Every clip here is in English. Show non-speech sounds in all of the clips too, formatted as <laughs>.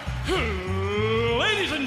Hmm, and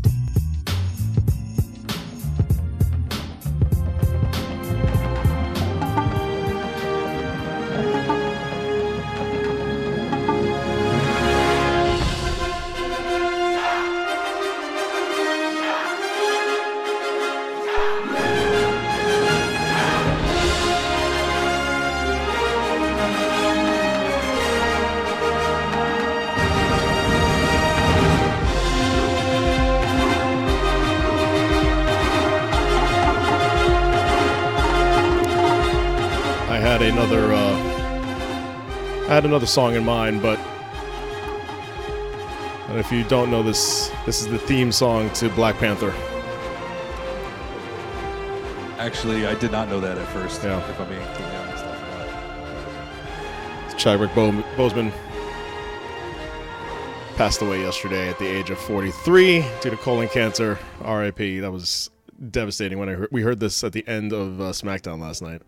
I had another uh, I had another song in mind, but and if you don't know this, this is the theme song to Black Panther. Actually, I did not know that at first. Yeah. If I'm being completely honest, I forgot. It's Chadwick Bo- Boseman passed away yesterday at the age of 43 due to colon cancer. R.I.P. That was devastating when I heard, we heard this at the end of uh, SmackDown last night.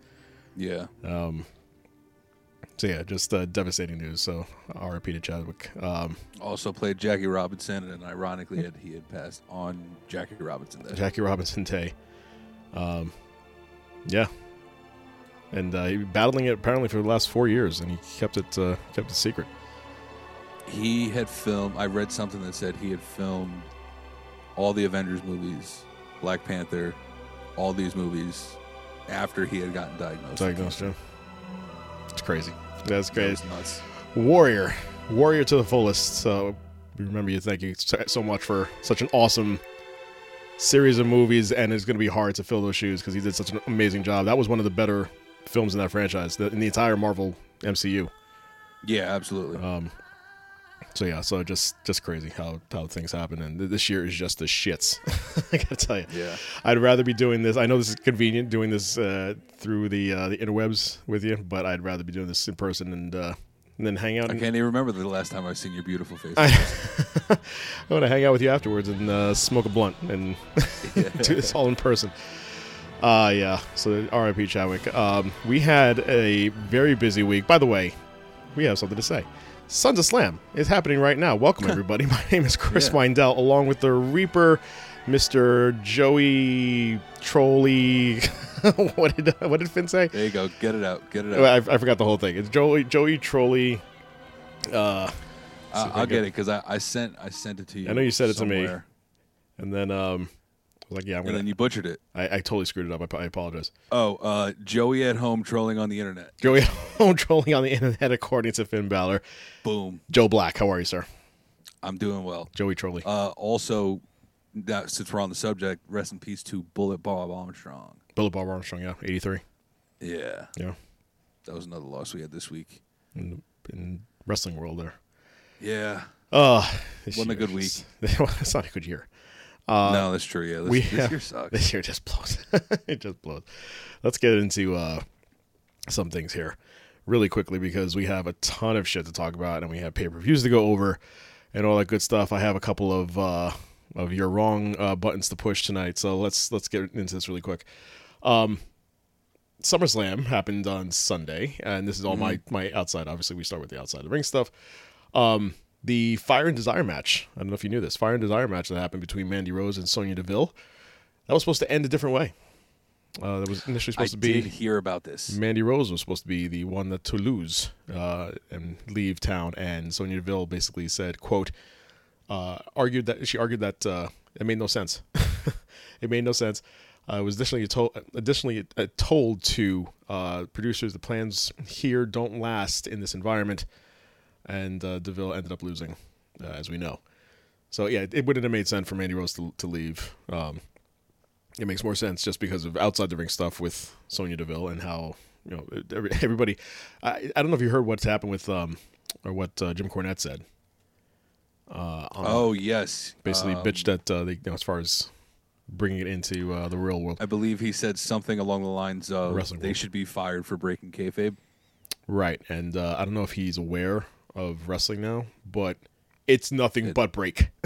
Yeah. So yeah, just uh, devastating news. So R.I.P. to Chadwick. Um, Also played Jackie Robinson, and ironically, had, he had passed on Jackie Robinson. That Jackie Robinson Tay. Um, yeah, and uh, he was battling it apparently for the last four years, and he kept it uh, kept it secret. he had filmed. I read something that said he had filmed all the Avengers movies, Black Panther, all these movies after he had gotten diagnosed. Diagnosed him. It's crazy. That's That was crazy. nuts. Warrior, warrior to the fullest. So we remember you. Thank you so so much for such an awesome series of movies, and it's going to be hard to fill those shoes because he did such an amazing job. That was one of the better films in that franchise, the, in the entire Marvel MCU. Yeah, absolutely. Um, So yeah, so just just crazy how how things happen, and th- this year is just the shits. <laughs> I gotta tell you, Yeah. I'd rather be doing this. I know this is convenient doing this uh, through the uh, the interwebs with you, but I'd rather be doing this in person and uh, and then hang out. I And, can't even remember the last time I've seen your beautiful <laughs> face. I want to hang out with you afterwards and uh, smoke a blunt <laughs> and <laughs> do this all in person. Uh, yeah. So R.I.P. Chadwick. Um, we had a very busy week. By the way, we have something to say. Sons of Slam is happening right now. <laughs> Welcome everybody. My name is Chris Yeah. Weindell, along with the Reaper, Mister Joey Trolley. <laughs> what did what did Finn say? Oh, there you go. Get it out. Get it I, out. I forgot the whole thing. It's Joey Joey Trolley. Uh, I, if I I'll get- get it because I, I sent I sent it to you. I know you sent it to me. somewhere, and then um, I was like, yeah, I'm and gonna. then you butchered it. I, I totally screwed it up. I, I apologize. Oh, uh, Joey at home trolling on the internet. Joey <laughs> Home trolling on the internet, according to Finn Balor. Boom. Joe Black, how are you, sir? I'm doing well. Joey Trolley. Uh, also, that, since we're on the subject, rest in peace to Bullet Bob Armstrong. Billy Bob Armstrong, yeah, 83. Yeah, Yeah. that was another loss we had this week. In, in wrestling world there. Yeah. Uh, Wasn't a good <laughs> it's not a good year. no, that's true. Yeah, this, Uh, we this have- year sucks. <laughs> This year just blows. <laughs> it just blows. Let's get into uh, some things here really quickly because we have a ton of shit to talk about and we have pay per views to go over and all that good stuff. I have a couple of uh, of your wrong uh, buttons to push tonight, so let's let's get into this really quick. Um, SummerSlam happened on Sunday, and this is all Mm-hmm. my my outside. Obviously, we start with the outside of the ring stuff. Um, the Fire and Desire match. I don't know if you knew this. Fire and Desire match that happened between Mandy Rose and Sonya Deville. That was supposed to end a different way. Uh, that was initially I supposed to be did hear about this. Mandy Rose was supposed to be the one that to lose uh, and leave town, and Sonya Deville basically said, "quote uh, argued that she argued that uh, it made no sense. <laughs> it made no sense." I was additionally told, additionally uh, told to uh, producers the plans here don't last in this environment, and uh, Deville ended up losing, uh, as we know. So yeah, it, it wouldn't have made sense for Mandy Rose to, to leave. Um, it makes more sense just because of outside the ring stuff with Sonya Deville and how you know every, everybody. I, I don't know if you heard what's happened with um or what uh, Jim Cornette said. oh yes, Basically, Um, bitched at uh, they, you know, as far as bringing it into uh, the real world. I believe he said something along the lines of Wrestling they world. should be fired for breaking kayfabe. Right, and uh, I don't know if he's aware of wrestling now, but it's nothing but break. <laughs>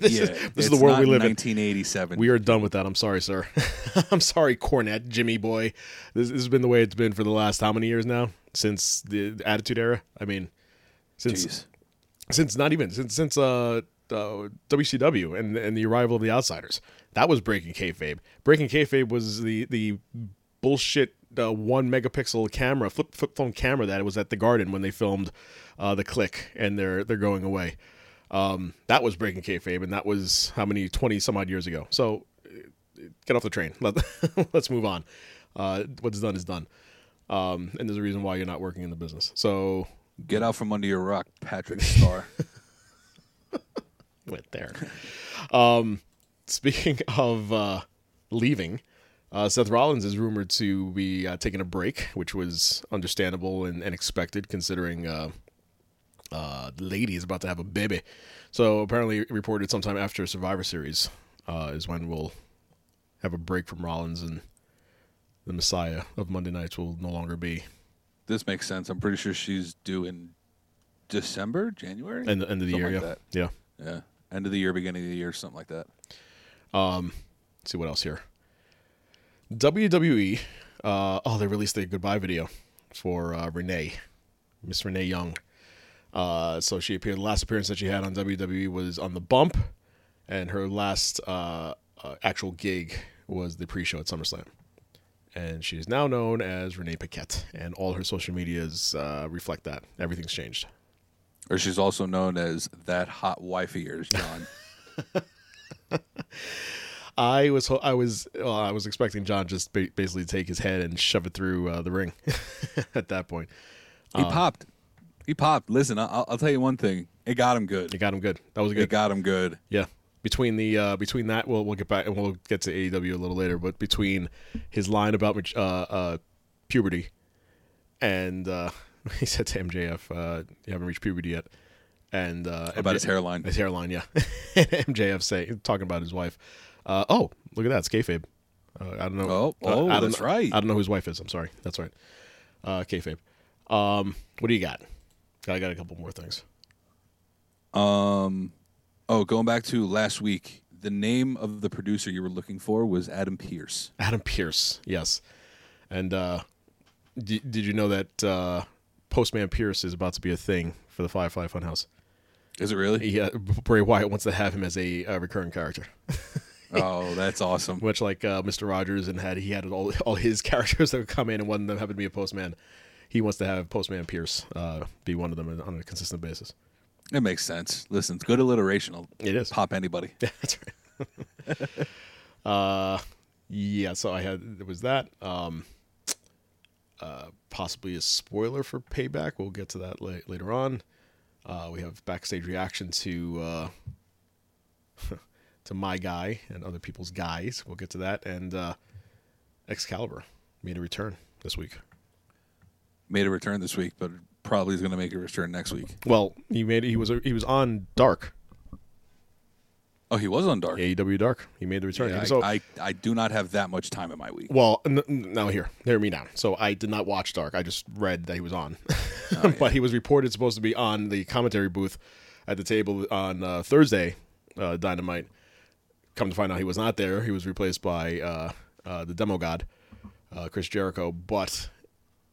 this yeah, is this is the it's world we not live in. 1987. We are done with that. I'm sorry, sir. <laughs> I'm sorry, Cornette, Jimmy Boy. This, this has been the way it's been for the last how many years now since the Attitude Era. I mean, since Jeez. since not even since since uh, uh WCW and and the arrival of the Outsiders. That was breaking kayfabe. Breaking kayfabe was the the bullshit uh, one megapixel camera flip flip phone camera that was at the Garden when they filmed uh, the Click and they're they're going away. Um, that was breaking kayfabe, and that was how many twenty some odd years ago. So uh, get off the train. <laughs> Let, let's move on. Uh, what's done is done. Um, and there's a reason why you're not working in the business. So Get out from under your rock, <laughs> Patrick Starr. went there. um, speaking <laughs> of uh, leaving, uh, Seth Rollins is rumored to be uh, taking a break, which was understandable and, and expected considering uh, uh, the lady is about to have a baby. So apparently, reported sometime after Survivor Series uh, is when we'll have a break from Rollins and the Messiah of Monday nights will no longer be this makes sense. I'm pretty sure she's due in December, January, end, end of the Something year. like yeah, yeah. that. yeah, end of the year, beginning of the year, something like that. Let's see what else here. WWE. Uh, oh, they released a goodbye video for uh, Renee, Miss Renee Young. Uh, so she appeared. The last appearance that she had on WWE was on the Bump, and her last uh, uh, actual gig was the pre-show at SummerSlam. And she is now known as Renee Paquette, and all her social medias uh, reflect that. Everything's changed. Or she's also known as that hot wife of <laughs> yours, John. I was ho- I was well, I was expecting John just ba- basically take his head and shove it through uh, the ring <laughs> at that point. he Uh. popped. He popped. Listen, I- I'll, I'll tell you one thing. It got him good. It got him good. That was a It good. got him good. yeah. Between the uh, between that, we'll we'll get back and we'll get to AEW a little later. But between his line about mat- uh, uh, puberty, and uh, <laughs> he said to MJF, uh, "You haven't reached puberty yet," and uh, About his hairline. his hairline, yeah. <laughs> MJF say talking about his wife. Uh, oh, look at that, it's kayfabe. Uh, I don't know. Oh, uh, oh, I don't that's know- right. I don't know who his wife is. I'm sorry. That's right. Uh, kayfabe. Um, what do you got? I got a couple more things. Oh, going back to last week, the name of the producer you were looking for was Adam Pierce. Adam Pierce, yes. And uh, d- did you know that uh, Postman Pierce is about to be a thing for the Firefly Funhouse? Is it really? Yeah, <laughs> Bray Wyatt wants to have him as a uh, recurring character, <laughs> <laughs> Oh, that's awesome. much like uh, Mister Rogers and had he had all <laughs> all his characters that would come in and one of them happened to be a postman. He wants to have Postman Pierce uh, be one of them on a consistent basis. It makes sense. Listen, it's good alliteration. I'll It is. pop anybody. Yeah, that's right. <laughs> uh, yeah, so I had there was that. Um, uh, possibly a spoiler for Payback. We'll get to that la- later on. Uh, we have backstage reaction to uh, <laughs> to my guy and other people's guys. We'll get to that. And uh, Excalibur made a return this week. Made a return this week, but probably is going to make a return next week. Well, he made he was he was on Dark Oh, he was on Dark. AEW Dark. He made the return. Yeah, I, So- I, I do not have that much time in my week. Well, n- n- now here, hear me down. So I did not watch Dark. I just read that he was on, <laughs> but he was reported supposed to be on the commentary booth at the table on uh, Thursday, uh, Dynamite. Come to find out, he was not there. He was replaced by uh, uh, the Demo God, uh, Chris Jericho. But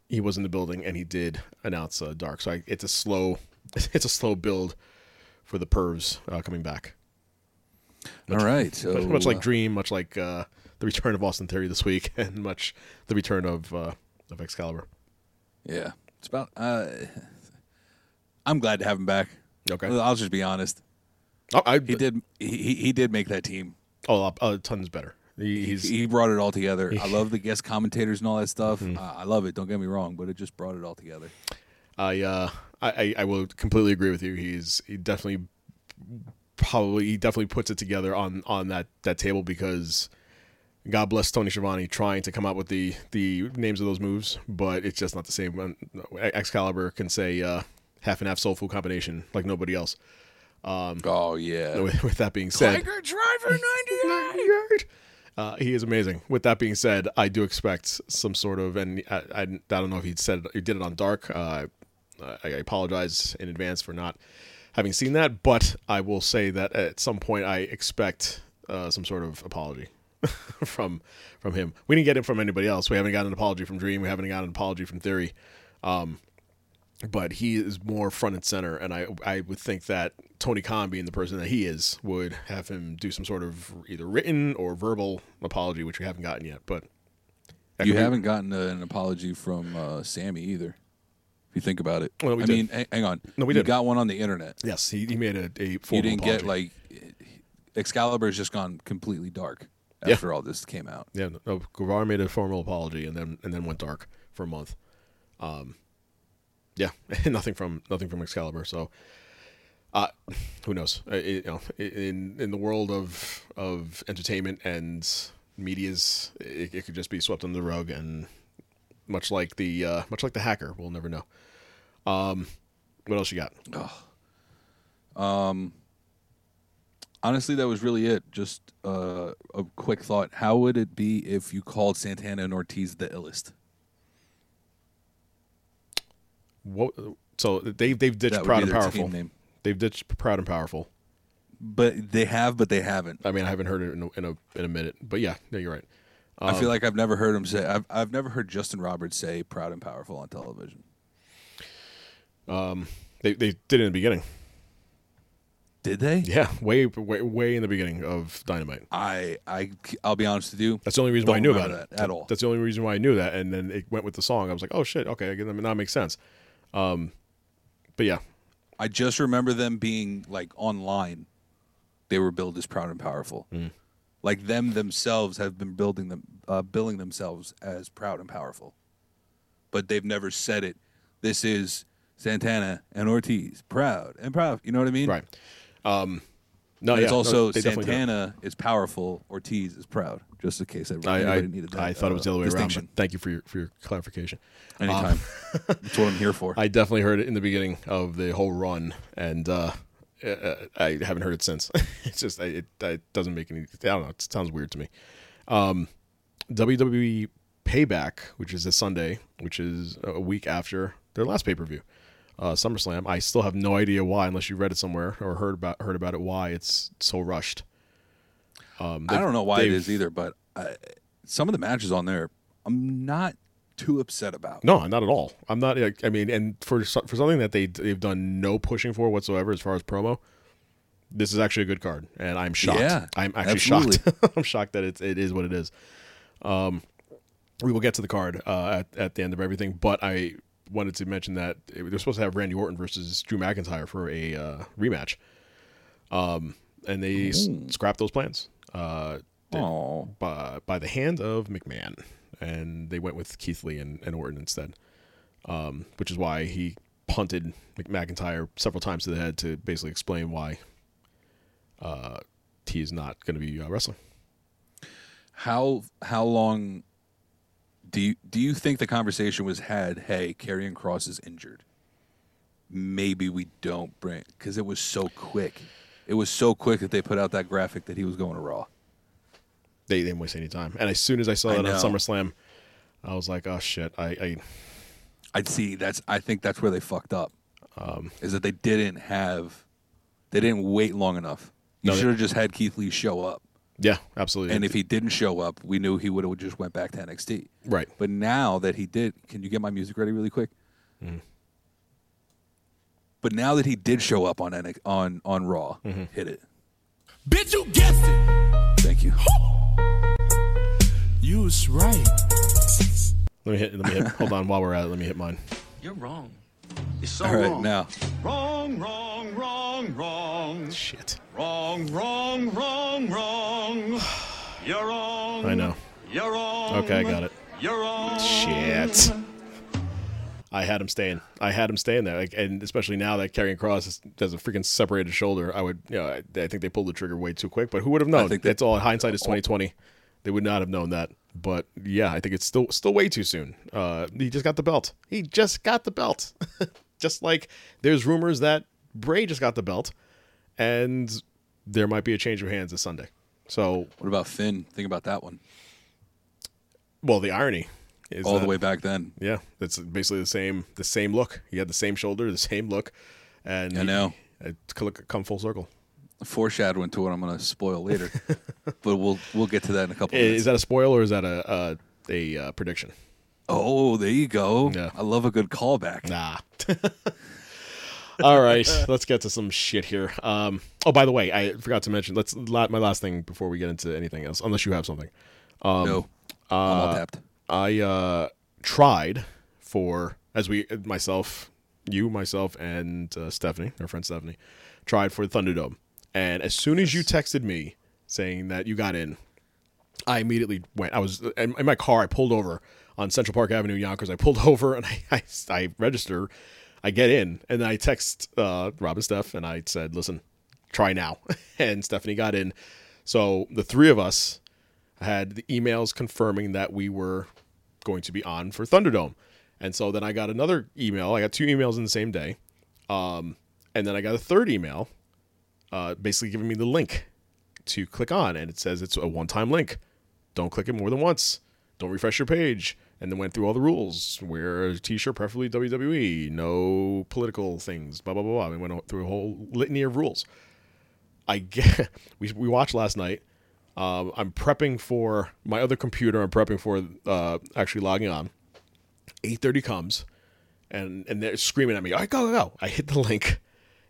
he was in the building, and he did announce uh, Dark. So I, it's a slow, <laughs> it's a slow build for the Pervs uh, coming back. All right. So Much, much like uh, Dream, much like uh, the return of Austin Theory this week, <laughs> and much the return of uh, of Excalibur. yeah, it's about. Uh, I'm glad to have him back. Okay. I'll just be honest. Oh, I, He did. He, he he did make that team. Oh, a, a ton's better. He, he's He brought it <laughs> all together. I love the guest commentators and all that stuff. Mm-hmm. I, I love it. Don't get me wrong, but it just brought it all together. I, uh, I I I will completely agree with you. He's he definitely probably he definitely puts it together on on that that table because God bless Tony Schiavone trying to come up with the the names of those moves, but it's just not the same. Um, Excalibur can say uh, half and half soulful combination like nobody else. <laughs> Oh yeah. Mm-hmm. With, with that being said, Tiger Driver ninety eight. Yard. Uh, he is amazing. With that being said, I do expect some sort of, and I, I, I don't know if he said it, he did it on Dark. Uh, I, I apologize in advance for not having seen that, but I will say that at some point I expect uh, some sort of apology <laughs> from from him. We didn't get it from anybody else. We haven't gotten an apology from Dream. We haven't gotten an apology from Theory. Um, but he is more front and center, and I I would think that Tony Khan, being the person that he is, would have him do some sort of either written or verbal apology, which we haven't gotten yet. But that You could be- haven't gotten uh an apology from uh, Sammy either. If you think about it, Well, we I did. mean, hang, hang on. No, we you didn't. got one on the internet. yes, he, he made a, a formal you didn't get apology. like Excalibur's just gone completely dark Yeah. after all this came out. Yeah, no, Guevara made a formal apology and then and then went dark for a month. Um, yeah, <laughs> nothing from nothing from Excalibur. So, uh, who knows? Uh, it- you know, in in the world of of entertainment and media's, it, it could just be swept under the rug, and much like the uh, much like the hacker, we'll never know. Um, what else you got? Honestly, that was really it. Just uh, a quick thought. How would it be if you called Santana and Ortiz the illest? What? So they've they've ditched That would proud be and their team powerful. name. They've ditched proud and powerful. But they have, but they haven't. I mean, I haven't heard it in a, in a in a minute, but yeah, no, you're right. I feel like I've never heard him say. I've I've never heard Justin Roberts say "proud and powerful" on television. They they did it in the beginning. Did they? Yeah, way way way in the beginning of Dynamite. I I I'll be honest with you. That's the only reason why I Don't knew about remember it that at all. That's the only reason why I knew that, and then it went with the song. I was like, oh shit, okay, I guess that now makes sense. Um, but yeah, I just remember them being like online. They were billed as proud and powerful. Hmm. Like them themselves have been building them, uh, billing themselves as proud and powerful, but they've never said it. This is Santana and Ortiz, proud and proud. You know what I mean? right. Um, no, But yeah, it's no, also they definitely did. Santana is powerful, Ortiz is proud. Just in case everybody I I, needed that. I thought it was the uh, other way around. But um, distinction. thank you for your for your clarification. <laughs> Anytime. That's what I'm here for. I definitely heard it in the beginning of the whole run, and uh, uh, I haven't heard it since. <laughs> it's just I, it, it doesn't make any. I don't know. It sounds weird to me. Um, WWE Payback, which is this Sunday, which is a week after their last pay per view, uh, SummerSlam. I still have no idea why, unless you read it somewhere or heard about heard about it. Why it's so rushed? I don't know why it they've- is either, but I, some of the matches on there, I'm not too upset about. No, not at all. I'm not. like, I mean, and for so- for something that they they've done no pushing for whatsoever as far as promo, this is actually a good card, and I'm shocked. Yeah, I'm actually shocked. <laughs> I'm shocked that it's it is what it is. Um, we will get to the card uh, at at the end of everything, but I wanted to mention that it- they're supposed to have Randy Orton versus Drew McIntyre for a uh, rematch, um, and they s- scrapped those plans. Uh, Aw. by, by the hand of McMahon, and they went with Keith Lee and, and Orton instead, um, which is why he punted Mc- McIntyre several times to the head to basically explain why uh, he is not going to be uh, wrestling. How how long do you do you think the conversation was had? Hey, Karrion Cross is injured. Maybe we don't bring because it was so quick. It was so quick that they put out that graphic that he was going to Raw. They they didn't waste any time. And as soon as I saw I that on know. SummerSlam, I was like, oh shit, I, I I'd see that's I think that's where they fucked up. Um. is that they didn't have they didn't wait long enough. You No, they- should have just had Keith Lee show up. yeah, absolutely. And if he didn't show up, we knew he would have just went back to NXT. Right. But now that he did, can you get my music ready really quick? Mm. But now that he did show up on NX, on on Raw, Mm-hmm. hit it. Bitch, you guessed it. Thank you. You was right. let me hit, let me hit, hold on while we're at it, let me hit mine. You're wrong. It's so All right, now Wrong, wrong, wrong, wrong. Shit, Wrong, wrong, wrong, wrong. You're wrong. I know. You're wrong. Okay, I got it. You're wrong. Shit. I had him staying. I had him staying there, like, and especially now that carrying cross is, has a freaking separated shoulder, I would, you know, I, I think they pulled the trigger way too quick. But who would have known? think Oh. that- That's all. Hindsight is twenty twenty. They would not have known that. But yeah, I think it's still still way too soon. Uh, he just got the belt. He just got the belt. <laughs> just like there's rumors that Bray just got the belt, and there might be a change of hands this Sunday. So, What about Finn? Think about that one. well, the irony is All that- the way back then. Yeah, that's basically the same. The same look. He had the same shoulder, the same look, and I know. It look come full circle. Foreshadowing to what I'm going to <laughs> spoil later, but we'll we'll get to that in a couple. minutes. Is that a spoil or is that a a, a uh, prediction? Oh, there you go. Yeah. I love a good callback. Nah. <laughs> All right, let's get to some shit here. Um, oh, by the way, I forgot to mention. Let's la- my last thing before we get into anything else, unless you have something. Um, no, I'm all tapped. I uh, tried for as we myself, you, myself, and uh, Stephanie, our friend Stephanie, tried for Thunderdome. And as soon as you texted me saying that you got in, I immediately went. I was in, in my car. I pulled over on Central Park Avenue, Yonkers. I pulled <laughs> over and I, I, I register. I get in and then I text uh, Rob and Steph and I said, "Listen, try now." <laughs> And Stephanie got in. So the three of us had the emails confirming that we were going to be on for Thunderdome. And so then I got another email. I got two emails in the same day. Um, and then I got a third email uh, basically giving me the link to click on. And it says it's a one time link. Don't click it more than once. Don't refresh your page. And then went through all the rules. Wear a t shirt, preferably WWE. No political things, blah, blah, blah, blah. We went through a whole litany of rules. I get, <laughs> we, we watched last night. Um, I'm prepping for my other computer. I'm prepping for uh, actually logging on. 8:30 comes, and and they're screaming at me. All right, go go go! I hit the link.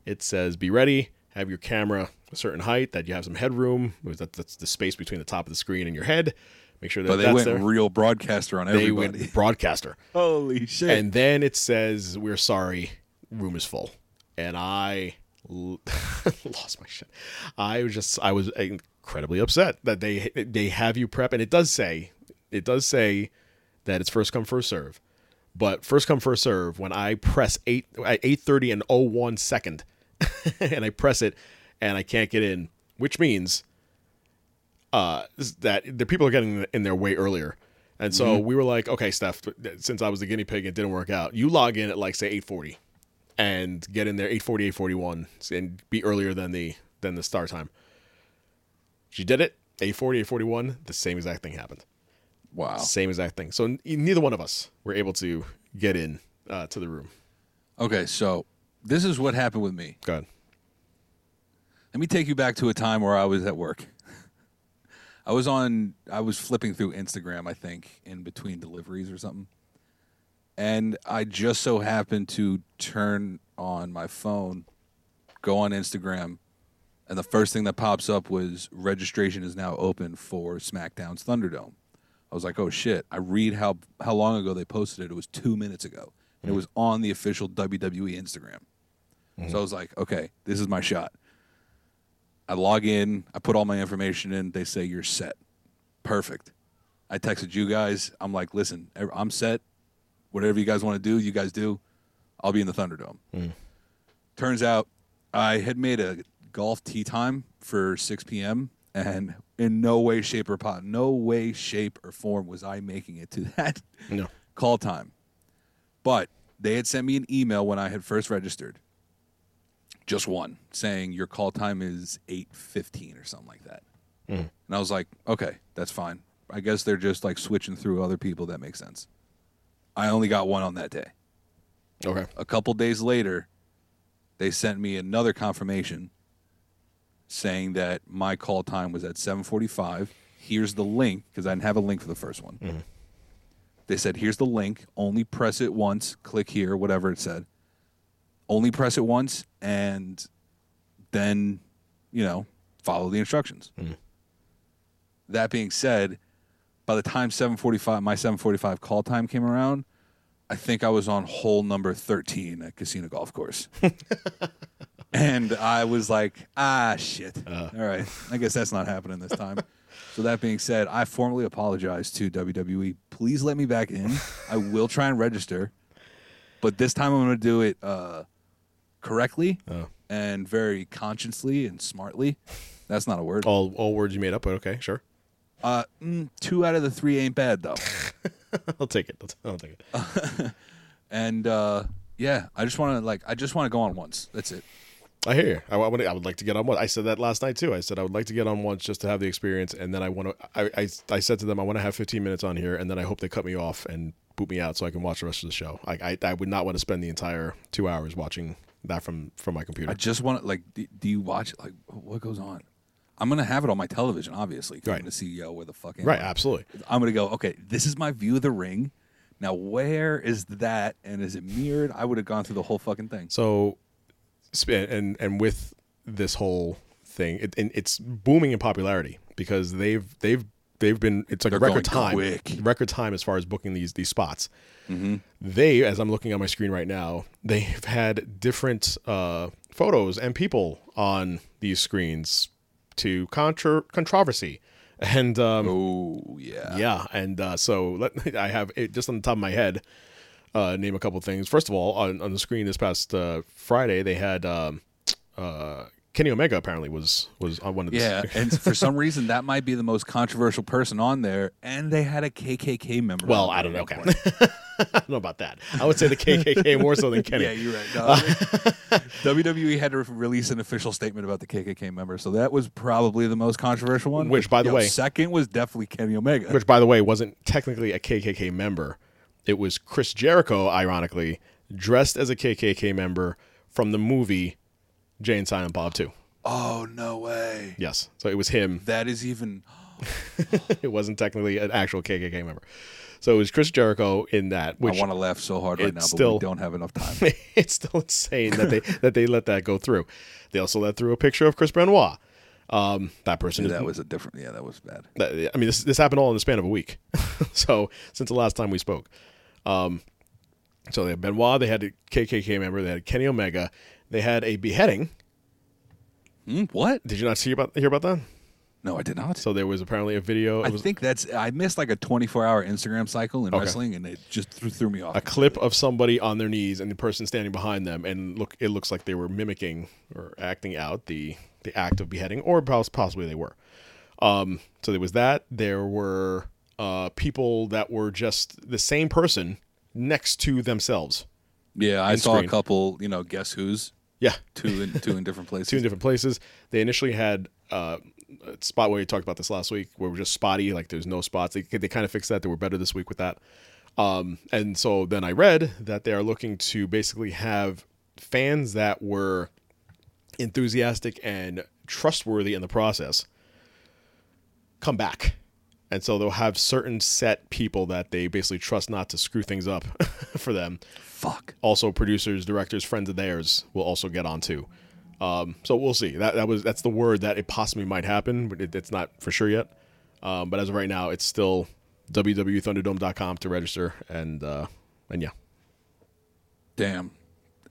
It says, "Be ready. Have your camera a certain height that you have some headroom. That, that's the space between the top of the screen and your head. Make sure that But they that's went there. real broadcaster on they everybody. <laughs> went broadcaster. Holy shit! And then it says, "We're sorry, room is full," and I l- <laughs> lost my shit. I was just, I was incredibly upset that they they have you prep, and it does say, it does say that it's first come first serve, but first come first serve. When I press eight at eight thirty and oh one second, <laughs> and I press it, and I can't get in, which means uh, is that the people are getting in their way earlier. And so we were like, okay, Steph, since I was the guinea pig, it didn't work out. You log in at like say 840 and get in there 840, 841 and be earlier than the than the start time. She did it. 840, 841, the same exact thing happened. wow. Same exact thing. So n- e, neither one of us were able to get in uh, to the room. Okay, so this is what happened with me. Go ahead. Let me take you back to a time where I was at work. I was on I was flipping through Instagram, I think, in between deliveries or something. And I just so happened to turn on my phone, go on Instagram, and the first thing that pops up was registration is now open for SmackDown's Thunderdome. I was like, "Oh shit." I read how how long ago they posted it. It was 2 minutes ago. And it was on the official WWE Instagram. So I was like, "Okay, this is my shot." I log in, I put all my information in, they say you're set. Perfect. I texted you guys. I'm like, listen, ev- I'm set. Whatever you guys want to do, you guys do. I'll be in the Thunderdome. Turns out I had made a golf tee time for 6 p.m. and in no way, shape, or pot, no way, shape, or form was I making it to <laughs> that No. call time. But they had sent me an email when I had first registered just one saying your call time is 8.15 or something like that and i was like okay that's fine i guess they're just like switching through other people that makes sense i only got one on that day Okay. a couple days later they sent me another confirmation saying that my call time was at 7.45 here's the link because i didn't have a link for the first one they said here's the link only press it once click here whatever it said only press it once and then you know follow the instructions that being said by the time 7.45 my 7.45 call time came around i think i was on hole number 13 at casino golf course and i was like ah shit all right i guess that's not happening this time so that being said i formally apologize to wwe please let me back in i will try and register but this time i'm going to do it uh, correctly and very consciously and smartly that's not a word All all words you made up, but okay, sure. <laughs> uh, mm, two out of the three ain't bad though. I'll take it. I'll, I'll take it. and uh, yeah, I just want to like I just want to go on once. That's it. I hear you. I, I would, I would like to get on one. I said that last night too. I said I would like to get on once just to have the experience, and then I want to. I, I, I said to them I want to have 15 minutes on here, and then I hope they cut me off and boot me out so I can watch the rest of the show. I I, I would not want to spend the entire two hours watching that from from my computer. I just want to like. Do, do you watch like what goes on? I'm gonna have it on my television, obviously. 'cause Right. I'm gonna see yo where the fuck. am right, I? absolutely. I'm gonna go. Okay, this is my view of the ring. Now where is that? And is it mirrored? I would have gone through the whole fucking thing. So, sp- and and with this whole thing, it, and it's booming in popularity because they've they've they've been it's like They're record going time, quick. Mm-hmm. record time as far as booking these these spots. They, as I'm looking on my screen right now, they've had different uh, photos and people on these screens to contra- controversy. And um, Oh yeah. yeah, and uh, so let, <laughs> I have it just on the top of my head. Uh, name a couple things. First of all, on, on the screen this past uh, Friday, they had um, uh, Kenny Omega apparently was was on one of the Yeah, and for some reason that might be the most controversial person on there, and they had a KKK member. Well, on I there don't know. Okay. at one point. <laughs> I don't know about that. I would say the <laughs> KKK more so than Kenny. Yeah, you're right. No, Uh, <laughs> WWE E had to release an official statement about the KKK member, so that was probably the most controversial one. Which, by the Yo, way- second was definitely Kenny Omega. Which, by the way, wasn't technically a KKK member. It was Chris Jericho, ironically, dressed as a KKK member from the movie Jay and Silent Bob 2. oh no way! Yes. So it was him That is even. it wasn't technically an actual KKK member. So it was Chris Jericho in that, which I want to laugh so hard right it's now, still- but we don't have enough time. <laughs> it's still insane that <laughs> they that they let that go through. They also let through a picture of Chris Benoit. Um, that person is that was a different. Yeah, that was bad. that- I mean, this this happened all in the span of a week. <laughs> so since the last time we spoke, um, so they had Benoit, they had a KKK member, they had Kenny Omega, they had a beheading. Hmm, What? Did you not see about hear about that? No, I did not. So there was apparently a video. It I was think that's. I missed like a 24-hour Instagram cycle in Okay. wrestling, and it just threw, threw me off. a clip of somebody on their knees and the person standing behind them, and look, it looks like they were mimicking or acting out the the act of beheading, or pos- possibly they were. Um, so there was that. There were uh, people that were just the same person next to themselves. Yeah, I and saw screen. a couple. You know, guess who's Yeah, two in two in different <laughs> places. two in different places. They initially had uh, a spot where we talked about this last week, where we're just spotty, like there's no spots. They, they kind of fixed that. They were better this week with that. Um, and so then I read that they are looking to basically have fans that were enthusiastic and trustworthy in the process come back. And so they'll have certain set people that they basically trust not to screw things up <laughs> for them Fuck. also producers, directors, friends of theirs will also get on too. Um, so we'll see. That that was that's the word that it possibly might happen, but it, it's not for sure yet. Um, but as of right now, it's still www.thunderdome.com to register and uh, and yeah, Damn.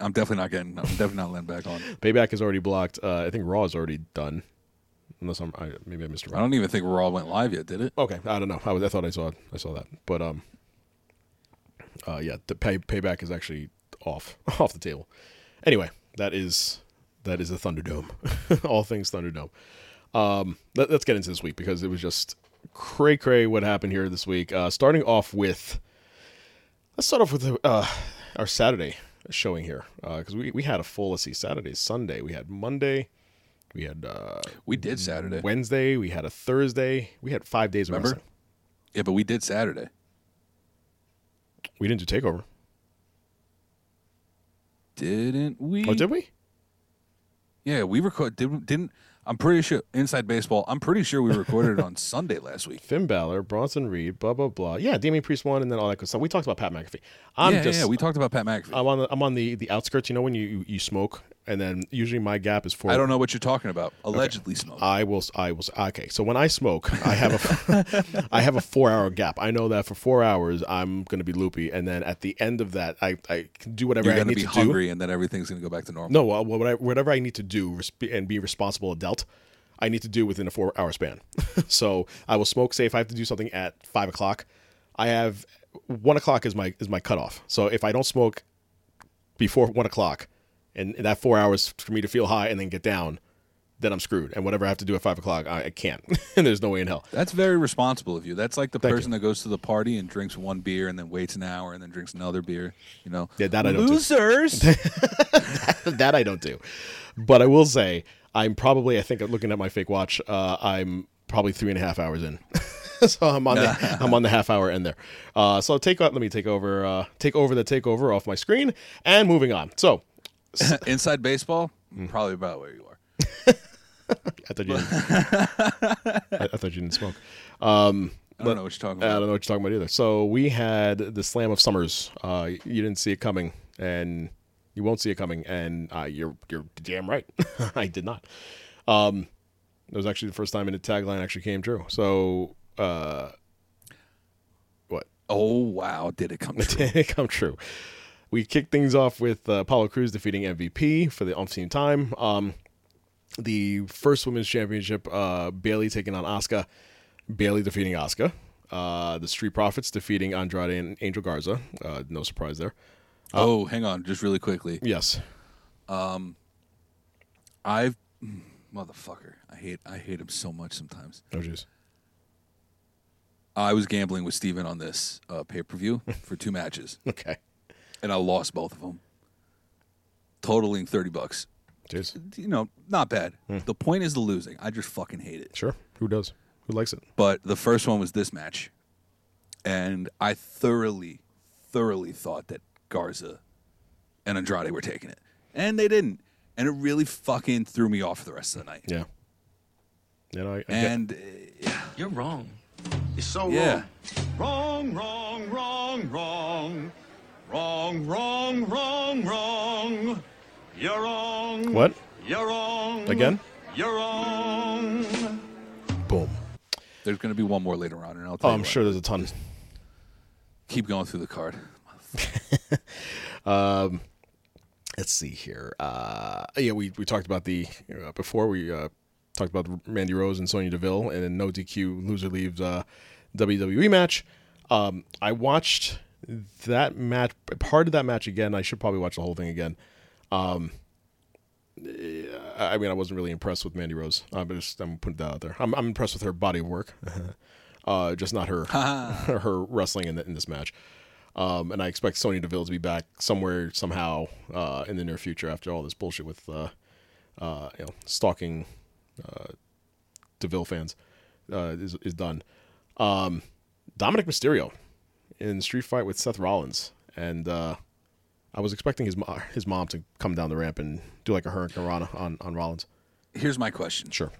I'm definitely not getting. I'm definitely not letting back on. payback is already blocked. Uh, I think Raw is already done, unless I'm I, maybe I missed it. I don't even think Raw went live yet, did it? Okay, I don't know. I, was, I thought I saw I saw that, but um, uh, yeah, the pay, payback is actually off <laughs> off the table. Anyway, that is that is the Thunderdome. <laughs> All things Thunderdome. Um, let, us get into this week because it was just cray cray what happened here this week. Uh, starting off with let's start off with uh, our Saturday showing here because we we had a full let's see Saturday Sunday we had Monday we had uh, We did Saturday. Wednesday we had a Thursday we had five days of Remember? wrestling. Yeah, but we did Saturday. We didn't do takeover. Mm-hmm. Didn't we? Oh, did we? Yeah, we record. Did, we- didn't I'm pretty sure Inside Baseball. I'm pretty sure we recorded on <laughs> Sunday last week. Finn Balor, Bronson Reed, blah blah blah. Yeah, Damian Priest won, and then all that good stuff. We talked about Pat McAfee. I'm yeah, yeah, just, yeah, we talked about Pat McAfee. I'm on, the, I'm on the the outskirts. You know when you you, you smoke, and then usually my gap is four. I don't know what you're talking about. Allegedly smoked. I will. I will. Okay. So when I smoke, I have a, <laughs> I have a four hour gap. I know that for four hours I'm going to be loopy, and then at the end of that, I, I can do whatever you're I gonna need be to do. hungry, and then everything's gonna go back to normal. No, well, what I- whatever I need to do resp- and be responsible adult, I need to do within a four hour span. so I will smoke safe. I have to do something at five o'clock. I have one o'clock is my is my cutoff. So if I don't smoke before one o'clock, and that four hours for me to feel high and then get down, then I'm screwed. And whatever I have to do at five o'clock, I, I can't. <laughs> and there's no way in hell. That's very responsible of you. That's like the person that goes to the party and drinks one beer and then waits an hour and then drinks another beer. You know, Yeah, that I don't do. losers. that I don't do. But I will say, I'm probably, I think, looking at my fake watch, uh, I'm probably three and a half hours in. <laughs> so I'm on the I'm on the half hour end there. Uh, so take o- let me take over uh, take over the takeover off my screen and moving on. So Inside baseball, probably about where you are. I thought you didn't, I, I thought you didn't smoke. Um, I don't know what you're talking I about. don't know what you're talking about either. So we had the Slam of Summers. Uh, you didn't see it coming, and you won't see it coming. And uh, you're you're damn right. <laughs> I did not. Um, it was actually the first time in a tagline actually came true. So uh, what Oh wow, did it come <laughs> true? did it come true? We kicked things off with uh, Apollo Cruz defeating MVP for the umpteenth time. Um, the first women's championship, uh, Bailey taking on Asuka, Bailey defeating Asuka. Uh, the Street Profits defeating Andrade and Angel Garza. Uh, no surprise there. oh, hang on, just really quickly. Yes. I've mm, motherfucker. I hate I hate him so much sometimes. Oh, jeez. I was gambling with Steven on this uh, pay per view for two matches, Okay. and I lost both of them, totaling thirty bucks. Jeez. You know, not bad. The point is the losing. I just fucking hate it. Sure. Who does? Who likes it? But the first one was this match, and I thoroughly, thoroughly thought that Garza and Andrade were taking it, and they didn't, and it really fucking threw me off for the rest of the night. Yeah. You know, I, I get- And uh, You're wrong. It's so yeah, Wrong, wrong, wrong, wrong. Wrong, wrong, wrong, wrong. You're wrong. what? You're wrong. Again? You're wrong. Boom. there's gonna be one more later on, and I'll. Tell Oh, you I'm what. sure there's a ton. Keep going through the card. let's see here. Uh, yeah, we, we talked about the uh, before we uh, talked about Mandy Rose and Sonya Deville and then no DQ loser leaves uh, WWE match. Um, I watched that match, part of that match again. I should probably watch the whole thing again. Um, I I mean, I wasn't really impressed with Mandy Rose. I'm just I'm putting that out there. I'm, I'm impressed with her body of work, <laughs> uh, just not her <laughs> her wrestling in, the, in this match. Um, and I expect Sonya Deville to be back somewhere somehow uh, in the near future after all this bullshit with uh, uh, you know stalking uh, Deville fans uh, is is done. Um, Dominic Mysterio in street fight with Seth Rollins, and uh, I was expecting his mo- his mom to come down the ramp and do like a hurricane rana on on Rollins. Here's my question. Sure,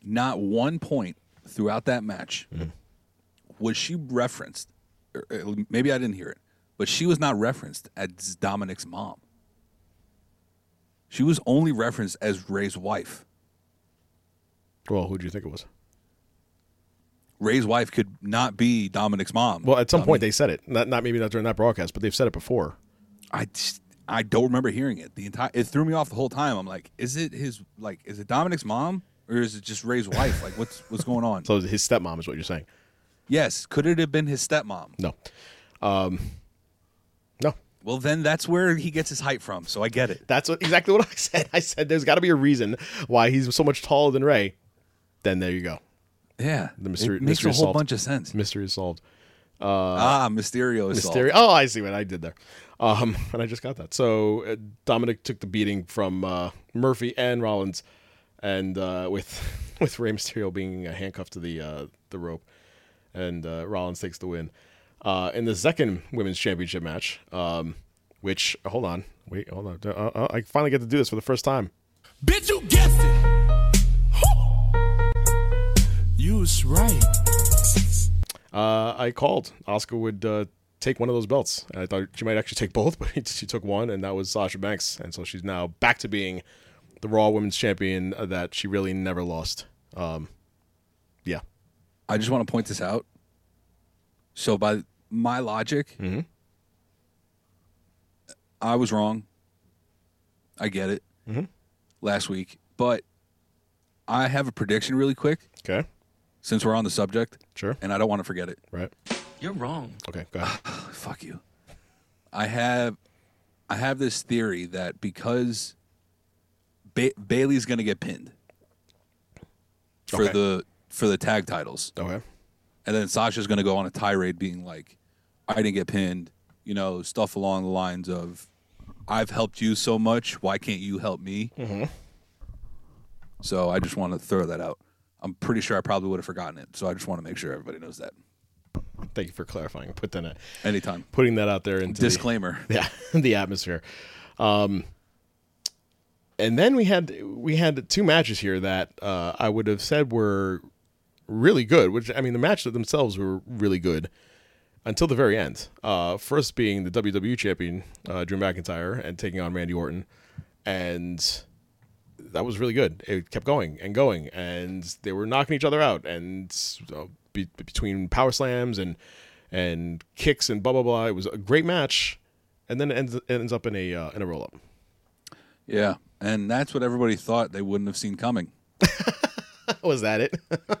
not one point throughout that match Hmm. was she referenced. Or, uh, maybe I didn't hear it, but she was not referenced as Dominic's mom. She was only referenced as Ray's wife. well, who do you think it was? Ray's wife could not be Dominic's mom. Well, at some point they said it. Not not maybe not during that broadcast, but they've said it before. I just, I don't remember hearing it. The entire it threw me off the whole time. I'm like, is it his like is it Dominic's mom or is it just Ray's wife? Like what's what's going <laughs> on? So his stepmom is what you're saying. yes, could it have been his stepmom? No. Um, no. Well, then that's where he gets his height from. So I get it. That's what, exactly what I <laughs> said. I said there's got to be a reason why he's so much taller than Ray. Then there you go. Yeah, The mystery it makes mystery a whole solved. bunch of sense. Mystery is solved. ah, Mysterio is Mysterio. Oh, I see what I did there. Um, <laughs> and I just got that. So uh, Dominic took the beating from uh, Murphy and Rollins, and uh, with <laughs> with Rey Mysterio being uh, handcuffed to the uh, the rope, and uh, Rollins takes the win. Uh, in the second women's championship match, um, which hold on, wait, hold on, Uh, uh, I finally get to do this for the first time. Bitch, you guessed it. You was right. uh, I called. Oscar would uh, take one of those belts. And I thought she might actually take both, <laughs> but she took one, and that was Sasha Banks. And so she's now back to being the Raw Women's Champion that she really never lost. Um, yeah. I just want to point this out. So by my logic, Mm-hmm. I was wrong. I get it. Mm-hmm. Last week, but I have a prediction really quick Okay. since we're on the subject. Sure. And I don't want to forget it. Right. You're wrong. Okay. Go ahead. fuck you. I have, I have this theory that because ba- Bailey's gonna get pinned, for Okay. the for the tag titles. Okay. And then Sasha's going to go on a tirade being like, I didn't get pinned, you know, stuff along the lines of, I've helped you so much. Why can't you help me? So I just want to throw that out. I'm pretty sure I probably would have forgotten it. So I just want to make sure everybody knows that. Thank you for clarifying. Put that in- Anytime. putting that out there into the- Disclaimer. yeah, <laughs> the atmosphere. Um, and then we had we had two matches here that uh, I would have said were really good. Which I mean, the matches themselves were really good until the very end. Uh, first being the WWE champion uh, Drew McIntyre and taking on Randy Orton, and that was really good. It kept going and going, and they were knocking each other out, and uh, be- between power slams and and kicks and blah blah blah, it was a great match, and then it ends ends up in a uh, in a roll up. Yeah. And that's what everybody thought they wouldn't have seen coming. <laughs> was that it? <laughs> that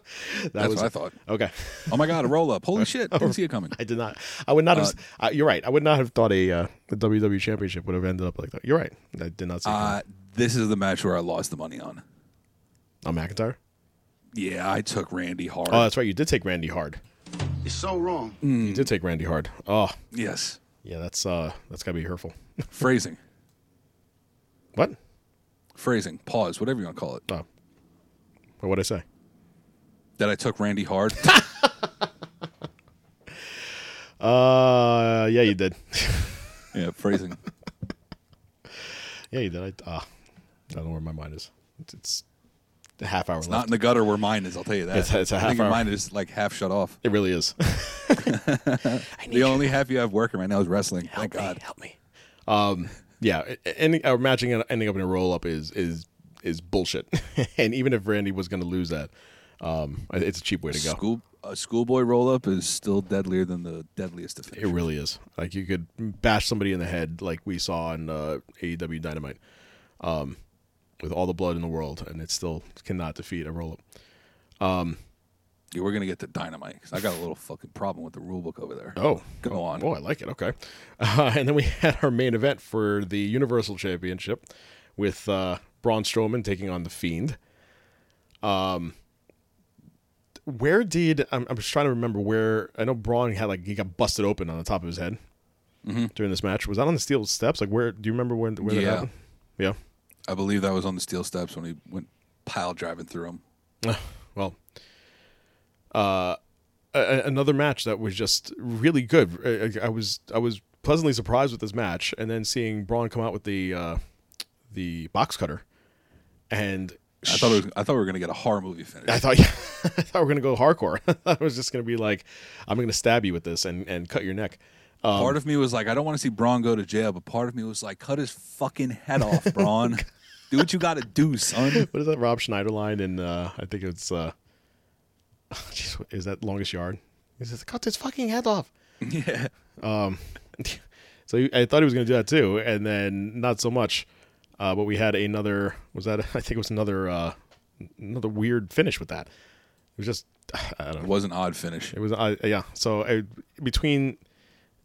That's what I thought. Okay, <laughs> Oh my God, a roll up. Holy shit. Didn't see it coming. I did not. I would not have. Uh, you're right. I would not have thought a uh, the WWE championship would have ended up like that. You're right. I did not see Uh, this is the match where I lost the money on. it. on Oh, McIntyre. Yeah, I took Randy hard. Oh, that's right. You did take Randy hard. It's so wrong. Hmm. You did take Randy hard. Oh, yes. yeah. That's uh, that's gotta be hurtful. Phrasing. what? Phrasing. Pause. Whatever you want to call it. Oh, what would I say? That I took <laughs> Randy hard. Uh, yeah, you did. yeah, phrasing. <laughs> yeah, you did. I, uh, I don't know where my mind is. It's, it's a half hour Not left. in the gutter where mine is, I'll tell you that. It's a- it's a I think half hour. mine is like half shut off. it really <laughs> is. The only half you have working right now is wrestling. Thank God. help me. Um, yeah, a- any uh, matching and ending up in a roll up is is is bullshit. <laughs> and even if Randy was going to lose that, um, I- it's a cheap way to go. School a schoolboy roll up is still deadlier than the deadliest of It really is. Like you could bash somebody in the head, like we saw in uh, AEW Dynamite, um, with all the blood in the world, and it still cannot defeat a roll up. Yeah, we're gonna get to dynamite because I got a little fucking problem with the rule book over there. Oh, Go on. Oh, I like it. Okay. Uh, <laughs> and then we had our main event for the Universal Championship with uh, Braun Strowman taking on The Fiend. Um, where did I'm, I'm just trying to remember where I know Braun had like he got busted open on the top of his head during this match. Was that on the steel steps? Like where? Do you remember when? Where that Mm-hmm. Yeah. happened? Yeah. I believe that was on the steel steps when he went pile driving through him. Well, uh, a- a- another match that was just really good. Uh, I- I, I was I was pleasantly surprised with this match, and then seeing Braun come out with the uh, the box cutter, and I thought it was, I thought we were gonna get a horror movie finish. I thought <laughs> I thought we were gonna go hardcore. <laughs> I thought it was just gonna be like I'm gonna stab you with this and and cut your neck. part of me was like, I don't want to see Braun go to jail, but part of me was like, cut his fucking head <laughs> off, Braun. do what you gotta do, son. What is that Rob Schneider line? And uh, I think it's uh, <laughs> geez, what- is that longest yard? He says, "Cut his fucking head off." Um, yeah. <laughs> So he- I thought he was going to do that too, and then not so much. Uh, but we had another. Was that? <laughs> I think it was another. Uh, another weird finish with that. It was just. <sighs> I don't It know. was an odd finish. It was. I yeah. So I, between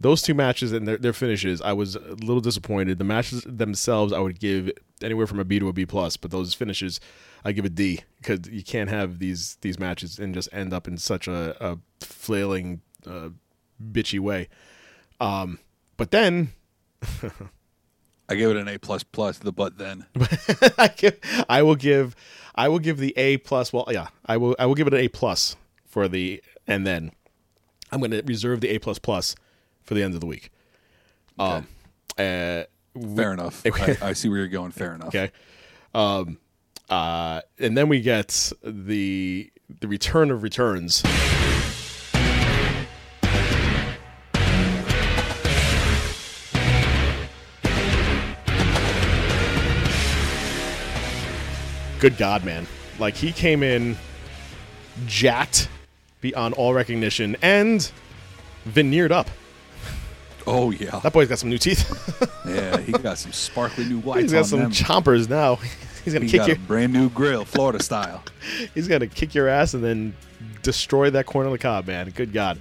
those two matches and their, their finishes, I was a little disappointed. The matches themselves, I would give anywhere from a B to a B plus, but those finishes, I give a D because you can't have these these matches and just end up in such a, a flailing, uh, bitchy way. Um, but then I gave it an A plus plus. The but then <laughs> I give, I will give, I will give the A plus. Well, yeah, I will. I will give it an A plus for the, and then I'm going to reserve the A plus plus for the end of the week. Um, uh, fair <laughs> enough. I, I see where you're going. Fair enough. okay. Um, uh, and then we get the the return of returns. Good God, man! Like he came in jacked beyond all recognition and veneered up. Oh yeah, That boy's got some new teeth. <laughs> yeah. He got some sparkly new whites He's got on some them. chompers now. <laughs> He's gonna he kick got you. a brand new grill, Florida style. He's gonna kick your ass and then destroy that corner of the cob, man. Good God.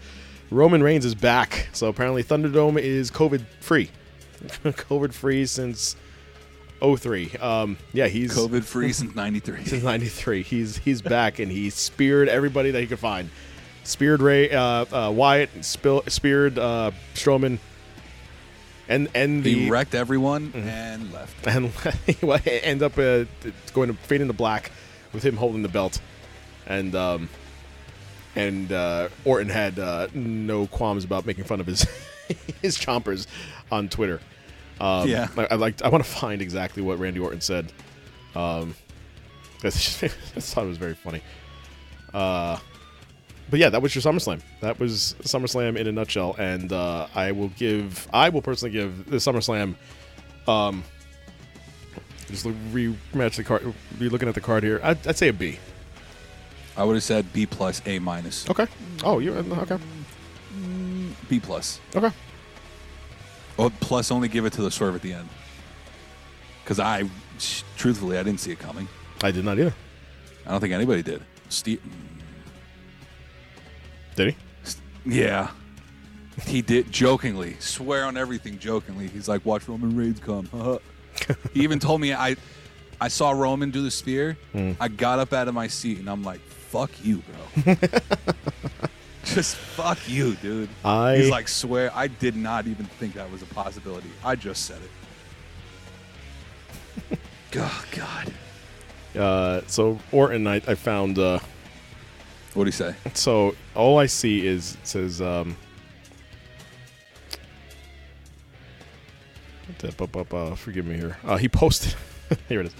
Roman Reigns is <laughs> back. So apparently Thunderdome is COVID free. COVID free since 03. Um, yeah, he's <laughs> COVID free since '93. since '93. He's he's back and he speared everybody that he could find. Speared Ray, uh, uh, Wyatt, spill, speared uh, Strowman, and and the He wrecked everyone Mm-hmm. and left. and <laughs> well, it end up uh, going to fade into black with him holding the belt, and um, and uh, Orton had uh, no qualms about making fun of his <laughs> his chompers on Twitter. Um, Yeah. I, I like. I want to find exactly what Randy Orton said. Um, 'cause <laughs> I thought it was very funny. Uh, But yeah, that was your SummerSlam. That was SummerSlam in a nutshell, and uh, I will give, I will personally give the SummerSlam. Um, just look, rematch the card. Be looking at the card here. I'd, I'd say a B. I would have said B plus, A minus, Okay. Oh, you okay? B plus. Okay. Oh, plus only give it to the swerve at the end. Because I, sh- truthfully, I didn't see it coming. I did not either. I don't think anybody did. Steve, Did he? yeah, he did jokingly swear on everything. Jokingly, he's like, "Watch Roman Reigns come." <laughs> he even told me I, I saw Roman do the spear. I got up out of my seat and I'm like, "Fuck you, bro." Just fuck you, dude. I- He's like, swear, I did not even think that was a possibility. I just said it. oh, God. Uh, so Orton, I, I found. Uh, What do you say? so all I see is it says. Um, da- bu- bu- bu- forgive me here. Uh, he posted. <laughs> here it is.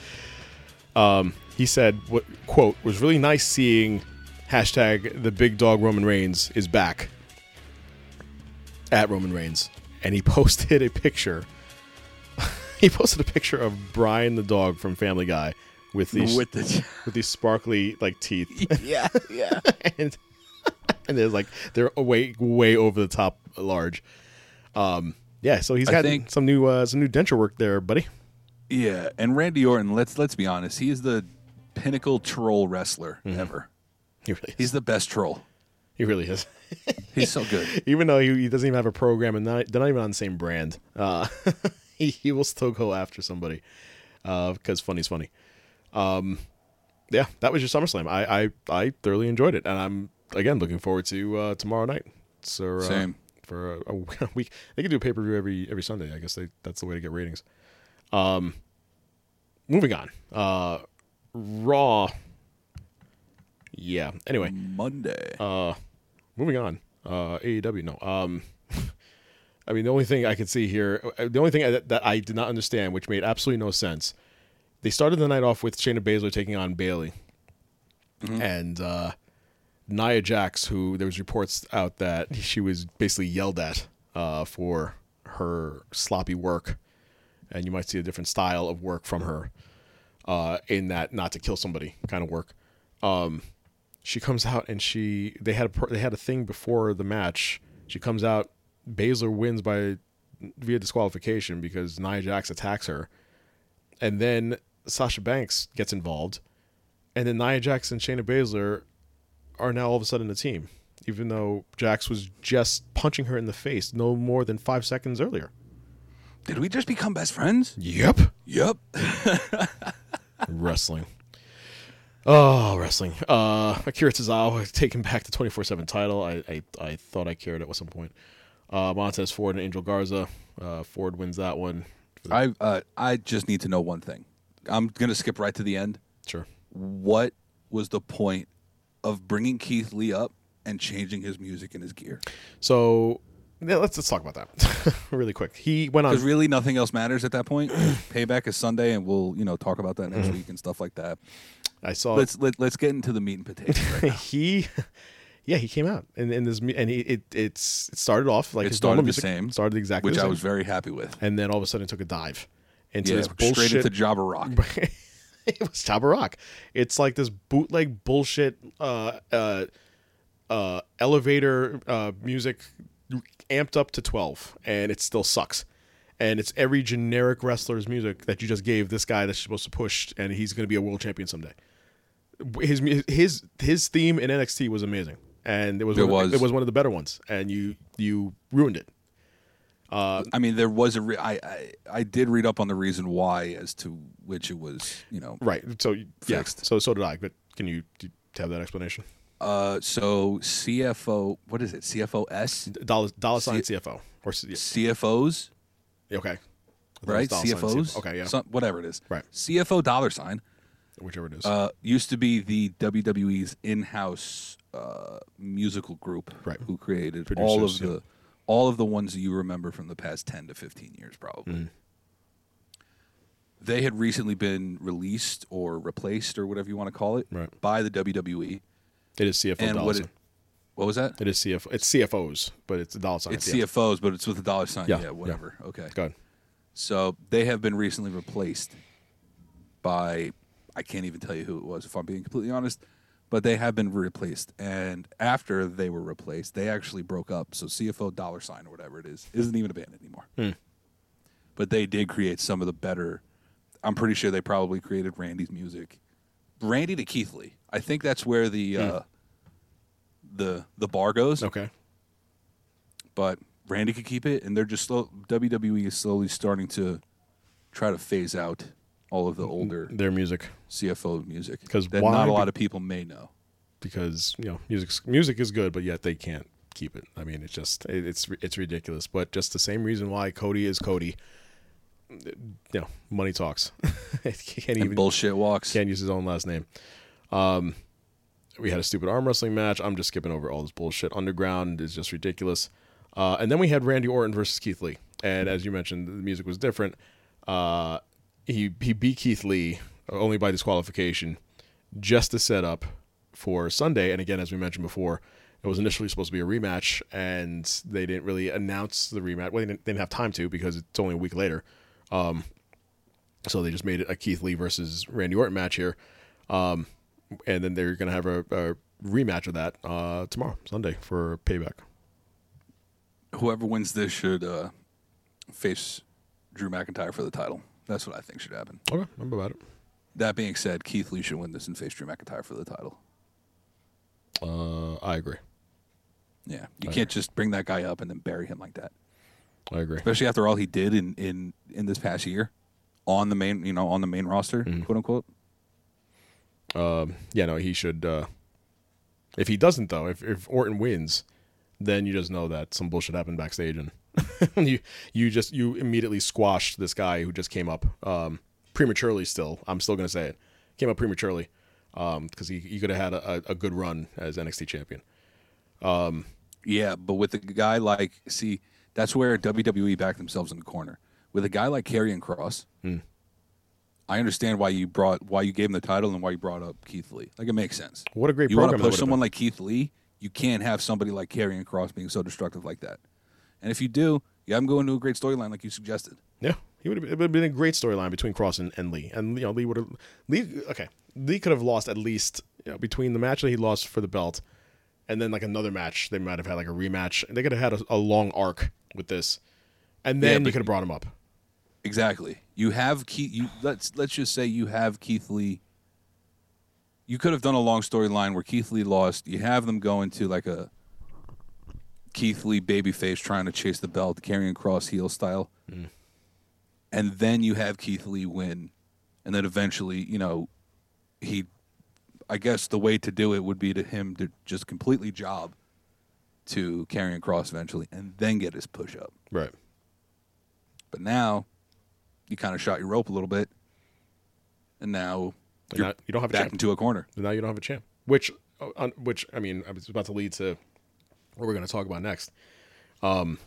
Um, he said, "What quote was really nice seeing hashtag the big dog Roman Reigns is back at Roman Reigns," and he <laughs> posted a picture. <laughs> he posted a picture of Brian the dog from Family Guy with these With the- <laughs> with these sparkly like teeth <laughs> yeah, yeah. <laughs> and and they're like they're way way over the top large. Um, yeah, so he's I got think- some new uh, some new denture work there, buddy. Yeah, and Randy Orton, let's let's be honest, he is the pinnacle troll wrestler ever. He really, He's the best troll. he really is. He's so good. <laughs> Even though he, he doesn't even have a program and not, they're not even on the same brand, uh, <laughs> he, he will still go after somebody because funny's funny. Um, yeah, that was your SummerSlam. I, I I thoroughly enjoyed it, and I'm again looking forward to uh, tomorrow night. So uh, Same. for a, a <laughs> week. They can do pay per view every every Sunday. I guess they that's the way to get ratings. Um, moving on. Uh, Raw. Yeah. Anyway, <laughs> Monday. Uh, moving on. Uh, AEW. No. Um, <laughs> I mean, the only thing I could see here, uh, the only thing I, that I did not understand, which made absolutely no sense, they started the night off with Shayna Baszler taking on Bailey, and uh, Nia Jax, who there was reports out that she was basically yelled at uh, for her sloppy work, and you might see a different style of work from her uh, in that not to kill somebody kind of work Um, she comes out and she they had a pro- they had a thing before the match. She comes out, Baszler wins by via disqualification because Nia Jax attacks her, and then Sasha Banks gets involved, and then Nia Jax and Shayna Baszler are now all of a sudden a team, even though Jax was just punching her in the face no more than five seconds earlier. Did we just become best friends? Yep, Yep. wrestling. Oh, wrestling. Uh, Akira Tozawa taking back the 24 7 title. I, I, I thought I cared at some point. Uh, Montez Ford and Angel Garza. Uh, Ford wins that one. I uh, I just need to know one thing. I'm gonna skip right to the end. Sure. What was the point of bringing Keith Lee up and changing his music and his gear? So yeah, let's, let's talk about that <laughs> really quick. He went Because on. really, nothing else matters at that point. <clears throat> Payback is Sunday, and we'll you know talk about that next Mm-hmm. week and stuff like that. I saw. Let's let, let's get into the meat and potatoes. Right now. <laughs> he yeah he came out and, and this mu- and he, it it's it started off like It his normal started the music, same, started exactly which the I same, was very happy with. and then all of a sudden it took a dive into Yeah, this straight bullshit into Jabba <laughs> Rock. it was Taba Rock. It's like this bootleg bullshit uh, uh, uh, elevator uh, music amped up to 12, and it still sucks. And it's every generic wrestler's music that you just gave this guy that you're supposed to push, and he's going to be a world champion someday. His mu- his his theme in NXT was amazing, and it was It one of the- was. it was one of the better ones, and you you ruined it. I mean, there was a re- I, I I did read up on the reason why as to which it was, you know, Right. So you- yeah. Fixed. So so did I. But can you, do you have that explanation? Uh, so CFO, what is it? CFOs, Dollar dollar sign CFO or C- yeah, CFOs, okay, I thought it was right? dollar sign CFOs, CFO. Okay, yeah, some- whatever it is. Right. CFO dollar sign whichever it is. uh, used to be the WWE's in-house uh, musical group, Right. Who created all of Producers, yeah. the all of the ones that you remember from the past ten to fifteen years, probably. Mm. They had recently been released or replaced or whatever you want to call it Right. by the WWE. it is CFO and dollar what sign. it- what was that? it is CFO. It's CFOs, but it's a dollar sign. It's CFOs, but it's with a dollar sign. Yeah, Yeah, yeah. whatever. Okay. Go ahead. So they have been recently replaced by I can't even tell you who it was if I'm being completely honest, but they have been replaced. And after they were replaced, they actually broke up. So CFO dollar sign or whatever it is isn't even a band anymore. But they did create some of the better. I'm pretty sure they probably created Randy's music, Randy to Keith Lee. I think that's where the uh, the the bar goes Okay. but Randy could keep it, and they're just slow. WWE is slowly starting to try to phase out all of the older Their music, CFO music 'Cause that why? not a Be- lot of people may know. because you know, music music is good, but yet they can't keep it. I mean, it's just it, it's it's ridiculous. But just the same reason why Cody is Cody. You know, money talks. <laughs> He can't And even bullshit walks. Can't use his own last name. Um, we had a stupid arm wrestling match. I'm just skipping over all this bullshit. Underground is just ridiculous. Uh, and then we had Randy Orton versus Keith Lee. And as you mentioned, the music was different. Uh, he he beat Keith Lee uh, only by disqualification, just to set up for Sunday. And again, as we mentioned before, it was initially supposed to be a rematch, and they didn't really announce the rematch. Well, they didn't, they didn't have time to because it's only a week later. So they just made it a Keith Lee versus Randy Orton match here, um, and then they're going to have a, a rematch of that uh, tomorrow, Sunday, for Payback. Whoever wins this should uh, face Drew McIntyre for the title. That's what I think should happen. Okay, I'm about it. That being said, Keith Lee should win this and face Drew McIntyre for the title. Uh, I agree. Yeah, you can't just bring that guy up and then bury him like that, I agree. especially after all he did in in in this past year on the main you know on the main roster, Mm-hmm. quote unquote. Yeah, no, he should. Uh, if he doesn't, though, if, if Orton wins, then you just know that some bullshit happened backstage, and <laughs> you you just you immediately squashed this guy who just came up um, prematurely. Still, I'm still going to say it came up prematurely because he, he could have had a, a- a good run as NXT champion. Yeah, but with a guy like see, that's where WWE backed themselves in the corner. With a guy like Karrion Cross, Hmm. I understand why you brought why you gave him the title and why you brought up Keith Lee. Like it makes sense. What a great you wanna program that push would've someone been. like Keith Lee. You can't have somebody like Karrion Cross being so destructive like that. And if you do, you have him go into a great storyline like you suggested. Yeah, he would have. It would have been a great storyline between Cross and, and Lee, and you know Lee would have. Lee, okay, Lee could have lost at least you know, between the match that he lost for the belt, and then like another match. They might have had like a rematch. They could have had a, a long arc with this, and Yeah, then you but- could have brought him up. Exactly. You have Keith. You let's let's just say you have Keith Lee. You could have done a long storyline where Keith Lee lost. You have them going to like a Keith Lee babyface trying to chase the belt, carrying cross heel style, and then you have Keith Lee win, and then eventually, you know, he. I guess the way to do it would be to him to just completely job to carrying cross eventually, and then get his push up. Right. But now you kind of shot your rope a little bit, and now And you're now you don't have a back champ. into a corner. But now you don't have a champ. Which, uh, on, which I mean, I was about to lead to what we're going to talk about next, um,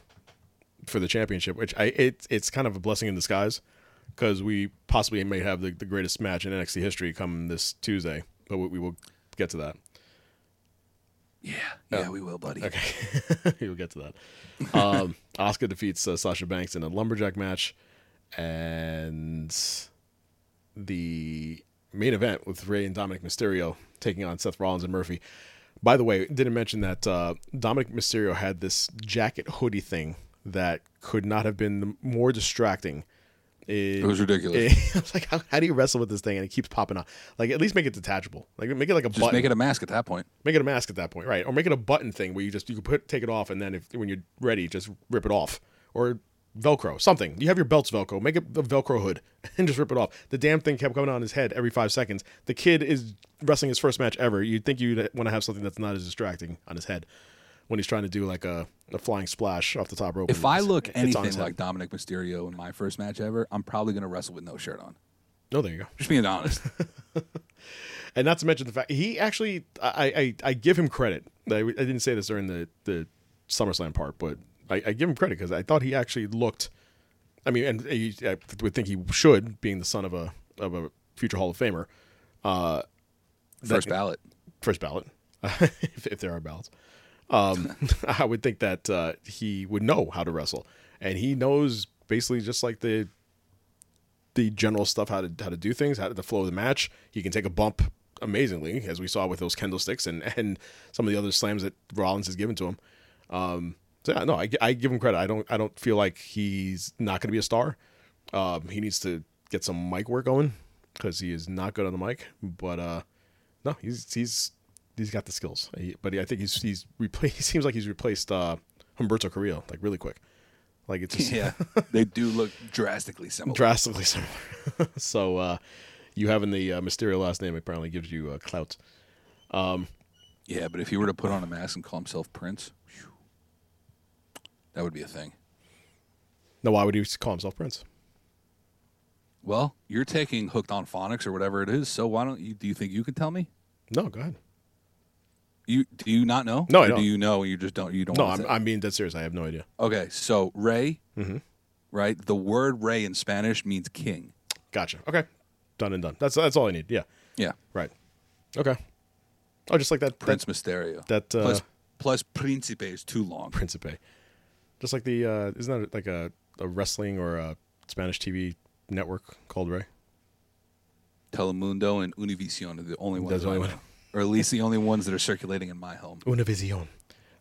for the championship. Which I it, it's kind of a blessing in disguise because we possibly may have the, the greatest match in NXT history come this Tuesday, but we, we will get to that. Yeah, yeah, we will, <laughs> buddy. <laughs> we'll get to that. Um, <laughs> Oscar defeats uh, Sasha Banks in a lumberjack match, and the main event with Ray and Dominic Mysterio taking on Seth Rollins and Murphy. By the way, didn't mention that uh, Dominic Mysterio had this jacket hoodie thing that could not have been the- more distracting. It was <laughs> ridiculous. I was like, how, how do you wrestle with this thing? And it keeps popping up. Like, at least make it detachable. Like, make it like a Just button make it a mask at that point. make it a mask at that point, right? Or make it a button thing where you just you can put take it off and then if when you're ready, just rip it off. Or Velcro, something. You have your belts Velcro. Make it a Velcro hood <laughs> and just rip it off. The damn thing kept coming on his head every five seconds. The kid is wrestling his first match ever. You'd think you'd want to have something that's not as distracting on his head when he's trying to do like a, a flying splash off the top rope. If I look Mm. It's on his anything head. like Dominic Mysterio in my first match ever, I'm probably gonna wrestle with no shirt on. no, Oh, there you go. Just <laughs> being honest. and not to mention the fact he actually I I, I give him credit. I, I didn't say this during the the SummerSlam part, but I, I give him credit because I thought he actually looked. I mean, and he, I would think he should, being the son of a of a future Hall of Famer, uh, First ballot. first ballot, if, if there are ballots. Um, <laughs> I would think that uh, he would know how to wrestle, and he knows basically just like the the general stuff how to how to do things, how to the flow of the match. He can take a bump amazingly, as we saw with those Kendall sticks and <laughs> and some of the other slams that Rollins has given to him. Um, so yeah, no, I, gi- I give him credit. I don't I don't feel like he's not going to be a star. Um, he needs to get some mic work going because he is not good on the mic. But uh, no, he's he's he's got the skills. He- but I think he's he's replaced. <laughs> He seems like he's replaced uh, Humberto Carrillo like really quick. Like it's <laughs> just, Yeah. they do look drastically similar. drastically <laughs> similar. so uh, you having the uh, Mysterio last name apparently gives you uh, clout. yeah, but if he were to put on a mask and call himself Prince, phew, that would be a thing. Now, why would he call himself Prince? Well, you're taking hooked on phonics or whatever it is, so why don't you do you think you can tell me? No, go ahead. You do you not know? No, I Or don't. Do you know? and You just don't. You don't. No, want I'm, to say? I'm Mm-hmm. being dead serious. I have no idea. okay. So Ray, right? The word Ray in Spanish means king. Gotcha. Okay, done and done. That's that's all I need. Yeah, Yeah, right. Okay. Oh, just like that Prince Mysterio. That, uh, plus, plus Principe is too that long. Principe. Just like the uh, isn't that like a, a wrestling or a Spanish TV network called Ray? Telemundo and Univision are the only ones. That's that the I only know. one. or at least the only ones that are circulating in my home. Una Visión.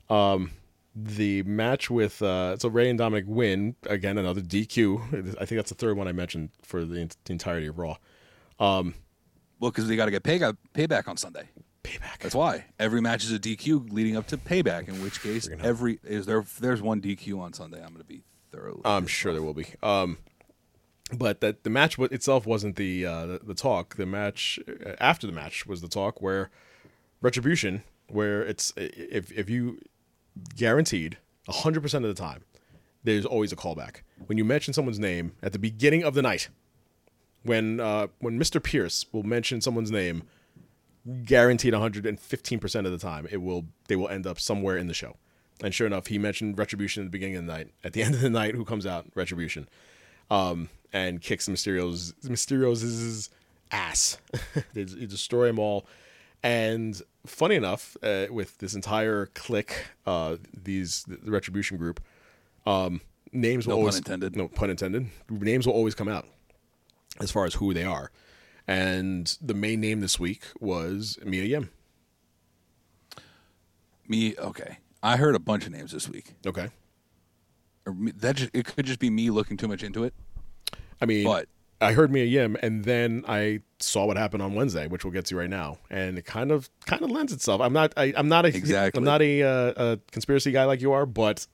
Um, the match with uh, so Ray and Dominic win again, another DQ. I think that's the third one I mentioned for the, en- the entirety of Raw. Well, because they got to get pay, payback on Sunday. Payback. That's why every match is a DQ leading up to payback. In which case, every is there. If there's one DQ on Sunday, I'm going to be thoroughly. I'm sure there will be. Um, but that the match wa- itself wasn't the, uh, the the talk. The match uh, after the match was the talk where retribution, where it's i- if if you guaranteed hundred percent of the time, there's always a callback when you mention someone's name at the beginning of the night. When uh, when Mr. Pierce will mention someone's name, guaranteed 115% of the time it will they will end up somewhere in the show and sure enough he mentioned retribution at the beginning of the night at the end of the night who comes out retribution um and kicks mysterio's mysterio's ass <laughs> they, they destroy them all and funny enough uh, with this entire clique uh these the retribution group um names will No pun always intended. no pun intended names will always come out as far as who they are and the main name this week was Mia Yim. Me, okay. I heard a bunch of names this week. Okay. Or me- that just, it could just be me looking too much into it. I mean, But- I heard Mia Yim, and then I saw what happened on Wednesday, which we'll get to right now, and it kind of kind of lends itself. I'm not, I, I'm not a, Exactly. I'm not a, uh, a conspiracy guy like you are, but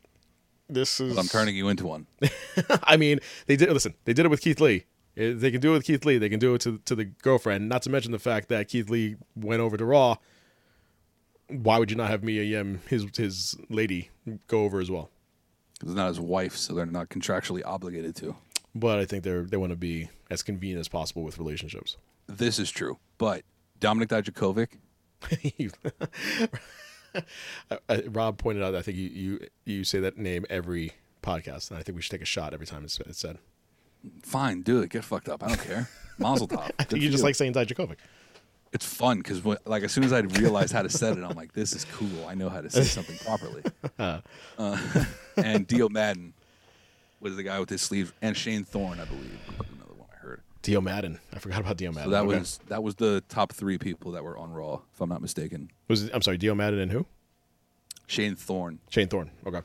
this is. But I'm turning you into one. <laughs> I mean, they did. Listen, they did it with Keith Lee. Eh, They can do it with Keith Lee. They can do it to to the girlfriend. Not to mention the fact that Keith Lee went over to Raw. Why would you not have Mia Yim, his his lady, go over as well? It's not his wife, so they're not contractually obligated to. but I think they're they want to be as convenient as possible with relationships. This is true. But Dominic Dijakovic, <laughs> Uh, uh, Rob pointed out, I think you, you you say that name every podcast, and I think we should take a shot every time it's, it's said. fine, do it. Get fucked up. I don't <laughs> care. Mazel tov. Good for you just like saying Dijakovic. it's fun because like as soon as I realized how to set it, I'm like, this is cool. I know <laughs> how to say something properly. Uh, <laughs> and Dio Madden was the guy with his sleeve, and Shane Thorne, I believe, was another one I heard. Dio Madden. I forgot about Dio Madden. So that Okay. was that was the top three people that were on Raw, if I'm not mistaken. was it- I'm sorry, Dio Madden and who? Shane Thorne. Shane Thorne. Okay.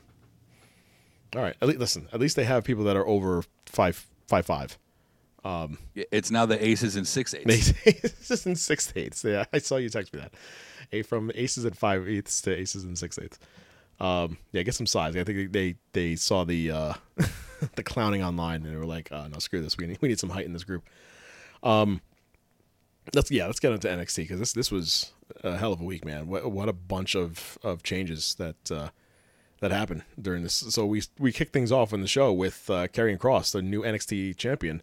All right. At least, listen. At least they have people that are over five five five. Yeah, It's now the Aces and Six Eights. <laughs> Aces and six eighths. Yeah, I saw you text me that. A from aces and five eighths to aces and six eighths. Um, yeah, get some size. I think they they saw the uh, <laughs> the clowning online, and they were like, uh, "No, screw this. We need we need some height in this group." Um, let's yeah let's get into NXT because this this was a hell of a week, man. What what a bunch of of changes that uh, that happened during this. So we we kicked things off in the show with uh, Karrion Cross, the new NXT champion.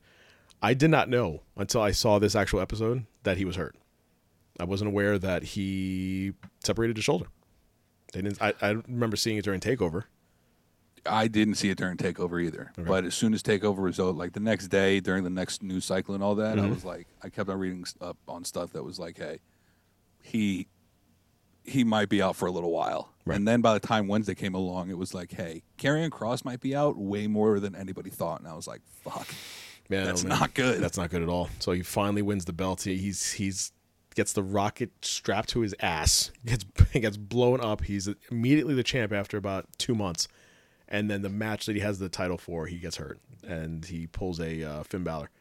I did not know until I saw this actual episode that he was hurt. I wasn't aware that he separated his shoulder. They didn't. I, I remember seeing it during Takeover. I didn't see it during Takeover either. But as soon as Takeover was out, like the next day during the next news cycle and all that, I was like, I kept on reading s- up on stuff that was like, hey, he he might be out for a little while. And then by the time Wednesday came along, it was like, hey, Karrion Cross might be out way more than anybody thought. And I was like, fuck. Man, That's oh, man. not good. That's not good at all. So he finally wins the belt. He, he's he's gets the rocket strapped to his ass. <laughs> Gets gets blown up. He's immediately the champ after about two months, and then the match that he has the title for, he gets hurt and he pulls a uh, Finn Balor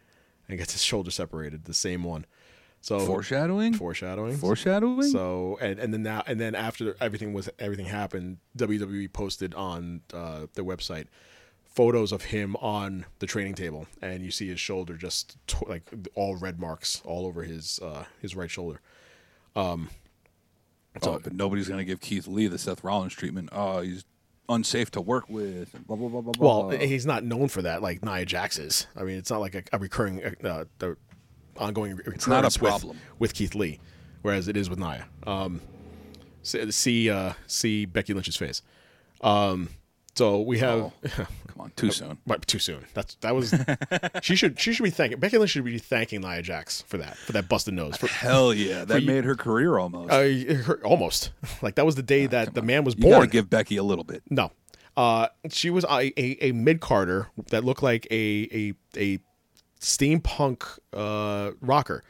and gets his shoulder separated. The same one. So Foreshadowing? foreshadowing, Foreshadowing? So and and then now and then after everything was everything happened, WWE posted on uh, their website photos of him on the training table, and you see his shoulder just to- like all red marks all over his uh, his right shoulder. Oh, but nobody's going to give Keith Lee the Seth Rollins treatment. Oh, he's unsafe to work with. and Blah, blah, blah, blah, Well, blah. he's not known for that like Nia Jax is. I mean, it's not like a, a recurring, uh, uh, ongoing. It's not a problem. with, with Keith Lee, whereas it is with Nia. Um, see see, uh, see Becky Lynch's face. Um, so we have. <laughs> Oh, come on, too soon. But too soon. That's that <laughs> was. she should she should be thanking Becky Lynch should be thanking Nia Jax for that for that busted nose. <laughs> For, Hell yeah, that made her career almost. uh, her- almost like that was the day that the man was Ah, you gotta born. give Becky a little bit. no, uh, she was a a, a mid Carter that looked like a a a steampunk uh, rocker,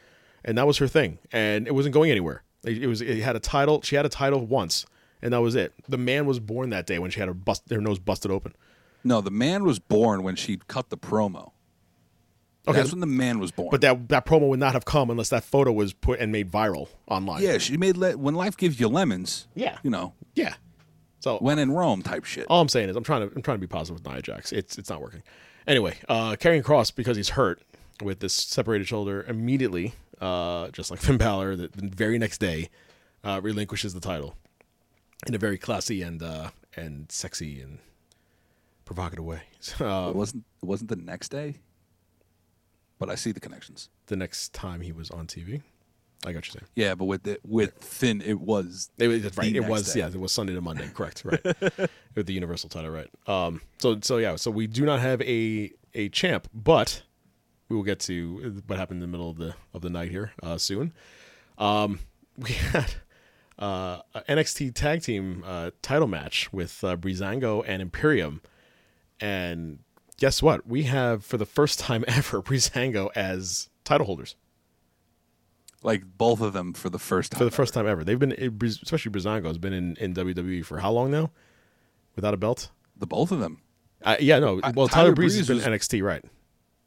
and that was her thing, and it wasn't going anywhere. It, it was it had a title. She had a title once, and that was it. The man was born that day when she had her bust her nose busted open. No, the man was born when she cut the promo. Okay. That's when the man was born. But that that promo would not have come unless that photo was put and made viral online. yeah, she made le- when life gives you lemons. Yeah. Oh. you know yeah. So when in Rome type shit. all I'm saying is I'm trying to I'm trying to be positive with Nia Jax. It's it's not working. Anyway, uh carrying Cross because he's hurt with this separated shoulder immediately, uh, just like <laughs> Finn Balor, the, the very next day, uh, relinquishes the title in a very classy and uh, and sexy and provocative way. <laughs> it Uh, wasn't it wasn't the next day, but I see the connections. the next time he was on TV, I got you saying. Yeah, but with the, with Finn, it was It was, that's the right. It next was day. yeah. It was Sunday to <laughs> Monday. Correct. Right. With the Universal title. Right. Um. So so yeah. So we do not have a a champ, but we will get to what happened in the middle of the of the night here uh, soon. Um. <laughs> We had uh a NXT tag team uh title match with uh, Breezango and Imperium, and guess what? We have for the first time <laughs> ever Breezango as title holders like both of them for the first time. for the first time ever. They've been, especially Brizango, has been in, in WWE for how long now? Without a belt? the both of them. Uh, yeah, no. Uh, Well, Tyler, Tyler Breeze has Breeze been was- NXT, right?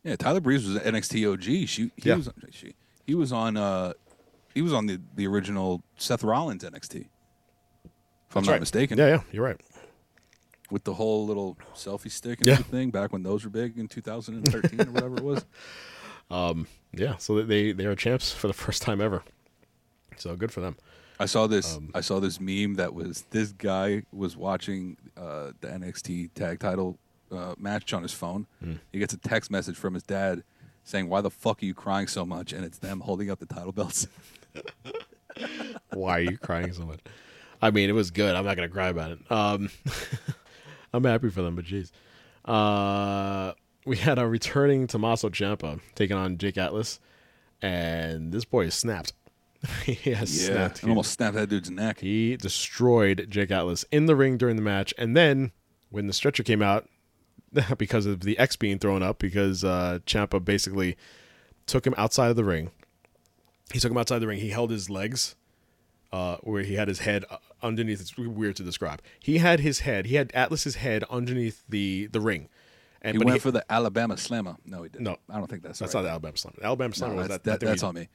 Yeah, Tyler Breeze was an NXT OG. She he Yeah. was she, he was on uh he was on the the original Seth Rollins NXT. If I'm not right. mistaken. Yeah, yeah, you're right. With the whole little selfie stick and Yeah. everything back when those were big in 2013 or whatever <laughs> it was. Yeah, so they they are champs for the <laughs> first time ever. So good for them. I saw this Um, I saw this meme that was this guy was watching uh the NXT tag title uh, match on his phone. Hmm. He gets a text message from his dad saying, "Why the fuck are you crying so much?" And it's them holding up the title belts. Why are you crying so much? I mean, it was good. I'm not gonna cry about it. Um, <laughs> I'm happy for them, but jeez. Uh, we had our returning Tommaso Ciampa taking on Jake Atlas, and this boy is snapped. <laughs> he has <laughs> snapped. and almost snapped that dude's neck. He destroyed Jake Atlas in the ring during the match, and then when the stretcher came out, <laughs> because of the X being thrown up, because uh, Champa basically took him outside of the ring. He took him outside the ring. He held his legs, uh, where he had his head uh, underneath. It's weird to describe. He had his head. He had Atlas's head underneath the the ring, and He but went for the Alabama Slammer. No, he didn't. No. I don't think that's that's right. not the Alabama slam. The Alabama slam No, was that, that's, that, that- thing that's we on me.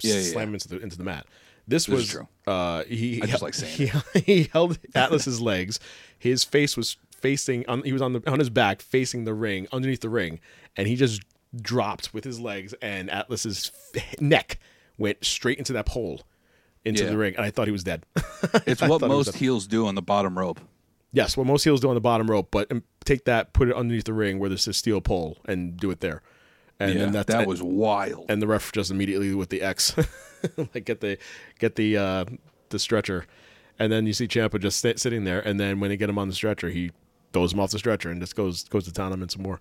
Yeah, yeah, yeah. slam into the into the mat. This, This was is true. Uh, he I just held- <laughs> like saying he, he held Atlas's legs. His face was facing on he was on the on his back facing the ring underneath the ring and he just dropped with his legs and Atlas's f- neck went straight into that pole into Yeah. the ring and I thought he was dead. <laughs> <laughs> It's I what thought it was most heels do on the bottom rope. yes, what most heels do on the bottom rope, but um, take that, put it underneath the ring where there's a steel pole and do it there. And yeah, then that's that and- was wild. and the ref just immediately with the X, <laughs> like get the get the uh, the stretcher, and then you see Champa just sit, sitting there, and then when they get him on the stretcher, he throws him off the stretcher and just goes goes to town on him and some more.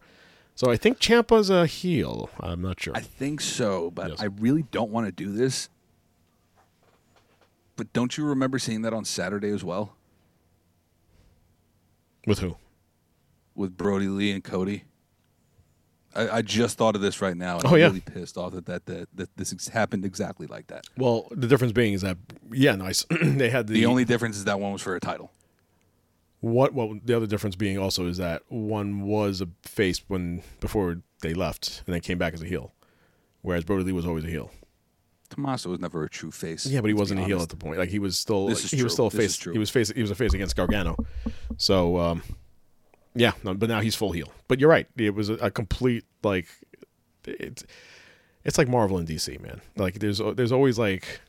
So I think Champa's a heel. I'm not sure. I think so, but Yes. I really don't want to do this. But don't you remember seeing that on Saturday as well With who? with Brody Lee and Cody? I, I just thought of this right now. And Oh, I'm yeah. really pissed off that, that that that this ex- happened exactly like that. Well, the difference being is that yeah, nice. <clears throat> they had the, The only difference is that one was for a title. what. Well, the other difference being also is that one was a face when before they left and then came back as a heel, whereas Brody Lee was always a heel. Tommaso was never a true face. Yeah, but he let's be wasn't a heel at honest. the point. Like he was still This is he was still true. a This is face. true. He was face he was a face against Gargano. So um yeah, no, but now he's full heel. But you're right. It was a, a complete like it's it's like Marvel and DC, man. Like there's there's always like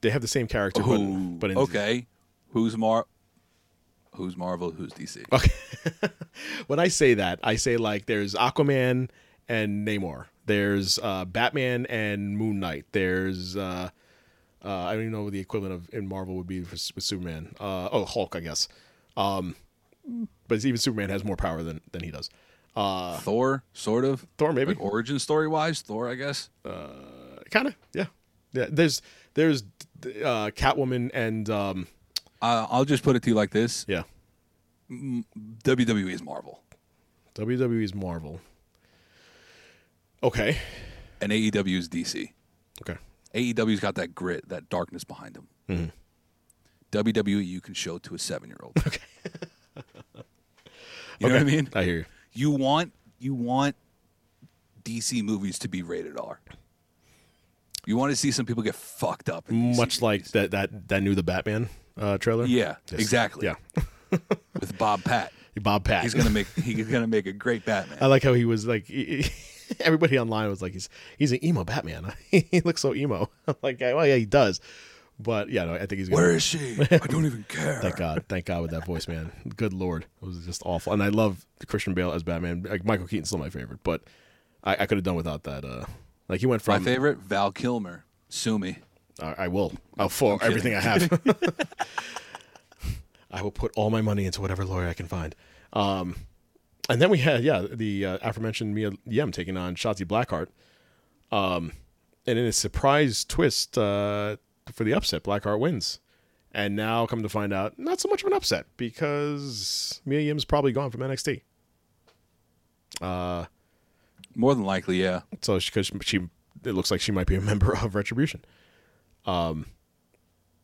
they have the same character but, Ooh, but in okay, who's Mar? Who's Marvel? Who's DC? when I say that, I say like there's Aquaman and Namor. There's uh, Batman and Moon Knight. There's uh, uh, I don't even know what the equivalent of in Marvel would be for, with Superman. Uh, oh, Hulk, I guess. Um, but even Superman has more power than than he does. Uh, Thor, sort of. Thor, maybe. Like origin story wise, Thor, I guess. Kind of, yeah, yeah. There's there's uh, Catwoman and um, I I'll just put it to you like this: yeah, WWE is Marvel, WWE's E Marvel. Okay, and AEW is DC. okay, AEW's E got that grit, that darkness behind them. Mm-hmm. WWE, you can show to <laughs> a seven-year-old. Okay. you know what I mean? I hear you. You want you want DC movies to be rated R. You want to see some people get fucked up. in DC Much like movies. that that that new the Batman uh, trailer. <laughs> Yeah, Yes. exactly. Yeah. with Bob Pat. Bob Pat. He's gonna make he's gonna make a great Batman. <laughs> I like how he was like. <laughs> he- he- everybody online was like, he's he's an emo Batman. <laughs> he looks so emo. <laughs> I'm like, well, yeah, he does. But yeah, no, I think he's gonna. Where is she? I don't even care. <laughs> Thank God, thank God with that voice, man. Good Lord, it was just awful. And I love Christian Bale as Batman. Like Michael Keaton's still my favorite, but I, I could have done without that. Uh, like he went My from favorite, Val Kilmer. Sue me. I, I will. I'll for I'm everything kidding. I have. <laughs> I will put all my money into whatever lawyer I can find. Um, and then we had yeah the uh, aforementioned Mia Yim taking on Shotzi Blackheart. Um, and in a surprise twist uh, for the upset, Blackheart wins. And now come to find out, not so much of an upset because Mia Yim's probably gone from NXT. More than likely, yeah. So because she, it looks like she might be a <laughs> member of Retribution. Um,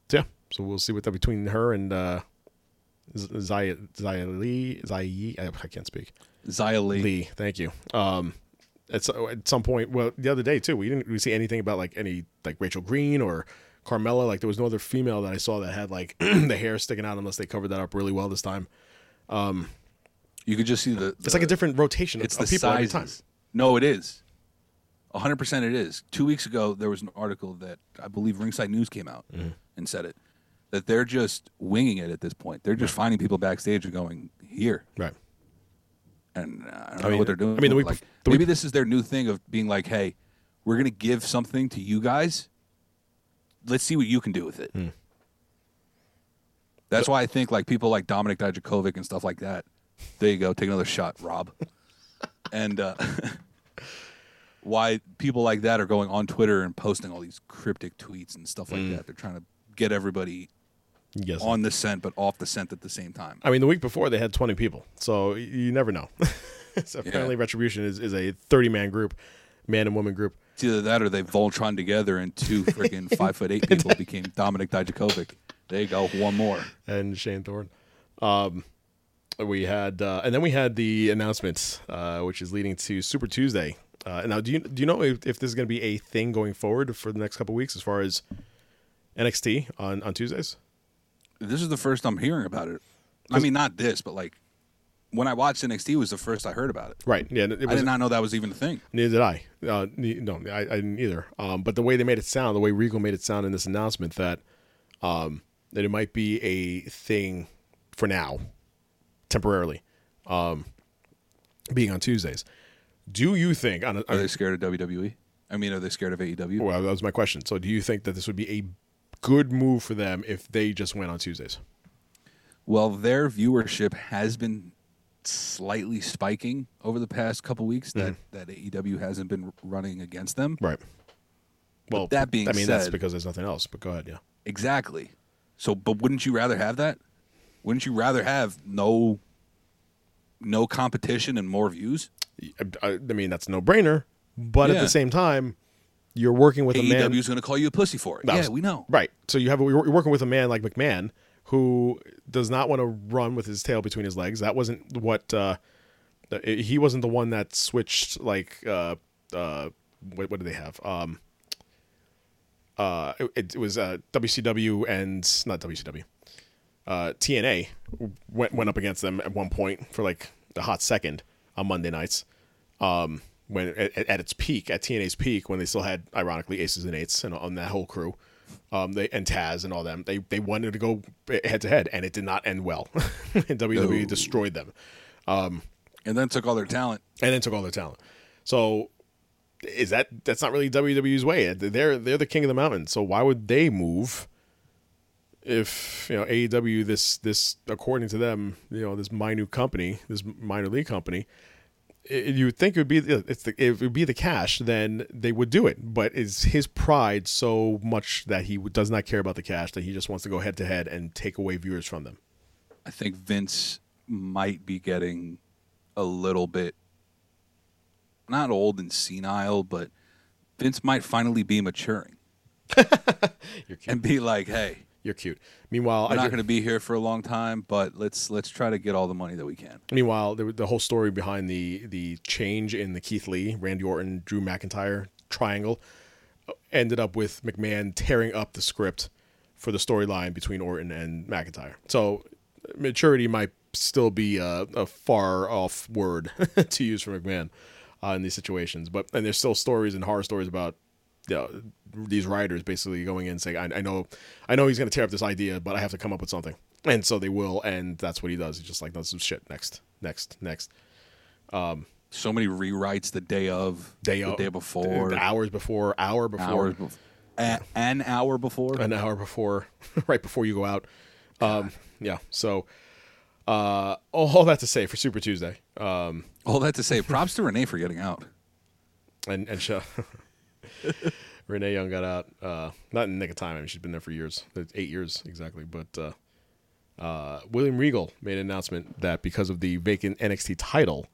so yeah. So we'll see what that between her and uh, Z- Zaya Zaya Lee Zaya. I, I can't speak. Zia Lee. Lee, thank you. Um, at, so- at some point, well, the other day too, we didn't we see anything about like any like Rachel Green or Carmella. Like there was no other female that I saw that had like <clears throat> the hair sticking out, unless they covered that up really well this time. You could just see the. It's like a different rotation. Uh, It's of, the of people sizes. every time. No, it is. hundred percent, it is. Two weeks ago, there was an article that I believe Ringside News came out Mm-hmm. and said it that they're just winging it at this point. They're just finding people backstage and going here, Right. and uh, I don't know mean- what they're doing. I mean, the but, week like, bef- the week- maybe this is their new thing of being like, hey, we're gonna give something to you guys. Let's see what you can do with Hmm. it. That's why I think like people like Dominic Dijakovic and stuff like that. There you go, take another shot, <laughs> Rob. and uh, <laughs> why people like that are going on Twitter and posting all these cryptic tweets and stuff Hmm. like that. They're trying to get everybody Yes. on the scent but off the scent at the same time. I mean, the week before they had 20 people, so y- you never know. <laughs> so apparently, Retribution is, is a 30 man group, man and woman group. It's either that or they Voltron together and two <laughs> freaking five foot eight people became Dominic Dijakovic. There you go, one more. and Shane Thorne. Um, we had, uh, and then we had the announcements, uh, which is leading to Super Tuesday. Uh, now, do you do you know if, if this is going to be a thing going forward for the next couple weeks as far as NXT on on Tuesdays? This is the first I'm hearing about it. I mean, not this, but like when I watched NXT, was the first I heard about it. Right. Yeah. It was, I did not know that was even a thing. Neither did I. Uh, ne- no, I, I didn't either. Um, but the way they made it sound, the way Regal made it sound in this announcement that um, that it might be a thing for now, temporarily, um, being on Tuesdays. Do you think? On a, Are they scared of WWE? I mean, are they scared of E AEW? well, that was my question. So, do you think that this would be a good move for them if they just went on Tuesdays? Well, their viewership has been slightly spiking over the past couple weeks that, Mm-hmm. that AEW hasn't been running against them. Right. Well, that being I mean, that's said- because there's nothing else. But go ahead. Yeah. Exactly. So, but wouldn't you rather have that? Wouldn't you rather have no no competition and more views? I, I- I mean, that's no brainer. But at Yeah. the same time, you're working with a man. AEW's going to call you a E pussy for it. That yeah, was- we know. Right. So you have you're working with a man like McMahon who does not want to run with his tail between his legs. That wasn't what uh, he wasn't the one that switched like uh, uh, what, what do they have? Um, uh, it, it was uh, WCW and not WCW. Uh, TNA went went up against them at one point for like a hot second on Monday nights. Um, when at, at its peak, at TNA's peak, when they still had ironically Aces and Eights and on that whole crew, um, they and Taz and all them, they they wanted to go head to head, and it did not end well. <laughs> and WWE destroyed them, And then took all their talent. and then took all their talent. So is that that's not really WWE's way? They're they're the king of the mountain. So why would they move? If you know AEW, this this according to them, you know this minute company, this minor league company, it, you would think it would be it's the, if it would be the cash, then they would do it. But is his pride so much that he does not care about the cash that he just wants to go head to head and take away viewers from them? I think Vince might be getting a little bit not old and senile, but Vince might finally be <laughs> maturing. And be like, hey, You're cute. Meanwhile, we're I not do- going to be here for a long time, but let's let's try to get all the money that we can. Meanwhile, the, the whole story behind the the change in the Keith Lee, Randy Orton, Drew McIntyre triangle uh, ended up with McMahon tearing up the script for the storyline between Orton and McIntyre. So maturity might still be a, a far off word <laughs> to use for McMahon uh, in these situations. But and there's still stories and horror stories about you know, these writers basically going in and saying, I, I know, I know he's going to tear up this idea, but I have to come up with something. And so they will, and that's what he does. He's just like, no, some shit. Next, next, next. So many rewrites the day of, Day the of- day before, the hours before, hour before, hours before, a- an hour before. an hour before, <laughs> right before you go out. Um, yeah. So, uh, all that to say for Super Tuesday, um, All that to say, props to Renee for <laughs> getting out. and and she, <laughs> Renee Young got out uh, not in the nick of time. I mean, she's been there for years, eight years exactly. But uh, uh, William Regal made an announcement that because of the vacant NXT title,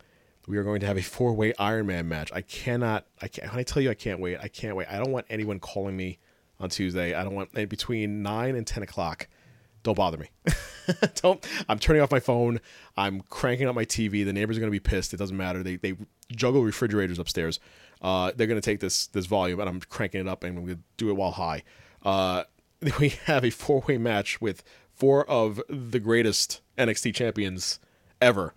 we are going to have a four way Iron Man match. I cannot. I can't. When I tell you, I can't wait. I can't wait. I don't want anyone calling me on Tuesday. I don't want and between nine and ten o'clock. Don't bother me. <laughs> don't. I'm turning off my phone. I'm cranking up my TV. The neighbors are going to be pissed. It doesn't matter. They they juggle refrigerators upstairs. Uh, they're going to take this this volume, and I'm cranking it up, and I'm going to do it while high. Uh, <laughs> we have a four way match with four of the greatest NXT champions ever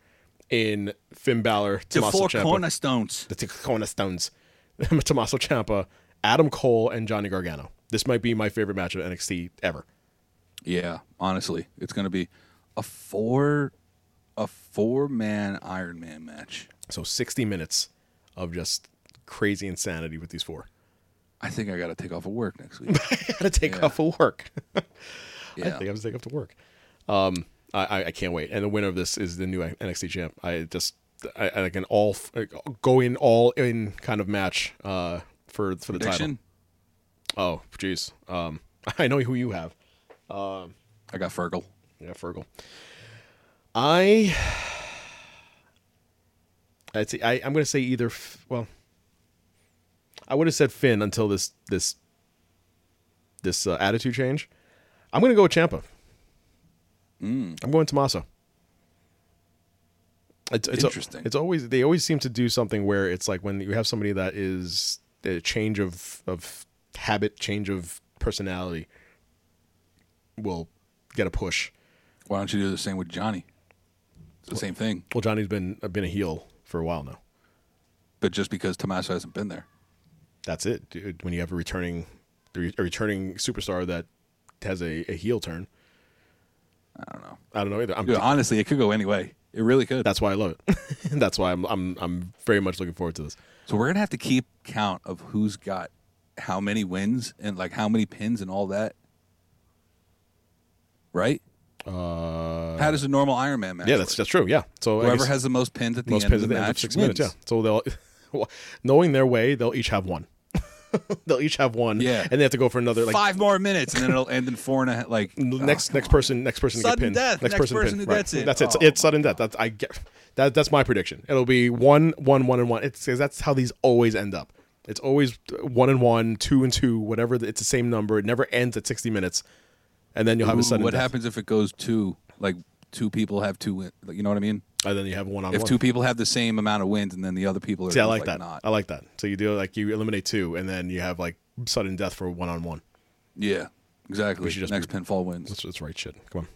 in Finn Balor, The Tommaso four Ciampa, cornerstones. the Tic- cornerstones, <laughs> Tommaso Ciampa, Adam Cole, and Johnny Gargano. This might be my favorite match of NXT ever. Yeah, honestly, it's going to be a four, a four man Iron Man match. So 60 minutes of just crazy insanity with these four. <laughs> I think I got to take off of work next week. Gotta take off of work. I Yeah, think I'm gonna take off to work. Um, I, I, I can't wait. And the winner of this is the new NXT champ. I just I, I like an all like, go in all in kind of match uh, for for the prediction. title. Oh, jeez. Um, <laughs> I know who you have. I got Fergal. Yeah, Fergal. I I'd say, I I'm going to say either F- well I would have said Finn until this this this uh, attitude change. I'm going to go with Champa. I'm going Tommaso. It's, it's Interesting. it's always they always seem to do something where it's like when you have somebody that is a change of of habit, change of personality will get a push. Why don't you do the same with Johnny? the same thing. Well, Johnny's been been a heel for a while now. But just because Tommaso hasn't been there, That's it. dude. When you have a returning a returning superstar that has a, a heel turn, I don't know. I don't know either. I'm, Dude, honestly, it could go any way. It really could. that's why I love it. <laughs> that's why I'm I'm I'm very much looking forward to this. So we're gonna have to keep count of who's got how many wins and like how many pins and all that. Right? Uh, how does a normal Iron Man match? Yeah, that's work? that's true. Yeah. So I whoever guess has the most pins at the most end pins of at the the end of match six wins. minutes. Yeah. So they'll <laughs> knowing their way, they'll each have one. <laughs> they'll each have one. Yeah. And they have to go for another like Five more minutes and then it'll end in four and a half. <laughs> Like next next person next person to Sudden get pinned. death, next person who gets it. That's it. Oh, It's sudden death. That's I get that that's my prediction. It'll be one one one and one. It's 'cause that's how these always end up. It's always one and one, two and two, whatever. It's the same number. It never ends at sixty minutes, and then you'll have Ooh, a sudden what death. happens if it goes two? Like two people have two. Win- like, you know what I mean? And then you have one on If one. two people have the same amount of wins and then the other people are See, I just, like that. not. I like that. So you do like you eliminate two, and then you have like sudden death for one on one. yeah, exactly. should just next be- pinfall wins. Let's let's write shit. Come on,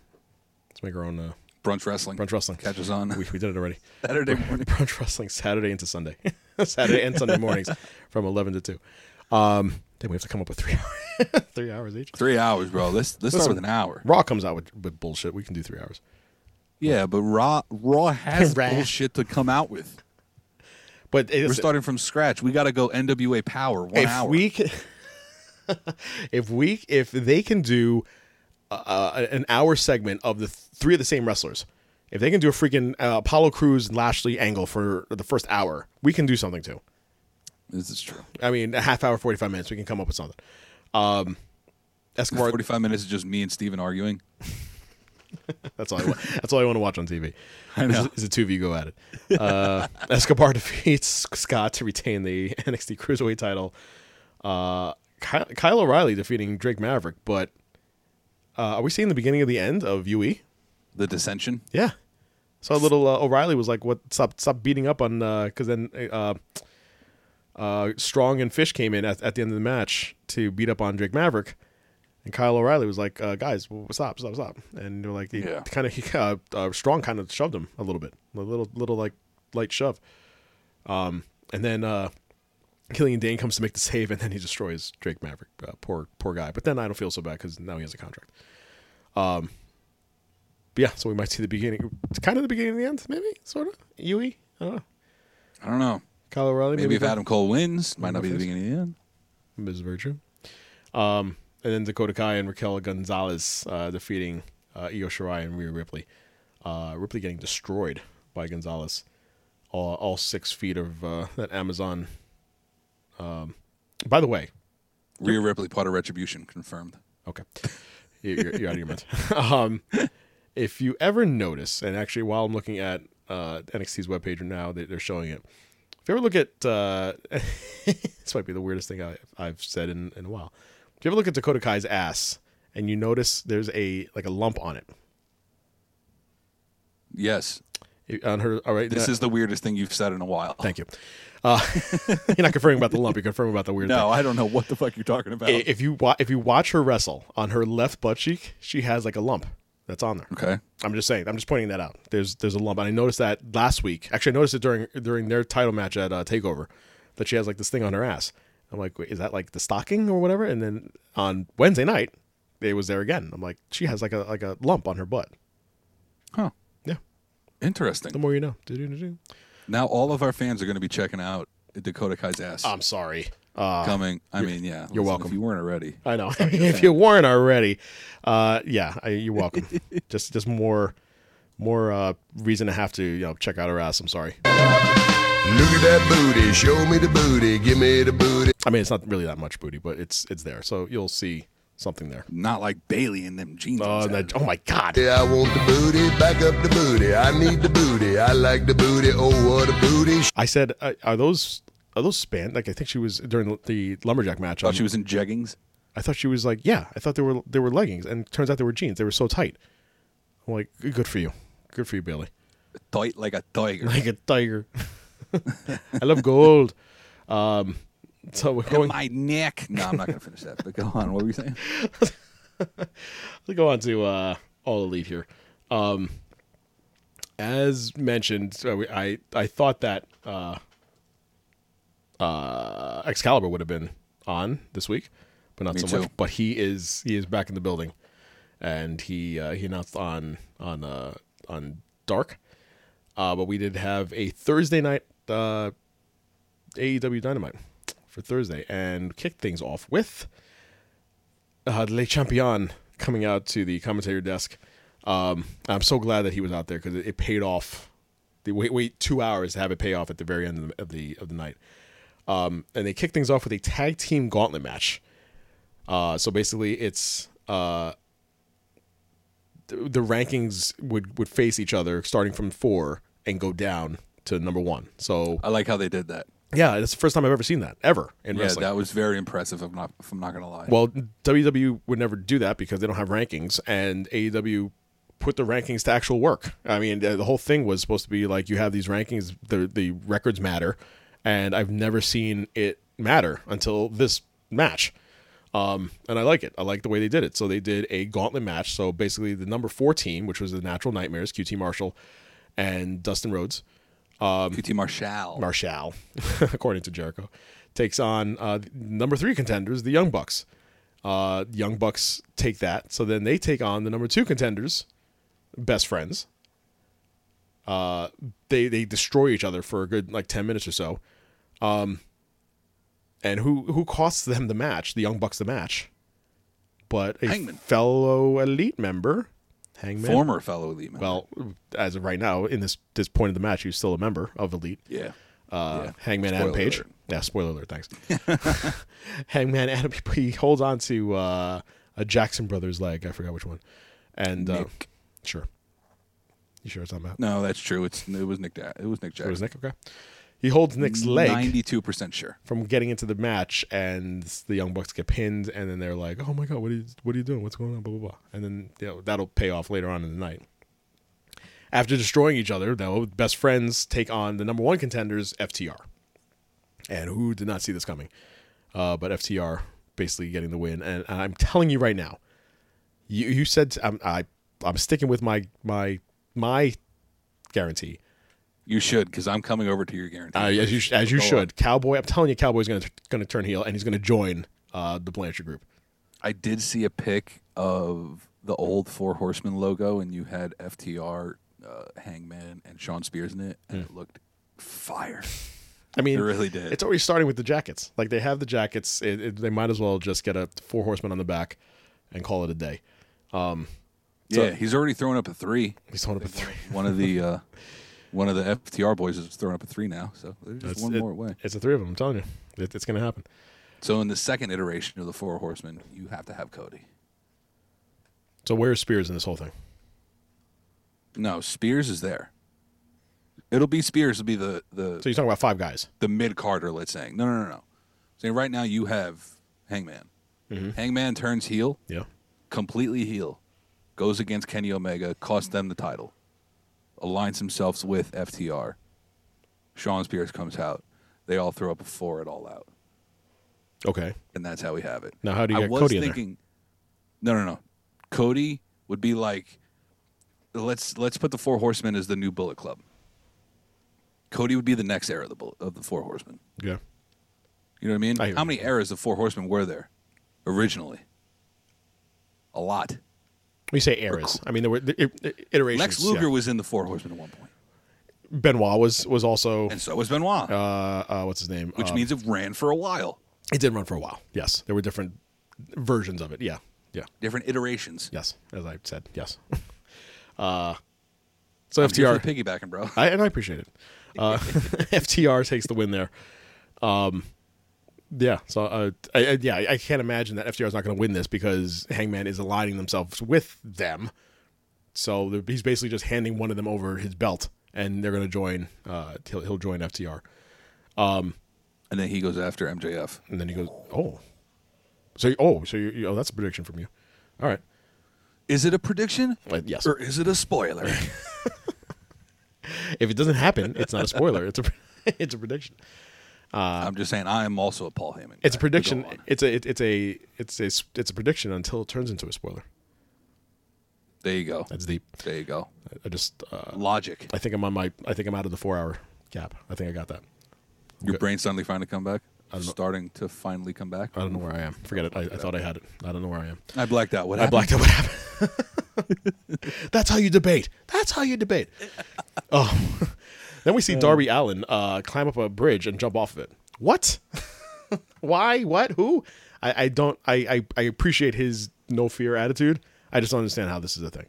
let's make our own uh, Brunch wrestling. brunch wrestling. Catch us on We, we did it already. <laughs> <laughs> Saturday morning. brunch wrestling Saturday into Sunday, <laughs> Saturday and Sunday <laughs> mornings from eleven to two. Um, then we have to come up with three <laughs> hours, three hours each. Three hours, bro. Let's let's start Listen, with an hour. Raw comes out with, with bullshit. We can do three hours. Yeah, but Raw Raw has <laughs> Raw. bullshit to come out with. But it's, We're starting from scratch. We got to go NWA Power one if hour. we can, <laughs> if we if they can do uh, an hour segment of the th- three of the same wrestlers, if they can do a freaking uh, Apollo Cruz and Lashley angle for the first hour, we can do something too. this is true. I mean, a half hour, forty five minutes, we can come up with something. Um, Escobar, Forty-five minutes is just me and Steven arguing. <laughs> That's all. I want. That's all I want to watch on TV. I know. Is, is the two of you go at it? Uh, <laughs> Escobar defeats Scott to retain the <laughs> NXT Cruiserweight title. Uh, Kyle, Kyle O'Reilly defeating Drake Maverick. But uh, are we seeing the beginning of the end of E? UE? The dissension. Yeah. So a little uh, O'Reilly was like, "What? Stop! Stop beating up on." Because then uh, uh, Strong and Fish came in at, at the end of the match to beat up on Drake Maverick, and Kyle O'Reilly was like, uh, "Guys, w- stop! Stop! Stop!" And they're like, he Yeah. kind of <laughs> he uh, uh, Strong kind of shoved him a little bit, a little little like light shove, um, and then. Uh, Killian Dane comes to make the save, and then he destroys Drake Maverick. Uh, poor, poor guy. But then I don't feel so bad because now he has a contract. But yeah, so we might see the beginning, kind of the beginning of the end, maybe, sort of. Yui, I don't know. I don't know. Kyle O'Reilly, Maybe, maybe, if Adam Cole wins, might not be the Face. beginning of the end. Ms. Virtue. Um, and then Dakota Kai and Raquel Gonzalez uh, defeating uh, Io Shirai and Rhea Ripley. Uh, Ripley getting destroyed by Gonzalez. All, all six feet of uh, that Amazon. Um, by the way, Rhea Ripley, part of Retribution, confirmed. Okay. You- You're, you're out of your mind. <laughs> Um, if you ever notice, and actually, while I'm looking at uh, NXT's webpage now, they, they're showing it. If you ever look at, uh, <laughs> this might be the weirdest thing I, I've said in, in a while. If you ever look at Dakota Kai's ass and you notice there's a like a lump on it Yes, It- on her, all right. this uh, is the weirdest thing you've said in a while. thank you. Uh, <laughs> you're not confirming about the lump. You're confirming about the weird. No, I don't know what the fuck you're talking about. thing. I- if you wa- if you watch her wrestle on her left butt cheek, she has like a lump that's on there. okay, I'm just saying. I'm just pointing that out. There's there's a lump. And I noticed that last week. Actually, I noticed it during during their title match at uh, Takeover that she has like this thing on her ass. I'm like, Wait, is that like the stocking or whatever? And then on Wednesday night, it was there again. I'm like, she has like a like a lump on her butt. huh? Yeah. The Interesting. more you know. Do-do-do-do. Now all of our fans are going to be checking out Dakota Kai's ass I'm sorry. Uh, coming. I mean, yeah. listen, welcome. If you weren't already, I know. <laughs> if you weren't already, uh, yeah, I, you're welcome. just just more more uh, reason to have to you know check out her ass. I'm sorry. Look at that booty. Show me the booty. Give me the booty. I mean, it's not really that much booty, but it's it's there. So you'll see something there. not like Bailey and them jeans. Oh, on and Saturday. that- oh my god. Yeah, I want the booty. Back up the booty. I need the booty. I like the booty. Oh, what a booty. I said, uh, are those are those span? Like I think she was during the lumberjack match. Thought um, she was in jeggings. I thought she was like, yeah. I thought they were they were leggings, and turns out they were jeans. They were so tight. I'm like, good for you, good for you, Bailey. Tight like a tiger. Like a tiger. <laughs> I love gold. Um, so we're In going. my <laughs> neck. No, I'm not going to finish that. But go on. What were you saying? Let's go on to uh, all elite here. Um, as mentioned, uh, we- I I thought that uh, uh, Excalibur would have been on this week, but not Me so too. much. But he is he is back in the building, and he uh, he announced on on uh, on Dark. Uh, but we did have a Thursday night uh, AEW E Dynamite for Thursday, and kicked things off with uh, Le Champion coming out to the commentary desk. Um, I'm so glad that he was out there because it, it paid off. They wait wait two hours to have it pay off at the very end of the of the, of the night. Um, and they kick things off with a tag team gauntlet match. Uh, so basically, it's uh, th- the rankings would would face each other starting from four and go down to number one. So I like how they did that. yeah, it's the first time I've ever seen that ever in Yeah, wrestling. that was very impressive. If I'm not, if I'm not gonna lie. Well, WWE would never do that because they don't have rankings, and AEW put the rankings to actual work. I mean, the the whole thing was supposed to be like you have these rankings, the the records matter, and I've never seen it matter until this match. Um, and I like it. I like the way they did it. So they did a gauntlet match. So basically, the number four team, which was the Natural Nightmares, QT Marshall, and Dustin Rhodes, QT Marshall. Marshall, <laughs> according to Jericho, takes on uh, the number three contenders, the Young Bucks. Uh, Young Bucks take that, so then they take on the number two contenders, best friends. Uh, they they destroy each other for a good like ten minutes or so, um, and who who costs them the match? The Young Bucks the match, but a Hangman. fellow elite member, Hangman. former fellow elite member. Well, as of right now, in this this point of the match, he's still a member of Elite. yeah. Uh, Yeah. Hangman Spoiler Adam Page. alert. Yeah, spoiler alert. Thanks. <laughs> <laughs> Hangman Adam he holds on to uh, a Jackson Brothers leg. I forgot which one. And uh, Nick. sure, you sure it's not Matt? No, that's true. It's it was Nick. Da- it was Nick It was Jackson. Nick. Okay. He holds Nick's leg Ninety-two percent sure. from getting into the match, and the Young Bucks get pinned, and then they're like, "Oh my God, what are you, what are you doing? What's going on?" Blah blah blah, and then you know, that'll pay off later on in the night. After destroying each other, though, best friends take on the number one contenders, FTR, and who did not see this coming? Uh, but FTR basically getting the win, and I'm telling you right now, you you said I'm I, I'm sticking with my my my guarantee. You should, because I'm coming over to your guarantee. Uh, as you sh- as you Go on. should. Cowboy, I'm telling you, Cowboy's gonna gonna turn heel and he's gonna join uh, the Blanchard group. I did see a pic of the old Four Horsemen logo, and you had FTR, uh, Hangman, and Sean Spears in it, and it looked fire. I mean, It really did. Hmm. It's already starting with the jackets. Like they have the jackets. It, it, they might as well just get a four horsemen on the back and call it a day. yeah, he's already thrown up a three. He's holding up a three. <laughs> One of the uh, one of the FTR boys is throwing up a three now, so there's just one it- more away. It's the three of them. I'm telling you, it, it's gonna happen. So in the second iteration of the Four Horsemen, you have to have Cody. So where's Spears in this whole thing? No, Spears is there. It'll be Spears. Will be the the So you're talking about five guys. the mid Carter, let's say. No, no, no, no. Saying right now you have Hangman. Mm-hmm. Hangman turns heel, Yeah. completely heel, goes against Kenny Omega, costs them the title, aligns themselves with FTR. Sean Spears comes out. They all throw up a four at all out, Okay. and that's how we have it. Now, how do you I get was Cody in there? thinking, No, no, no. Cody would be like, let's let's put the Four Horsemen as the new Bullet Club. Cody would be the next era of the Bull- of the Four Horsemen. Yeah. You know what I mean? I hear How you. many eras of Four Horsemen were there originally? A lot. We say eras. I mean, there were the, it, it- iterations. Lex Luger yeah. was in the Four Horsemen at one point, Benoit was was also and so was Benoit, uh, uh, what's his name? which Uh, means it ran for a while, it did run for a while. Yes, there were different versions of it. Yeah. Yeah. different iterations. Yes, as I said, <laughs> yes. Uh, so I'm here FTR, for the piggybacking, bro. I, and I appreciate it. <laughs> Uh, FTR takes the win there. Um, yeah, so uh, I, I, yeah, I can't imagine that FTR is not going to win this because Hangman is aligning themselves with them. So they're- he's basically just handing one of them over his belt, and they're going to join. Uh, he'll, he'll join FTR, And then he goes after MJF. and then he goes, "Oh, so oh, so you, you, oh, that's a prediction from you. All right, Is it a prediction? Like, Uh, yes. Uh, Or is it <laughs> a spoiler? if it doesn't happen, it's not a spoiler. it's a <laughs> it's a prediction." I'm just saying I am also a Paul Heyman. It's a guy. prediction. Go on. It's a it, it's a it's a s- it's a prediction until it turns into a spoiler. There you go. That's deep. There you go. I just uh, Logic. I think I'm on my I think I'm out of the four hour cap. I think I got that. Your brain suddenly finally come back. don't know. Starting to finally come back. I don't know where I am. Forget it. I, I thought I had it. I don't know where I am. I blacked out. What I happened? blacked out. What happened? <laughs> That's how you debate. That's how you debate. Oh, <laughs> then we see Darby Allen uh, climb up a bridge and jump off of it. What? <laughs> Why? What? Who? I, I don't. I, I I appreciate his no fear attitude. I just don't understand how this is a thing.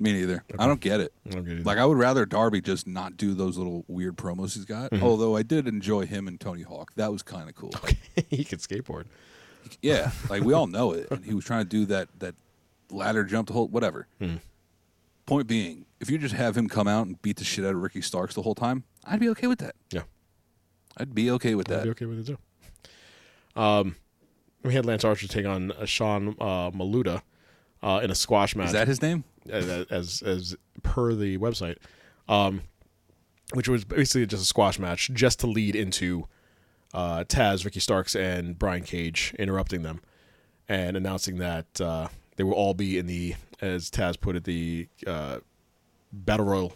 Me neither. I don't get it. don't get it either. like I would rather Darby just not do those little weird promos he's got. Mm-hmm. Although I did enjoy him and Tony Hawk. That was kind of cool. <laughs> he could skateboard. Yeah, like we all know it. And he was trying to do that that ladder jump the whole whatever. Mm. Point being, if you just have him come out and beat the shit out of Ricky Starks the whole time, I'd be okay with that. Yeah, I'd be okay with I'd that. be okay with it too. Um, we had Lance Archer take on uh, Sean uh, Maluda uh, in a squash match. Is that his name? as as, as per the website, um, which was basically just a squash match, just to lead into uh, Taz, Ricky Starks, and Brian Cage interrupting them and announcing that uh, they will all be in the, as Taz put it, the uh, battle royal.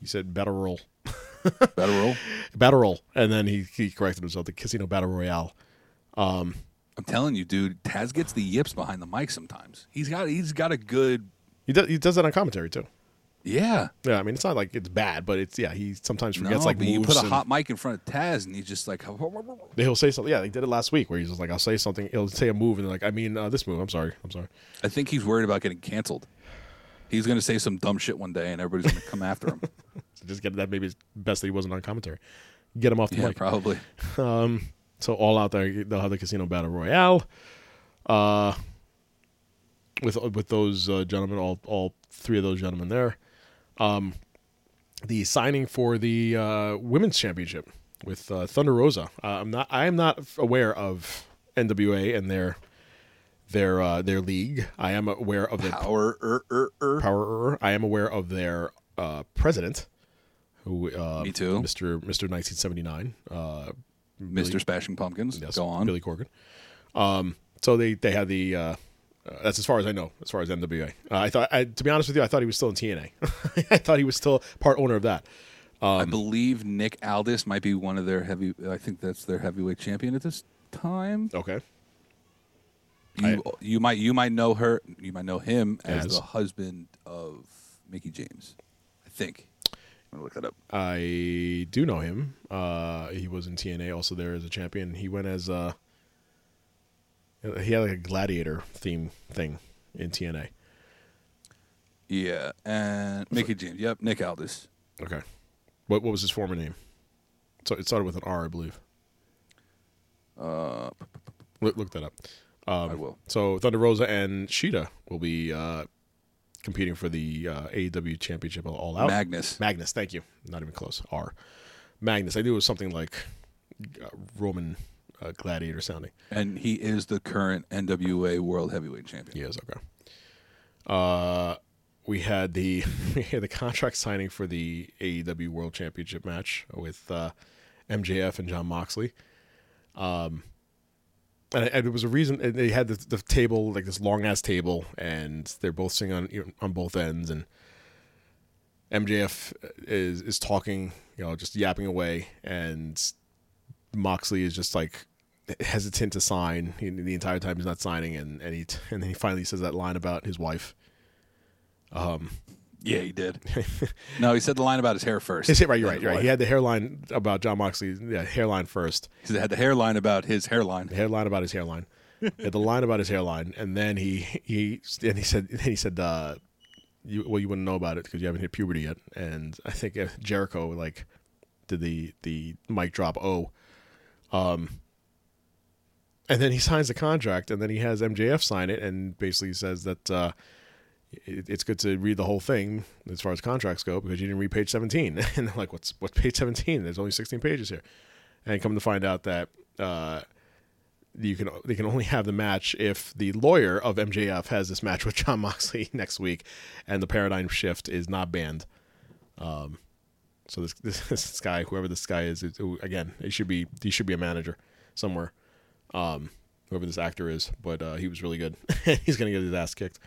He said battle royal, Better roll. battle royal, and then he, he corrected himself, the casino battle royale. I'm telling you, dude. Taz gets the yips behind the mic sometimes. He's got he's got a good He does he does that on commentary too. yeah. Yeah, I mean it's not like it's bad, but it's yeah he sometimes forgets no, like but you put moves a and- hot mic in front of Taz and he's just like He'll say something. Yeah, they did it last week where he's just like, I'll say something. He'll say a move, and they're like, I mean, uh, this move. I'm sorry. I'm sorry. I think he's worried about getting canceled. He's gonna say some dumb shit one day and everybody's gonna come after him. So just get that. Maybe it's best that he wasn't on commentary. Get him off the Yeah, mic. probably. So, all out there, they'll have the casino battle royale. Uh, with with those uh, gentlemen, all all three of those gentlemen there. Um, the signing for the uh, women's championship with uh, Thunder Rosa. Uh, I'm not. I am not aware of NWA and their their uh, their league. I am aware of their Power er, er, er. Power. I am aware of their uh, president, who uh, Me too. Mister Mister 1979. Uh, Mr. Smashing Pumpkins. yes, Go on. Billy Corgan. Um, so they they had the. Uh, uh, that's as far as I know, as far as NWA. Uh, I thought, I, to be honest with you, I thought he was still in TNA. <laughs> I thought he was still part owner of that. I believe Nick Aldis might be one of their heavy. I think that's their heavyweight champion at this time. Okay, You, you might you might know her. You might know him as, As? the husband of Mickey James. I think. I'm gonna look that up. I do know him. Uh, he was in TNA, also there as a champion. He went as uh, he had like a gladiator theme thing in TNA. Yeah, and Mickey James. Yep, Nick Aldis. Okay. What what was his former name? So it started with an R, I believe. Uh, look, look that up. I will. So Thunder Rosa and Sheeta will be uh, competing for the uh, AEW Championship all out. Magnus. Magnus, thank you. Not even close. R. Magnus. I knew it was something like uh, Roman uh, gladiator sounding. And he is the current NWA World Heavyweight Champion. Yes, okay. Uh, we had the <laughs> we had the contract signing for the AEW World Championship match with uh, MJF and John Moxley. Um, and, and it was a reason and they had the, the table like this long ass table, and they're both sitting on on both ends, and MJF is is talking, you know, just yapping away, and Moxley is just like hesitant to sign He- the entire time he's not signing and and he <laughs> t- and then he finally says that line about his wife Yeah, he did. <laughs> no, he said the line about his hair first. is it right you're right you're right he had the hairline about john moxley yeah hairline first He had the hairline about his hairline. the hairline about his hairline he had the line about his hairline and then he he and he said and he said uh you well you wouldn't know about it because you haven't hit puberty yet and i think uh, jericho like did the the mic drop oh um and then he signs the contract and then he has mjf sign it and basically says that uh it, it's good to read the whole thing as far as contracts go because you didn't read page 17 <laughs> and they're like what's what's page 17 there's only 16 pages here and come to find out that uh you can they can only have the match if the lawyer of MJF has this match <laughs> with John Moxley next week, and the paradigm shift is not banned. Um, so this <laughs> this, this guy, whoever this guy is, it, who- again, it should be he should be a manager somewhere. <laughs> Um, whoever this actor is, but uh, he was really good. He's gonna get his ass kicked.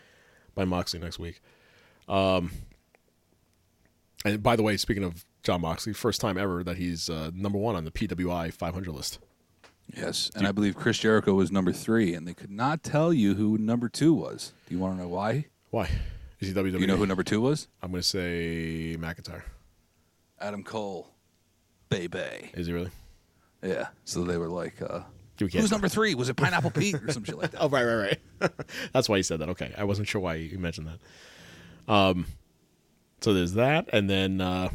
by Moxley next week. Um, and by the way, speaking of John Moxley, first time ever that he's uh, number one on the PWI 500 list. Yes, and I believe Chris Jericho was number three, and they could not tell you who number two was. Do you want to know why? Why? Is he E? WWE? Do you know who number two was? I'm going to say McIntyre. Adam Cole, baby. Is he really? Yeah. So they were like, uh, We can't- "Who's number three? Was it Pineapple Pete or some shit like that?" Oh, right, right, right. That's why you said that. Okay, I wasn't sure why you mentioned that. Um, so there's that, and then uh,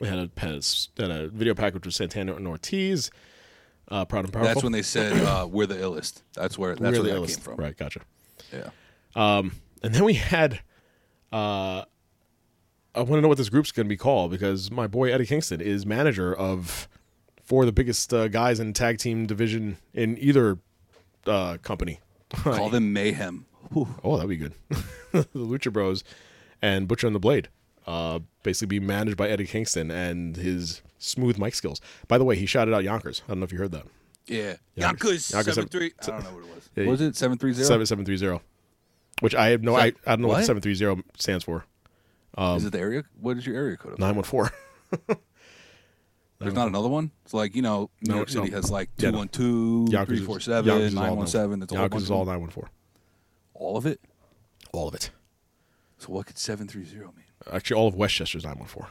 we had a had a, had a video package with Santana and Ortiz. Uh, proud and <laughs> powerful. That's when they said uh, we're the illest. That's where that's Really where that illest. came from. Right, gotcha. Yeah. And then we had, uh, I want to know what this group's going to be called because my boy Eddie Kingston is manager of four of the biggest uh, guys in tag team division in either uh, company. Call them mayhem. Whew. Oh, that'd be good. <laughs> the Lucha Bros and Butcher and the Blade. Uh, basically be managed by Eddie Kingston and his smooth mic skills. By the way, he shouted out Yonkers. I don't know if you heard that. Yeah. Yeah. Yonkers Yonkers seven three. I seven- don't know what it was. Yeah, What was it seven three zero? Seven seven three zero. Which I have no I, Se- I don't know what, what? seven three zero stands for. um, Is it the area? What is your area code? Of? Nine one four. <laughs> There's not another one. It's like you know, New No, York City no. has like Yeah, two no. one two, three four seven, nine one seven. It's a whole Yonkers bunch is of all them. nine one four. all of it. All of it. So what could seven three zero mean? Actually all of Westchester's nine one four.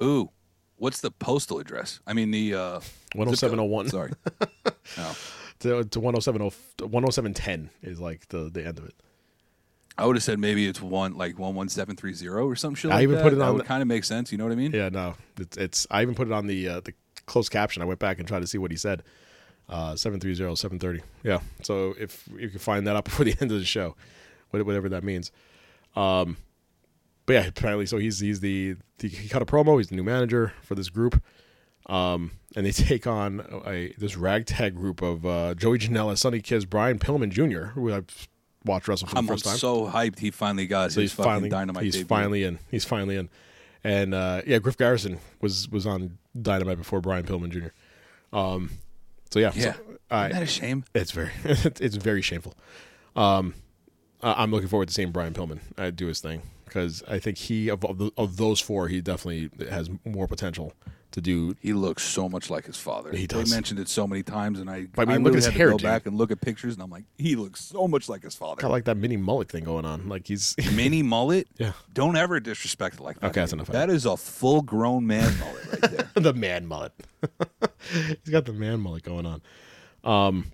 Ooh, what's the postal address? I mean the uh, zip code. 10701. Sorry. no. To to one oh seven oh one oh seven ten is like the, the end of it. I would have said maybe it's one like one one seven three zero or some shit. I like even that. put it that on would the- kind of make sense. You know what I mean? Yeah, no, it's, it's I even put it on the uh, the closed caption. I went back and tried to see what he said. Uh, 730, 730. Yeah. So if you can find that up <laughs> before the end of the show, what- whatever that means. Um, but yeah, apparently, so he's he's the, the he cut a promo. He's the new manager for this group. Um, and they <laughs> take on a this ragtag group of uh, Joey Janela, Sonny Kiss, Brian Pillman Jr., who I've watched wrestle for the I'm first time. so hyped he finally got So his he's fucking finally dynamite. He's debut. finally in. He's finally in. And uh, yeah, Griff Garrison was was on Dynamite before Brian Pillman Jr. Um, so yeah, so Yeah. I- Isn't that a shame? it's very <laughs> it's it's very shameful. Um, I- I'm looking forward to seeing Brian Pillman uh, do his thing because I think he of of, the, of those four, he definitely has more potential to do. He looks so much like his father. He does. They mentioned it so many times, and I, I mean, look I at really his had to hair, go dude. back and look at pictures, and I'm like, he looks so much like his father. Got like that mini mullet thing going on. Like he's Mini mullet. Yeah. Don't ever disrespect it like that. Okay, that's enough of That is a full grown man mullet right <laughs> there. the man mullet. He's got the man mullet going on.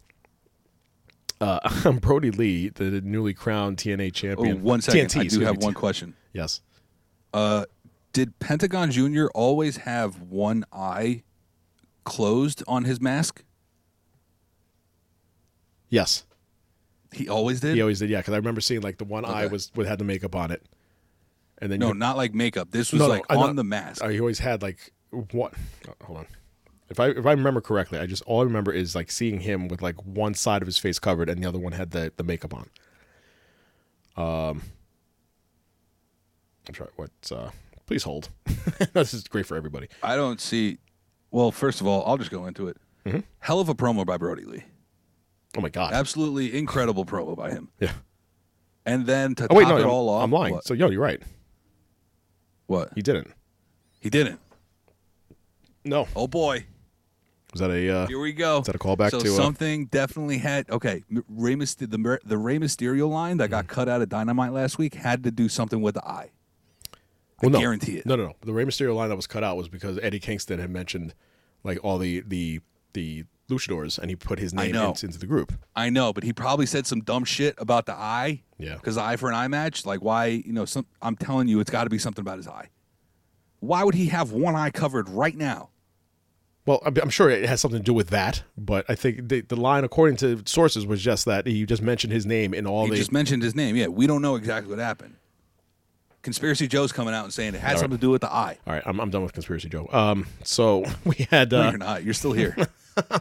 Um, uh, <laughs> Brody Lee, the newly crowned TNA Oh, champion. one second. TNT, I do excuse have me. one question. Yes. Did Pentagon Jr. always have one eye closed on his mask? Yes. He always did? He always did. Yeah, because I remember seeing like the one eye Okay. was had the makeup on it, and then no, you, not like makeup. This was No, no, like I know- on the mask. uh, he always had like what? oh, Hold on. If I if I remember correctly, I just all I remember is like seeing him with like one side of his face covered and the other one had the, the makeup on. Um, I'm sorry. What? Uh, please hold. <laughs> this is great for everybody. I don't see. Well, first of all, I'll just go into it. Mm-hmm. Hell of a promo by Brody Lee. Oh my god. Absolutely incredible promo by him. yeah. And then to Oh wait, top no, it I'm, all off, I'm lying. What? So yo, you're right. what? He He, didn't. didn't. No. Oh boy, Was that a? Uh, here we go. Is that a callback so to, uh, something definitely had? Okay, M- Rey Myster- the Mer- the Rey Mysterio line that Mm-hmm. got cut out of Dynamite last week had to do something with the eye. well, no. guarantee it. No, no, no. The Rey Mysterio line that was cut out was because Eddie Kingston had mentioned like all the the the luchadors, and he put his name know. into, into the group. I know, but he probably said some dumb shit about the eye. Yeah. Because eye for an eye match, like why? You know, some, I'm telling you, it's got to be something about his eye. Why would he have one eye covered right now? Well, I'm, I'm sure it has something to do with that, but I think the, the line, according to sources, was just that he just mentioned his name in all He the. just mentioned his name. Yeah, we don't know exactly what happened. Conspiracy Joe's coming out and saying it had right. something to do with the eye. all right, I'm, I'm done with conspiracy, Joe. Um, so <laughs> we had <laughs> No, uh, you're not. You're still here.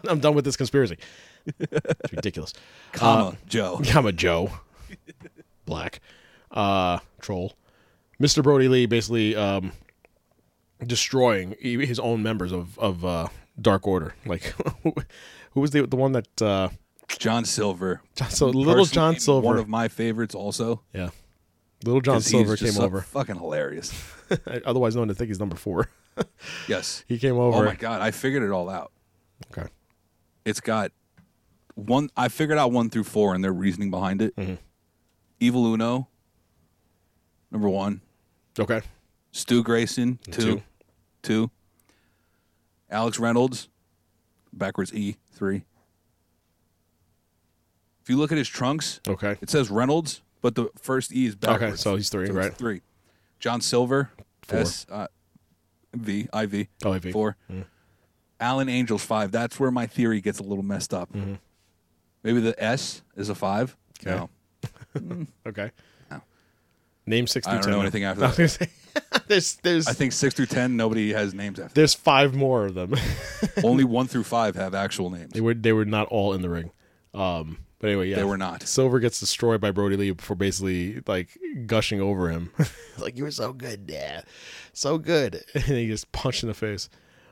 I'm done with this <laughs> conspiracy. It's ridiculous. Comma, <laughs> Joe. I'm a Joe. Black. Uh troll. Mr. Brody Lee basically um destroying e- <laughs> his own members of of uh Dark Order. Like who was the the one that uh John Silver. John- so little Personally, John Silver. One of my favorites also. yeah. Little John 'cause he's Silver just came so over. Fucking hilarious. <laughs> Otherwise known to think he's number four. <laughs> Yes. he came Oh over. my god, I figured it all out. Okay. It's got one I figured out one through four and their reasoning behind it. Mm-hmm. Evil Uno, number one. Okay. Stu Grayson, Two. two, two. Alex Reynolds, backwards E, three. If you look at his trunks, Okay. it says Reynolds, but the first E is backwards. so he's three, it's right. Three. John Silver, Four. S, uh, V, IV, Oh, IV. four. Alan Angel's five. That's where my theory gets a little messed up. Maybe the S is a five. Mm-hmm. Okay. No. Okay. No. Name six I through don't ten. know now. anything <laughs> after I was that. gonna say, there's there's I think six through ten, nobody <laughs> has names after. there's five more of them. <laughs> Only one through five have actual names. they were they were not all in the ring. Um, but anyway, yeah, They were not. Silver gets destroyed by Brody Lee for basically like gushing over him, <laughs> like you were so good, yeah, so good, <laughs> and he gets punched in the face.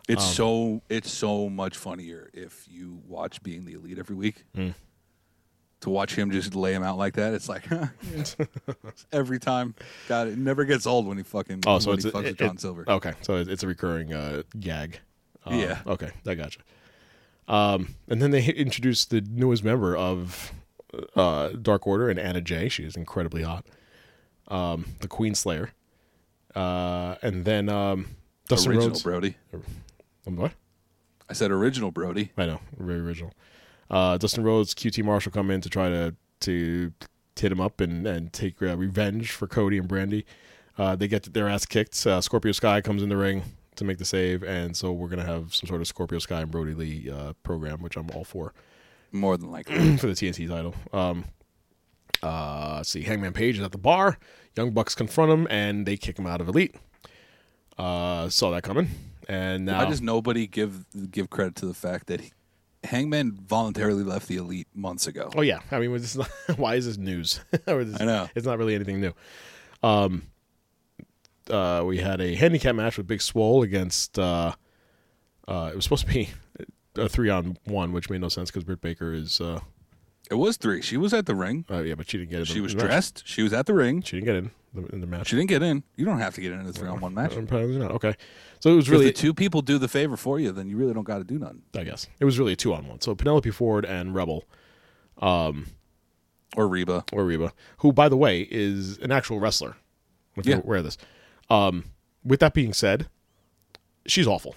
It's Um, so it's so much funnier if you watch Being the Elite every week. Hmm. To watch him just lay him out like that, it's like <laughs> every time. God, it never gets old when he fucking Oh, so when it's he fucks it- with John it- Silver. Okay, so it- it's a recurring uh, gag. Uh, Yeah. Okay, I gotcha. Um, and then they introduced the newest member of uh, Dark Order and Anna Jay. She is incredibly hot. Um, the Queen Slayer. Uh, and then um, Dustin original Rhodes. Brody. Um, what? I said original Brody. I know, very original. Uh, Dustin Rhodes, QT Marshall come in to try to to hit him up and and take uh, revenge for Cody and Brandy. Uh, they get their ass kicked. Uh, Scorpio Sky comes in the ring to make the save, and so we're gonna have some sort of Scorpio Sky and Brody Lee uh, program, which I'm all for <clears throat> More than likely. for the TNT title. Um, uh, let's see, Hangman Page is at the bar. Young Bucks confront him, and they kick him out of Elite. Uh, saw that coming, and now I just nobody give give credit to the fact that he, Hangman voluntarily left the Elite months ago. Oh yeah, I mean, was this not, <laughs> why is this news? <laughs> Or this- I know. it's not really anything new. Um, uh, we had a handicap match with Big Swole against. Uh, uh, it was supposed to be <laughs> a three on one, which made no sense because Britt Baker is. Uh, It was three. She was at the ring. uh, yeah, but she didn't get it. She was in the match. dressed. She was at the ring. She didn't get in the, in the match. She didn't get in. You don't have to get in a three on one match. Apparently not. Okay, so it was If really the two people do the favor for you, then you really don't got to do nothing. I guess it was really a two on one. So Penelope Ford and Rebel Or Reba. or Reba, who, by the way, is an actual wrestler. If Yeah. you're aware of this. Um, with that being said, she's <laughs> awful.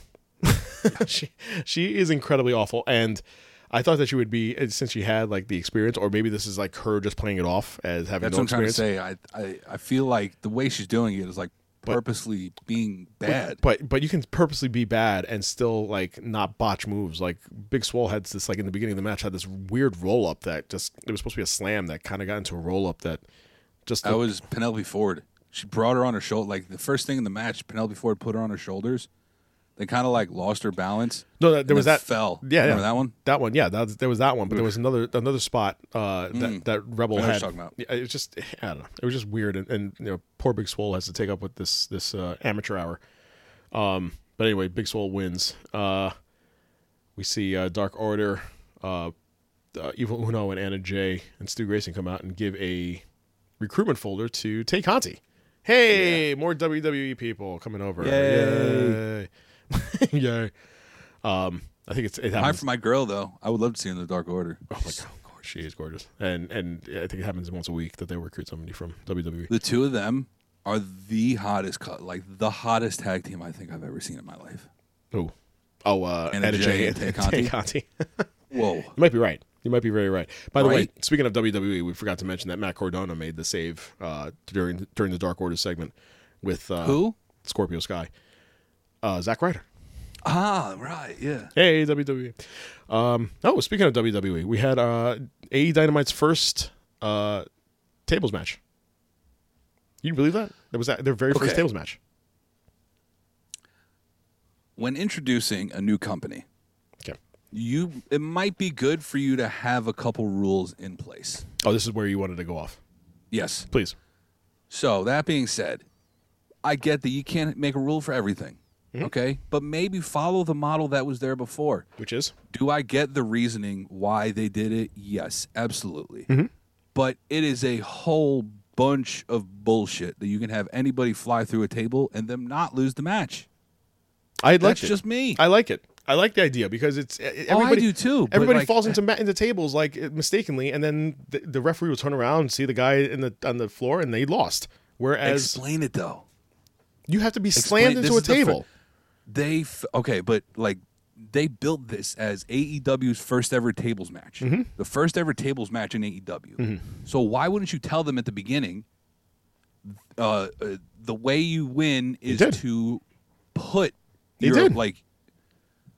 she she is incredibly awful, and I thought that she would be since she had like the experience, or maybe this is like her just playing it off as having That's no what I'm trying to experience. say. I, I I feel like the way she's doing it is like purposely being bad. But but you can purposely be bad and still like not botch moves. Like Big Swole had this like in the beginning of the match had this weird roll up that just it was supposed to be a slam that kind of got into a roll up that just I was Penelope Ford. She brought her on her shoulder. Like the first thing in the match, Penelope Ford put her on her shoulders. They kind of like lost her balance. No, that, and there was then that fell. Yeah, Remember yeah. that one. That one, yeah. That was, there was that one, but there was another another spot uh, that that Rebel Mm. I know what had. you're talking about. Yeah, it was just I don't know. It was just weird, and, and you know, poor Big Swole has to take up with this this uh, amateur hour. Um, but anyway, Big Swole wins. Uh, we see uh, Dark Order, uh, uh, Evil Uno, and Anna Jay and Stu Grayson come out and give a recruitment folder to Tay Conti. Hey, more WWE people coming over. Yay! Yay! <laughs> Um, I think it's it Hi happens. for my girl though. I would love to see her in the Dark Order. Oh my god, she is gorgeous, and and I think it happens once a week that they recruit somebody from E. WWE. The two of them are the hottest, co- like the hottest tag team I think I've ever seen in my life. Oh, oh, uh, Anna Anna Jay Jay and Tay and <laughs> Conti. Tay Conti. you Whoa. might be right. You might be very right. By the way, Right? speaking of WWE, we forgot to mention that Matt Cardona made the save uh, during during the Dark Order segment with uh, Who? Scorpio Sky, uh, Zack Ryder. Ah, right. Yeah. Hey WWE. Um, oh, speaking of WWE, we had uh, AE Dynamite's first uh, tables match. You believe that? That was that their very first Okay. tables match. When introducing a new company, Okay. you it might be good for you to have a couple rules in place. Oh, this is where you wanted to go off. Yes. Please. So that being said, I get that you can't make a rule for everything. Mm-hmm. Okay. But maybe follow the model that was there before. which is Do I get the reasoning why they did it? Yes, absolutely. Mm-hmm. But it is a whole bunch of bullshit that you can have anybody fly through a table and them not lose the match. I like That's it. just me. I like it. I like the idea because it's e-, Oh, I everybody do too, but Everybody like- falls into ma- into tables like uh, mistakenly, and then the, the referee will turn around and see the guy in the on the floor, and they lost. Whereas Explain it though. you have to be Explain- slammed this into a is the fir- table. they f- okay, but like they built this as AEW's first ever tables match, Mm-hmm. the first ever tables match in AEW. So why wouldn't you tell them at the beginning? Uh, uh, the way you win is did. to put They your did. like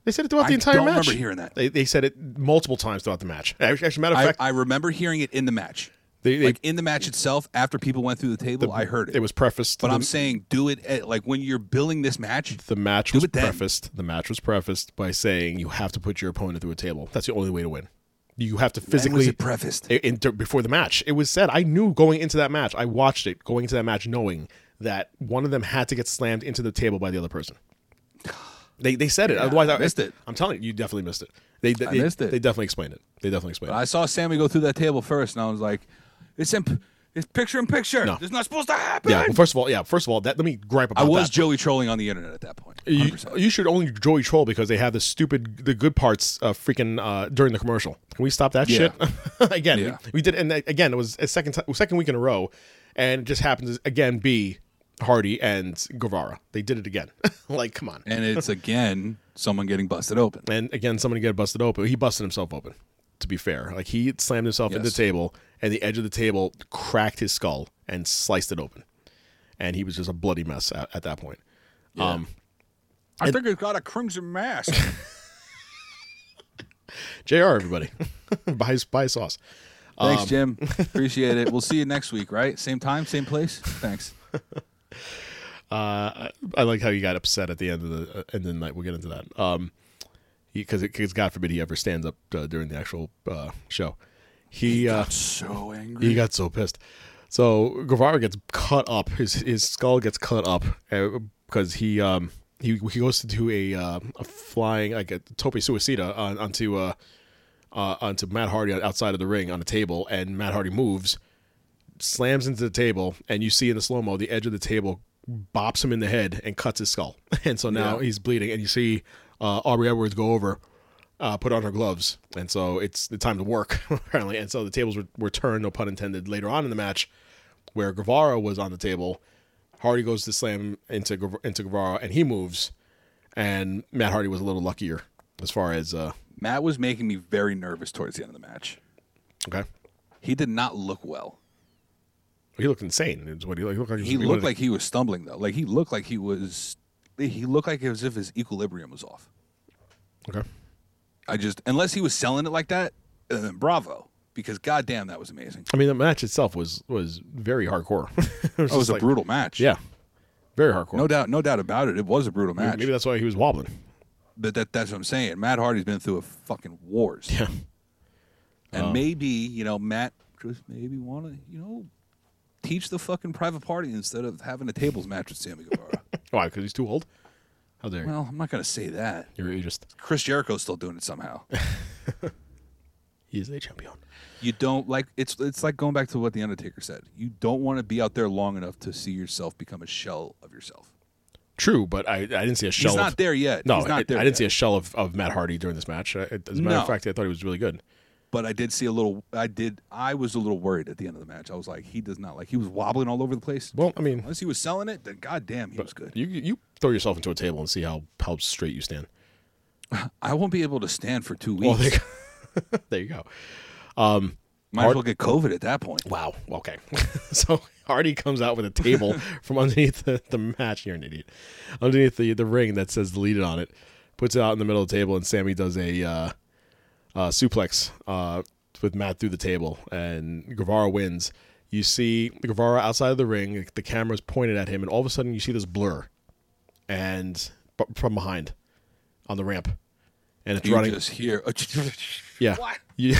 they said it throughout the I entire don't match. remember hearing that. They, they said it multiple times throughout the match. Actually, actually, matter of I, fact, I remember hearing it in the match, They- they- like in the match itself. After people went through the table, I heard it. it was prefaced. but the, I'm saying do it at, like when you're billing this match. the match do was it then. prefaced. The match was prefaced by saying you have to put your opponent through a table. That's the only way to win. You have to physically it prefaced? i- in- dur- before the match. It was said. I knew going into that match. I watched it going into that match, knowing that one of them had to get slammed into the table by the other <sighs> person. They, they said it. Otherwise, I missed it. I'm telling you, you definitely missed it. They, they I missed it. They definitely explained it. They definitely explained But I saw Sammy go through that table first, and I was like, "It's imp- it's picture in picture. No. It's not supposed to happen." it. <laughs> Yeah. Well, first of all, yeah. First of all, that let me gripe I about. was that. Joey trolling on the internet at that point. You, 100%. you should only Joey troll because they have the stupid, the good parts uh, freaking uh, during the commercial. Can we stop that Yeah. shit <laughs> again? Yeah. We, we did, and uh, again, it was a second time, second week in a row, and it just happens to, again be Hardy and Guevara. They did it again. <laughs> like, come on. and it's again someone getting busted open. And again, somebody got busted open. He busted himself open. To be fair, like he slammed himself into the Yes. table, and the edge of the table cracked his skull and sliced it open, and he was just a bloody mess at, at that point. Um, I think it's got a crimson mask. Jr. Everybody, <laughs> buy buy sauce. <laughs> Thanks, <laughs> Jim. Appreciate it. We'll see you next week, right? Same time, same place. Thanks. I like how you got upset at the end of the uh, end of the night. We'll get into that. Um, because because God forbid he ever stands up uh, during the actual uh, show. He uh, So angry. he got so pissed. So Guevara gets cut up. His his skull gets cut up because he um he he goes to do a uh, a flying like a tope suicida on, onto uh, uh onto Matt Hardy outside of the ring on a table, and Matt Hardy moves, slams into the table, and you see in the slow mo the edge of the table bops him in the head and cuts his skull, <laughs> and so now Yeah. he's bleeding, and you see uh, Aubrey Edwards go over. Uh, put on her gloves, and so it's the time to work <laughs> apparently. And so the tables were, were turned, no pun intended, later on in the match, where Guevara was on the table. Hardy goes to slam into Guev- into Guevara, and he moves. And Matt Hardy was a little luckier as far as uh, Matt was making me very nervous towards the end of the match. okay, He did not look well. he looked insane. Is what he looked, he looked like. was- He looked was- like he was stumbling though. Like he looked like he was. He looked like as if his equilibrium was off. okay. I just unless he was selling it like that, uh, then bravo. Because goddamn, that was amazing. I mean, the match itself was was very hardcore. <laughs> it was, That Oh, was just a like- brutal match. yeah, very hardcore. no doubt, no doubt about it. It was a brutal match. Maybe that's why he was wobbling. but that, that's what I'm saying. Matt Hardy's been through a fucking wars, Yeah, Um, and maybe you know Matt just maybe want to you know teach the fucking private party instead of having a tables match with Sammy <laughs> Guevara. why? Because he's too old. How dare you? well, I'm not gonna say that. You're ageist. Chris Jericho's still doing it <laughs> somehow. He is a champion. you don't like it's it's like going back to what the Undertaker said. You don't want to be out there long enough to see yourself become a shell of yourself. True, but I, I didn't see a shell. He's of- not there yet. No, He's not I, there I didn't yet. see a shell of, of Matt Hardy during this match. I, as a matter No. of fact, I thought he was really good. but I did see a little. I did. I was a little worried at the end of the match. I was like, he does not like. He was wobbling all over the place. Well, I mean, unless he was selling it, then goddamn, he was good. You you throw yourself into a table and see how how straight you stand. I won't be able to stand for two weeks. Well, there, <laughs> there you go. Might as well get COVID at that point. Wow. Okay. <laughs> so Hardy comes out with a <laughs> table from underneath the, the match. You're an idiot. Underneath the, the ring that says deleted on it, puts it out in the middle of the table, and Sammy does a uh, uh, suplex uh, with Matt through the table, and Guevara wins. You see Guevara outside of the ring. The camera's pointed at him, and all of a sudden you see this blur, and b- from behind, on the ramp, and it's You running. just hear. <laughs> <laughs> Yeah. You,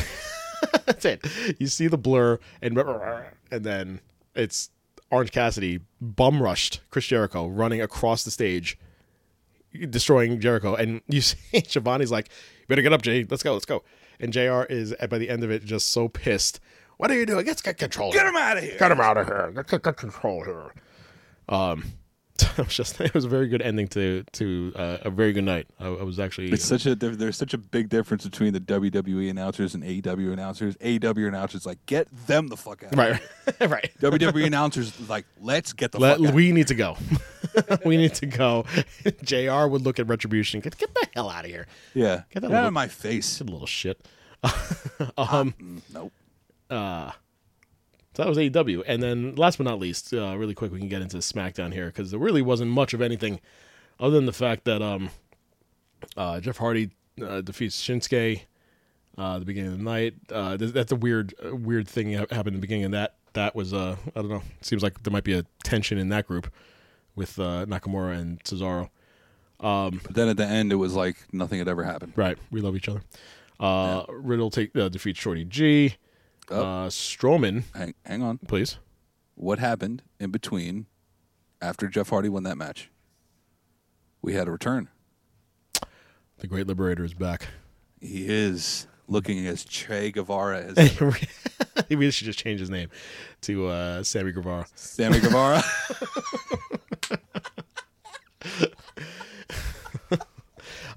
that's it. You see the blur and and then it's Orange Cassidy bum rushed Chris Jericho running across the stage. destroying Jericho, and you <laughs> see Shivani's like, "You better get up, Jay. Let's go, let's go." And Jr. is at- by the end of it just so pissed. What are you doing? Let's get control. Get him out of here. Get him out of here. Let's get control here. Um, <laughs> it was just it was a very good ending to to uh, a very good night. I, I was actually It's such a there- there's such a big difference between the WWE announcers and AEW announcers. AEW announcers like get them the fuck <laughs> <laughs> out. right, right. <laughs> WWE announcers like let's get the Let, fuck out. we need to <laughs> go. we need to go. <laughs> Jr. would look at retribution. Get get the hell out of here. yeah, Get get, that out little- of my face. Good little shit. <laughs> Um, Nope. uh, So that was AEW. And then last but not least, uh, really quick, we can get into SmackDown here because there really wasn't much of anything other than the fact that um, uh, Jeff Hardy uh, defeats Shinsuke uh, at the beginning of the night. Uh, th- that's a weird, uh, weird thing that happened in the beginning. And that, that was, uh, I don't know, seems like there might be a tension in that group with uh, Nakamura and Cesaro. But then at the end, it was like nothing had ever happened. Right. We love each other. Uh, Riddle take, uh, defeats Shorty G. Uh, Strowman, Hang, hang on. please. What happened in between after Jeff Hardy won that match? We had a return. The Great Liberator is back. He is looking as Che Guevara <laughs> as <laughs> Maybe we should just change his name to uh, Sammy Guevara. Sammy <laughs> Guevara.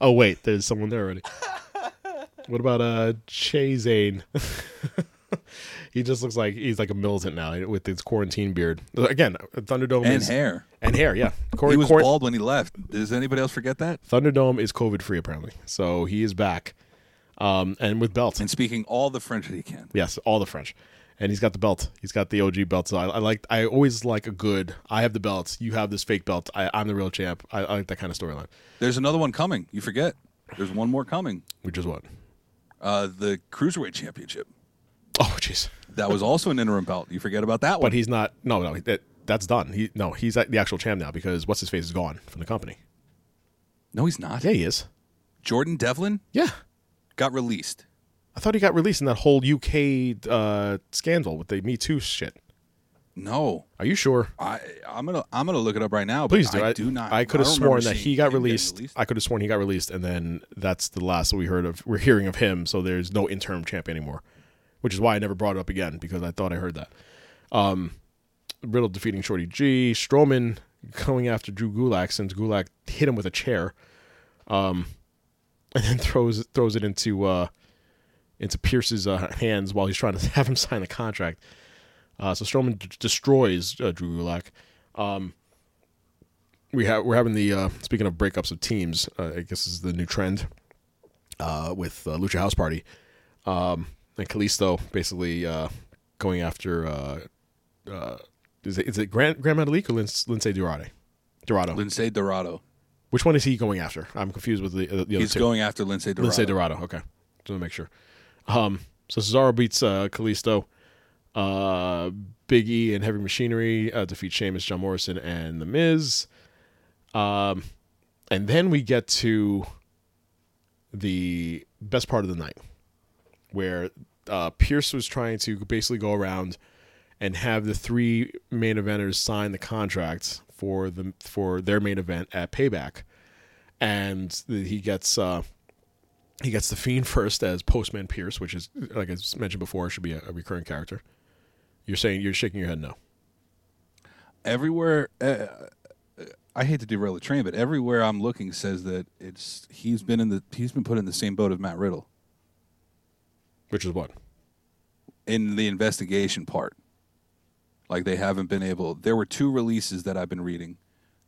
Oh wait, there's someone there <laughs> already. What about uh Che Zane? <laughs> he just looks like he's like a militant now with his quarantine beard. Again, Thunderdome And is, hair. and hair. Yeah, Cor- He was cor- bald when he left. Does anybody else forget that? Thunderdome is COVID free apparently, so he is back, um, and with belt. And speaking all the French that he can. Yes, all the French. And he's got the belt. He's got the OG belt. So I, I like. I always like a good. I have the belt. You have this fake belt. I, I'm the real champ. I, I like that kind of storyline. There's another one coming. You forget. There's one more coming. Which is what? Uh, the Cruiserweight Championship. Oh, jeez. That was also an interim belt. You forget about that But one. he's not. No, no. That, that's done. He no. He's at the actual champ now because what's his face is gone from the company. no, he's not. Yeah, he is. Jordan Devlin Yeah. got released. I thought he got released in that whole UK uh, scandal with the Me Too shit. No, Are you sure? I I'm gonna I'm gonna look it up right now. But Please do. I, do not. I could have don't sworn remember that seeing he got him getting released. I could have sworn he got released, and then that's the last that we heard of. We're hearing of him, so there's no interim champ anymore, which is why I never brought it up again because I thought I heard that. Um, Riddle defeating Shorty G, Strowman going after Drew Gulak since Gulak hit him with a chair, um, <laughs> and then throws throws it into uh, into Pierce's uh, hands while he's trying to <laughs> have him sign the contract. Uh, so Strowman d- destroys uh, Drew Gulak Um, we have we're having the uh, speaking of breakups of teams. Uh, I guess this is the new trend uh, with uh, Lucha House Party um, and Kalisto basically uh, going after uh, uh, is it is it Grand Grand Metalik or Lin- Lince Dorado? Dorado. Lindsay Dorado. Which one is he going after? I'm confused with the uh, the other He's two. going after Lindsay Dorado. Lince Dorado. Okay, just want to make sure. Um, so Cesaro beats uh, Kalisto. Uh, Big E and Heavy Machinery uh, defeat Sheamus, John Morrison, and The Miz. Um, and then we get to the best part of the night, where uh, Pierce was trying to basically go around and have the three main eventers sign the contract for the for their main event at Payback, and the, he gets. Uh, he gets the fiend first as Postman Pierce, which is like I mentioned before, should be a, a recurring character. You're saying you're shaking your head no. Everywhere. Uh, uh, I hate to derail the train, but everywhere I'm looking says that it's he's been in the he's been put in the same boat as Matt Riddle Which is what? in the investigation part. Like they haven't been able. There were two releases that I've been reading.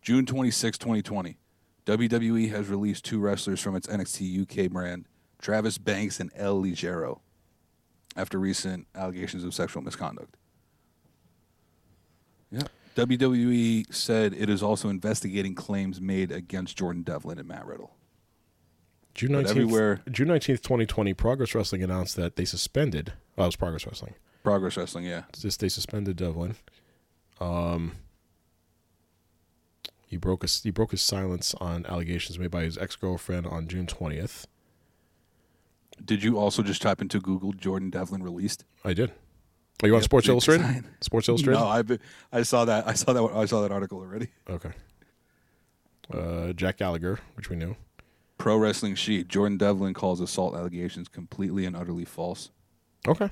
June 26, 2020. WWE E has released two wrestlers from its NXT UK brand, Travis Banks and El Ligero, after recent allegations of sexual misconduct. Yeah. WWE E said it is also investigating claims made against Jordan Devlin and Matt Riddle. June But nineteenth, everywhere- June nineteenth, twenty twenty. Progress Wrestling announced that they suspended. Oh, it was Progress Wrestling. Progress Wrestling, yeah. It's Just they suspended Devlin. Um, he broke his he broke his silence on allegations made by his ex girlfriend on June twentieth. Did you also just type into Google Jordan Devlin released? I did. Are you on Sports big Illustrated? sign. Sports Illustrated. No, I I saw that. I saw that. I saw that article already. Okay. uh, Jack Gallagher, which we knew. Pro Wrestling Sheet. Jordan Devlin calls assault allegations completely and utterly false. Okay.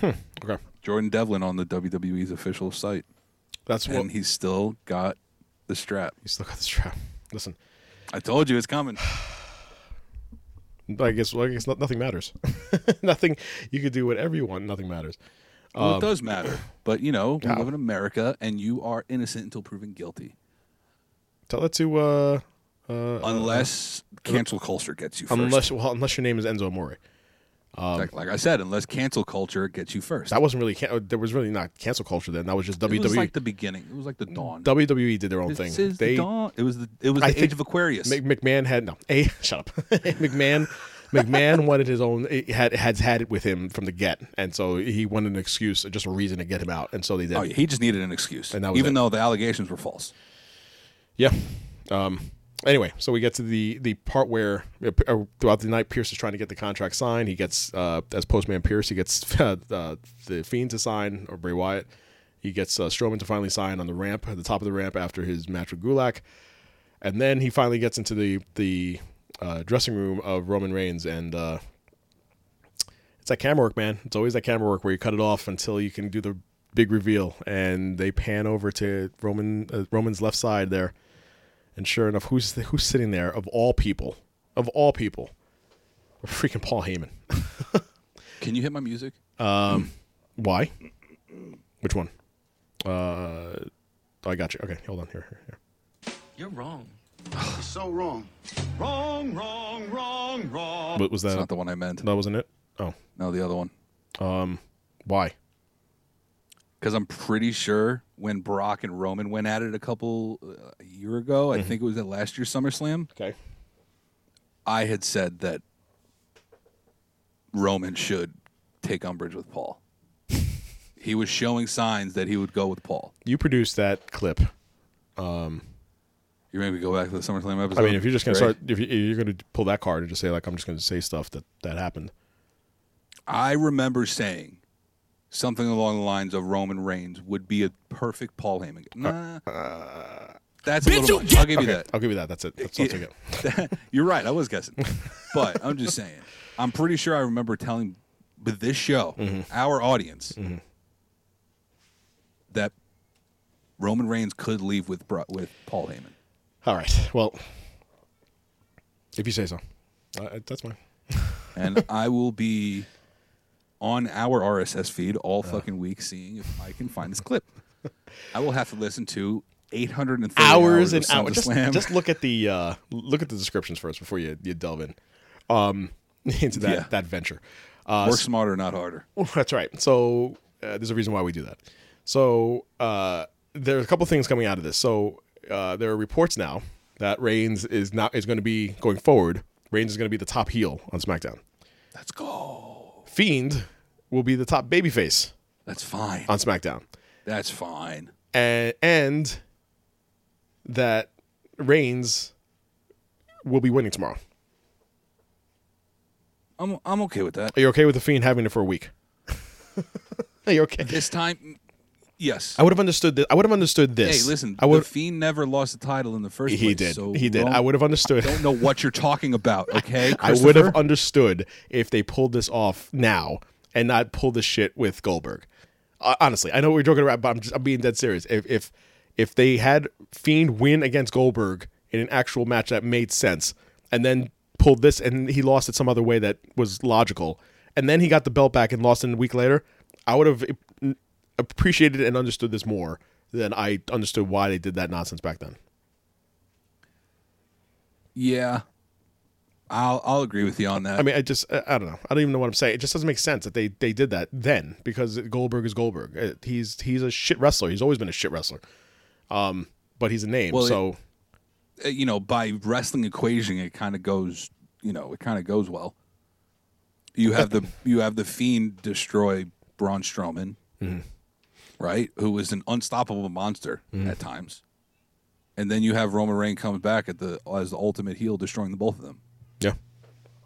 Hmm. Okay. Jordan Devlin on the WWE's official site, That's what and he's still got the strap. he still got the strap. Listen, I told you it's coming. I guess, well, I guess no- nothing matters. <laughs> nothing. You could do whatever you want. Nothing matters. Well, Um, it does matter, but you know we live in America, and you are innocent until proven guilty, Tell that to uh, uh, unless cancel culture gets you first. unless well unless your name is Enzo Amore. like, like I said, unless cancel culture gets you first. That wasn't really can- there was really not cancel culture then. That was just E. it WWE. was like the beginning. It was like the dawn. WWE E did their own This thing. is the they dawn. It was the it was I the think age of Aquarius. Mc- McMahon had no. A <laughs> shut up. McMahon McMahon wanted his own. It had has had it with him from the get, and so he wanted an excuse, just a reason to get him out, and so they did. oh, yeah, he just needed an excuse, And that was even it. though the allegations were false. Yeah. Um, anyway, so we get to the the part where uh, throughout the night, Pierce is trying to get the contract signed. He gets, uh, as Postman Pierce, he gets <laughs> uh, the Fiend to sign or Bray Wyatt. He gets uh, Strowman to finally sign on the ramp, at the top of the ramp after his match with Gulak, and then he finally gets into the the uh, dressing room of Roman Reigns and. Uh, it's that camera work, man. It's always that camera work where you cut it off until you can do the big reveal, and they pan over to Roman uh, Roman's left side there, and sure enough, who's who's sitting there of all people, of all people, freaking Paul Heyman. Can you hit my music? Why? Which one? Uh, I got you. Okay, hold on here. here, here. You're wrong. So wrong. Wrong, wrong, wrong, wrong. What was That's that? not the one I meant. that wasn't it. Oh, No, the other one. why? Because I'm pretty sure when Brock and Roman went at it a couple uh, a year ago, Mm-hmm. I think it was at last year's SummerSlam. Okay. I had said that Roman should take umbrage <laughs> with Paul. he was showing signs that he would go with Paul. You produced that clip. You maybe go back to the SummerSlam episode. I mean, if you're just gonna Great. start, if you- you're gonna pull that card and just say like, I'm just gonna say stuff that that happened. I remember saying something along the lines of Roman Reigns would be a perfect Paul Heyman. Nah, that's a Bitch, little you much. get- I'll give Okay, you that. I'll give you that. That's it. That's all I Yeah. take it. <laughs> You're right. I was guessing, but I'm just saying. I'm pretty sure I remember telling with this show, Mm-hmm. our audience, that Roman Reigns could leave with Bro- with Paul Heyman. All right. Well, if you say so, uh, that's fine. and I will be on our RSS feed all fucking week seeing if I can find this clip. I will have to listen to 830 hours and of hours. Just, SummerSlam. just look at the uh, look at the descriptions first before you, you delve in um, <laughs> into that Yeah. that venture. Uh, Work smarter, not harder. Well, that's right. So uh, there's a reason why we do that. So uh, there are a couple things coming out of this. So uh, there are reports now that Reigns is not is going to be going forward. Reigns is going to be the top heel on SmackDown. Let's go. Fiend will be the top babyface That's fine. on SmackDown, That's fine. and, and that Reigns will be winning tomorrow. I'm I'm okay with that. Are you okay with the Fiend having it for a week? <laughs> Are you okay? This time, yes. I would have understood this. I would have understood hey, this. listen. I would. the Fiend never lost the title in the first he place. did. so he did. don't- I would have understood. Don't know what you're <laughs> talking about. Okay, I would have Christopher? understood if they pulled this off now and not pull this shit with Goldberg. Uh, honestly, I know we're joking around, but I'm just I'm being dead serious. If if if they had Fiend win against Goldberg in an actual match that made sense, and then pulled this and he lost it some other way that was logical, and then he got the belt back and lost it a week later, I would have eh, appreciated and understood this more than I understood why they did that nonsense back then. Yeah, I'll I'll agree with you on that. I mean, I just I, I don't know. I don't even know what I'm saying. It just doesn't make sense that they they did that then because Goldberg is Goldberg. Uh, He's he's a shit wrestler. He's always been a shit wrestler. Um, but he's a name. Well, so uh, you know, by wrestling equation, it kind of goes, you know, it kind of goes well. You have the you have the fiend destroy Braun Strowman, right? Who was an unstoppable monster at times, and then you have Roman Reigns comes back at the as the ultimate heel, destroying the both of them, yeah,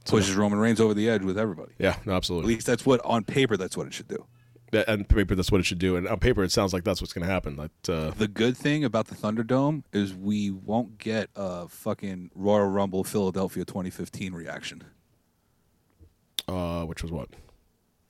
pushes Roman Reigns over the edge with everybody. yeah, no, At absolutely. least that's what on paper that's what it should do. That, and paper, that's what it should do. And on paper, it sounds like that's what's going to happen. That uh, The good thing about the Thunderdome is we won't get a fucking Royal Rumble Philadelphia 2015 reaction uh, which was what?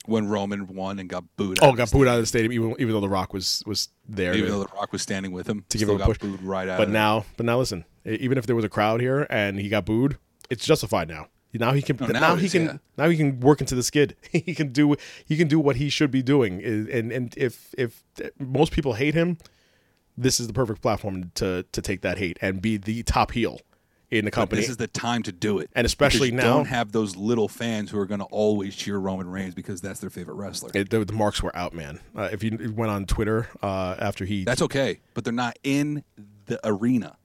when Roman won and got booed. Oh, out got booed out of the stadium, even even though The Rock was was there Even to- though The Rock was standing with him, to give him still a got push. booed right out. but of now, but now, listen. e- Even if there was a crowd here and he got booed, it's justified now. Now he can. No, now, now it he is, can. yeah. Now he can work into the skid. <laughs> he can do. He can do what he should be doing. I- And and if if eh, most people hate him, this is the perfect platform to to take that hate and be the top heel in the But company. this is the time to do it, And especially Because you now- don't have those little fans who are going to always cheer Roman Reigns because that's their favorite wrestler. It- the, the marks were out, man. Uh, if you went on Twitter uh, after he, that's okay, but they're not in the arena.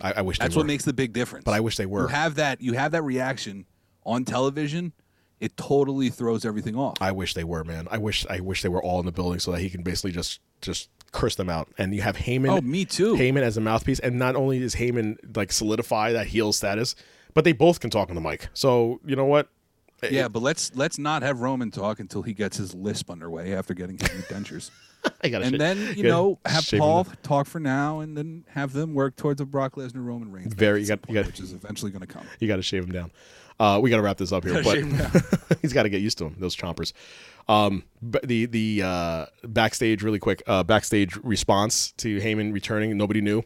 I, I wish they That's were. what makes the big difference. But I wish they were. You have that. You have that reaction on television. It totally throws everything off. I wish they were, man. I wish I wish they were all in the building so that he can basically just just curse them out. And you have Heyman. Oh, me too. Heyman as a mouthpiece, and not only is Heyman like solidify that heel status, but they both can talk on the mic. So you know what? yeah, but let's let's not have Roman talk until he gets his lisp underway after getting his new <laughs> dentures. I got And then you know have Paul talk for now, and then have them work towards a Brock Lesnar Roman Reigns, match Very- at you some got- you got- which is eventually going to come. You got to shave him down. Uh, we got to wrap this up here, Gotta but shave him <laughs> he's got to get used to him. Those chompers. Um, but the the uh, backstage really quick. Uh, backstage response to Heyman returning. Nobody knew.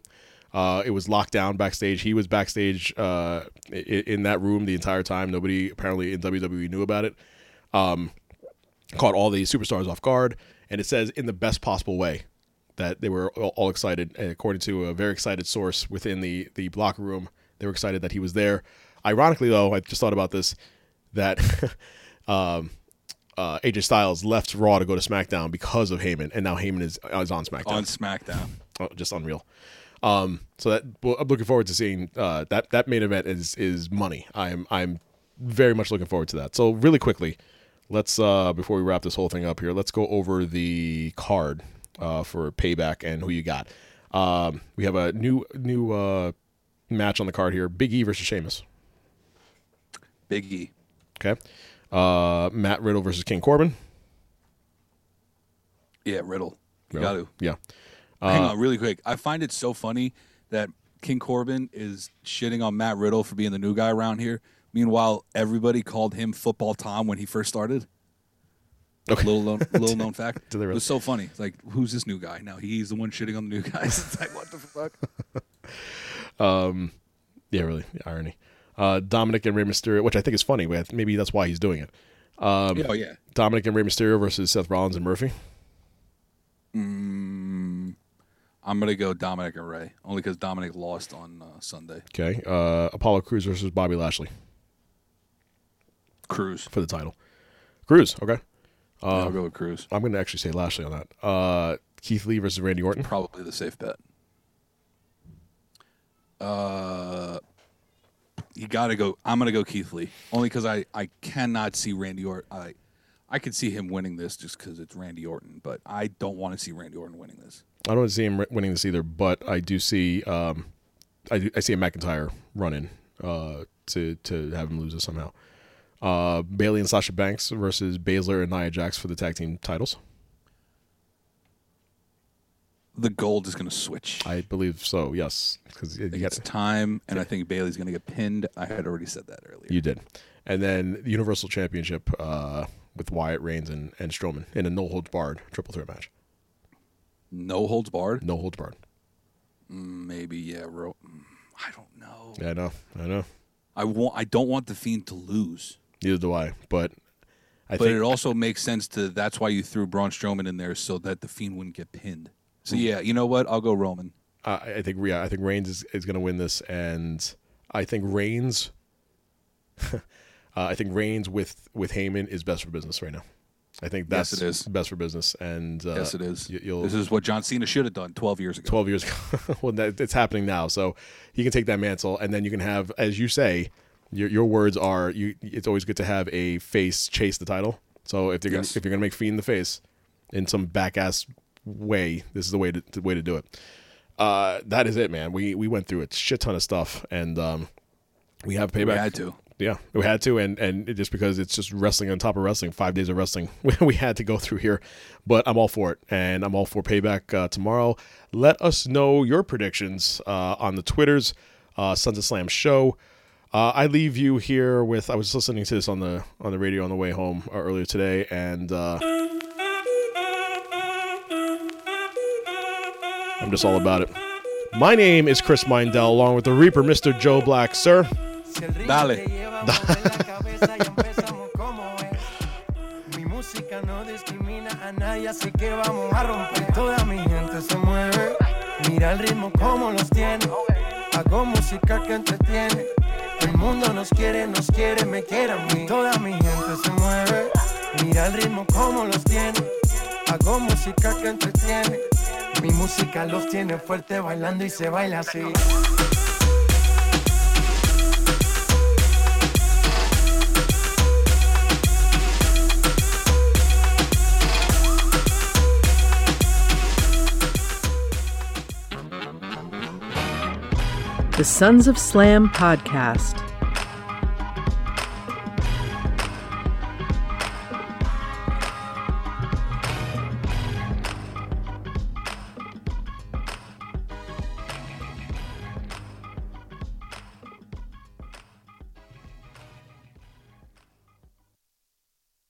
Uh, it was locked down backstage. He was backstage uh, i- i- in that room the entire time. Nobody apparently in WWE knew about it. Um, caught all the superstars off guard, and it says in the best possible way that they were all all excited. And According to a very excited source within the the locker room, they were excited that he was there. Ironically, though, I just thought about this that <laughs> um, uh, AJ Styles left Raw to go to SmackDown because of Heyman, and now Heyman is is on SmackDown. on SmackDown. Oh, just unreal. Um, so that well, I'm looking forward to seeing uh, that that main event is is money. I'm I'm very much looking forward to that. So really quickly, let's uh, before we wrap this whole thing up here, let's go over the card uh, for payback and who you got. Um, we have a new new uh, match on the card here: Big E versus Sheamus. Big E, Okay, uh, Matt Riddle versus King Corbin. yeah, Riddle, you got to. Yeah, Uh, Hang on, really quick. I find it so funny that King Corbin is shitting on Matt Riddle for being the new guy around here. Meanwhile, everybody called him Football Tom when he first started. Okay. <laughs> Little known, little known fact. Do they It really? was so funny. It's like, who's this new guy? Now he's the one shitting on the new guys. <laughs> It's like, what the fuck? Yeah, really. The irony. Uh, Dominic and Rey Mysterio, which I think is funny. but Maybe that's why he's doing it. Um, Yeah, oh, yeah. Dominic and Rey Mysterio versus Seth Rollins and Murphy. I'm gonna go Dominic and Ray only because Dominic lost on uh, Sunday. Okay. Uh, Apollo Cruz versus Bobby Lashley Cruz. for the title. Cruz. Okay. Yeah, I'll go with Cruz. I'm going to actually say Lashley on that. Uh, Keith Lee versus Randy Orton. Probably the safe bet. Uh, you gotta go. I'm gonna go Keith Lee only because I I cannot see Randy Orton. I I could see him winning this just because it's Randy Orton, but I don't want to see Randy Orton winning this. I don't see him ri- winning this either, but I do see um, I, do, I see a McIntyre running uh, to to have him lose this somehow. Uh, Bailey and Sasha Banks versus Baszler and Nia Jax for the tag team titles. The gold is gonna switch. I believe so. Yes, because you I think got it's time, and I think Bailey's gonna get pinned. I had already said that earlier. You did. And then the Universal Championship uh, with Wyatt Reigns and, and Strowman in a no holds barred triple threat match. no holds barred. No holds barred. Maybe yeah. Ro- mm, I don't know. Yeah, I know. I know. I want. I don't want the fiend to lose. Neither do I. But I But think it also makes sense to that's why you threw Braun Strowman in there so that the Fiend wouldn't get pinned. So yeah, you know what? I'll go Roman. I, I think yeah, I think Reigns is, is going to win this, and I think Reigns. <laughs> uh, I think Reigns with with Heyman is best for business right now. I think Yes, that's it is. best for business, and uh, yes, it is. You, you'll, this is what John Cena should have done 12 years ago. 12 years <laughs> ago. well, that, it's happening now. So he can take that mantle, and then you can have, as you say, your, your words are. You, it's always good to have a face chase the title. So if they're gonna, Yes. if you're gonna make Fiend the face in some back ass way, this is the way to the way to do it. Uh, that is it, man. We we went through a shit ton of stuff, and um, we have payback. had to. Yeah, we had to, and and it- just because it's just wrestling on top of wrestling, five days of wrestling <laughs> we had to go through here, but I'm all for it, and I'm all for payback uh, tomorrow. Let us know your predictions uh, on the Twitters, uh, Sons of Slam Show. Uh, I leave you here with. I was listening to this on the on the radio on the way home uh, earlier today, and uh, I'm just all about it. My name is Chris Mindell, along with the Reaper, Mr. Joe Black, sir. Dale. Mi música no discrimina a nadie, así que vamos a romper. Toda mi gente se mueve. Mira el ritmo como los tiene. Hago música que entretiene. El mundo nos quiere, nos quiere, me quiere a mí. Toda mi gente se mueve. Mira el ritmo como los tiene. Hago música que entretiene. Mi música los tiene fuerte bailando y se baila así. The Sons of Slam podcast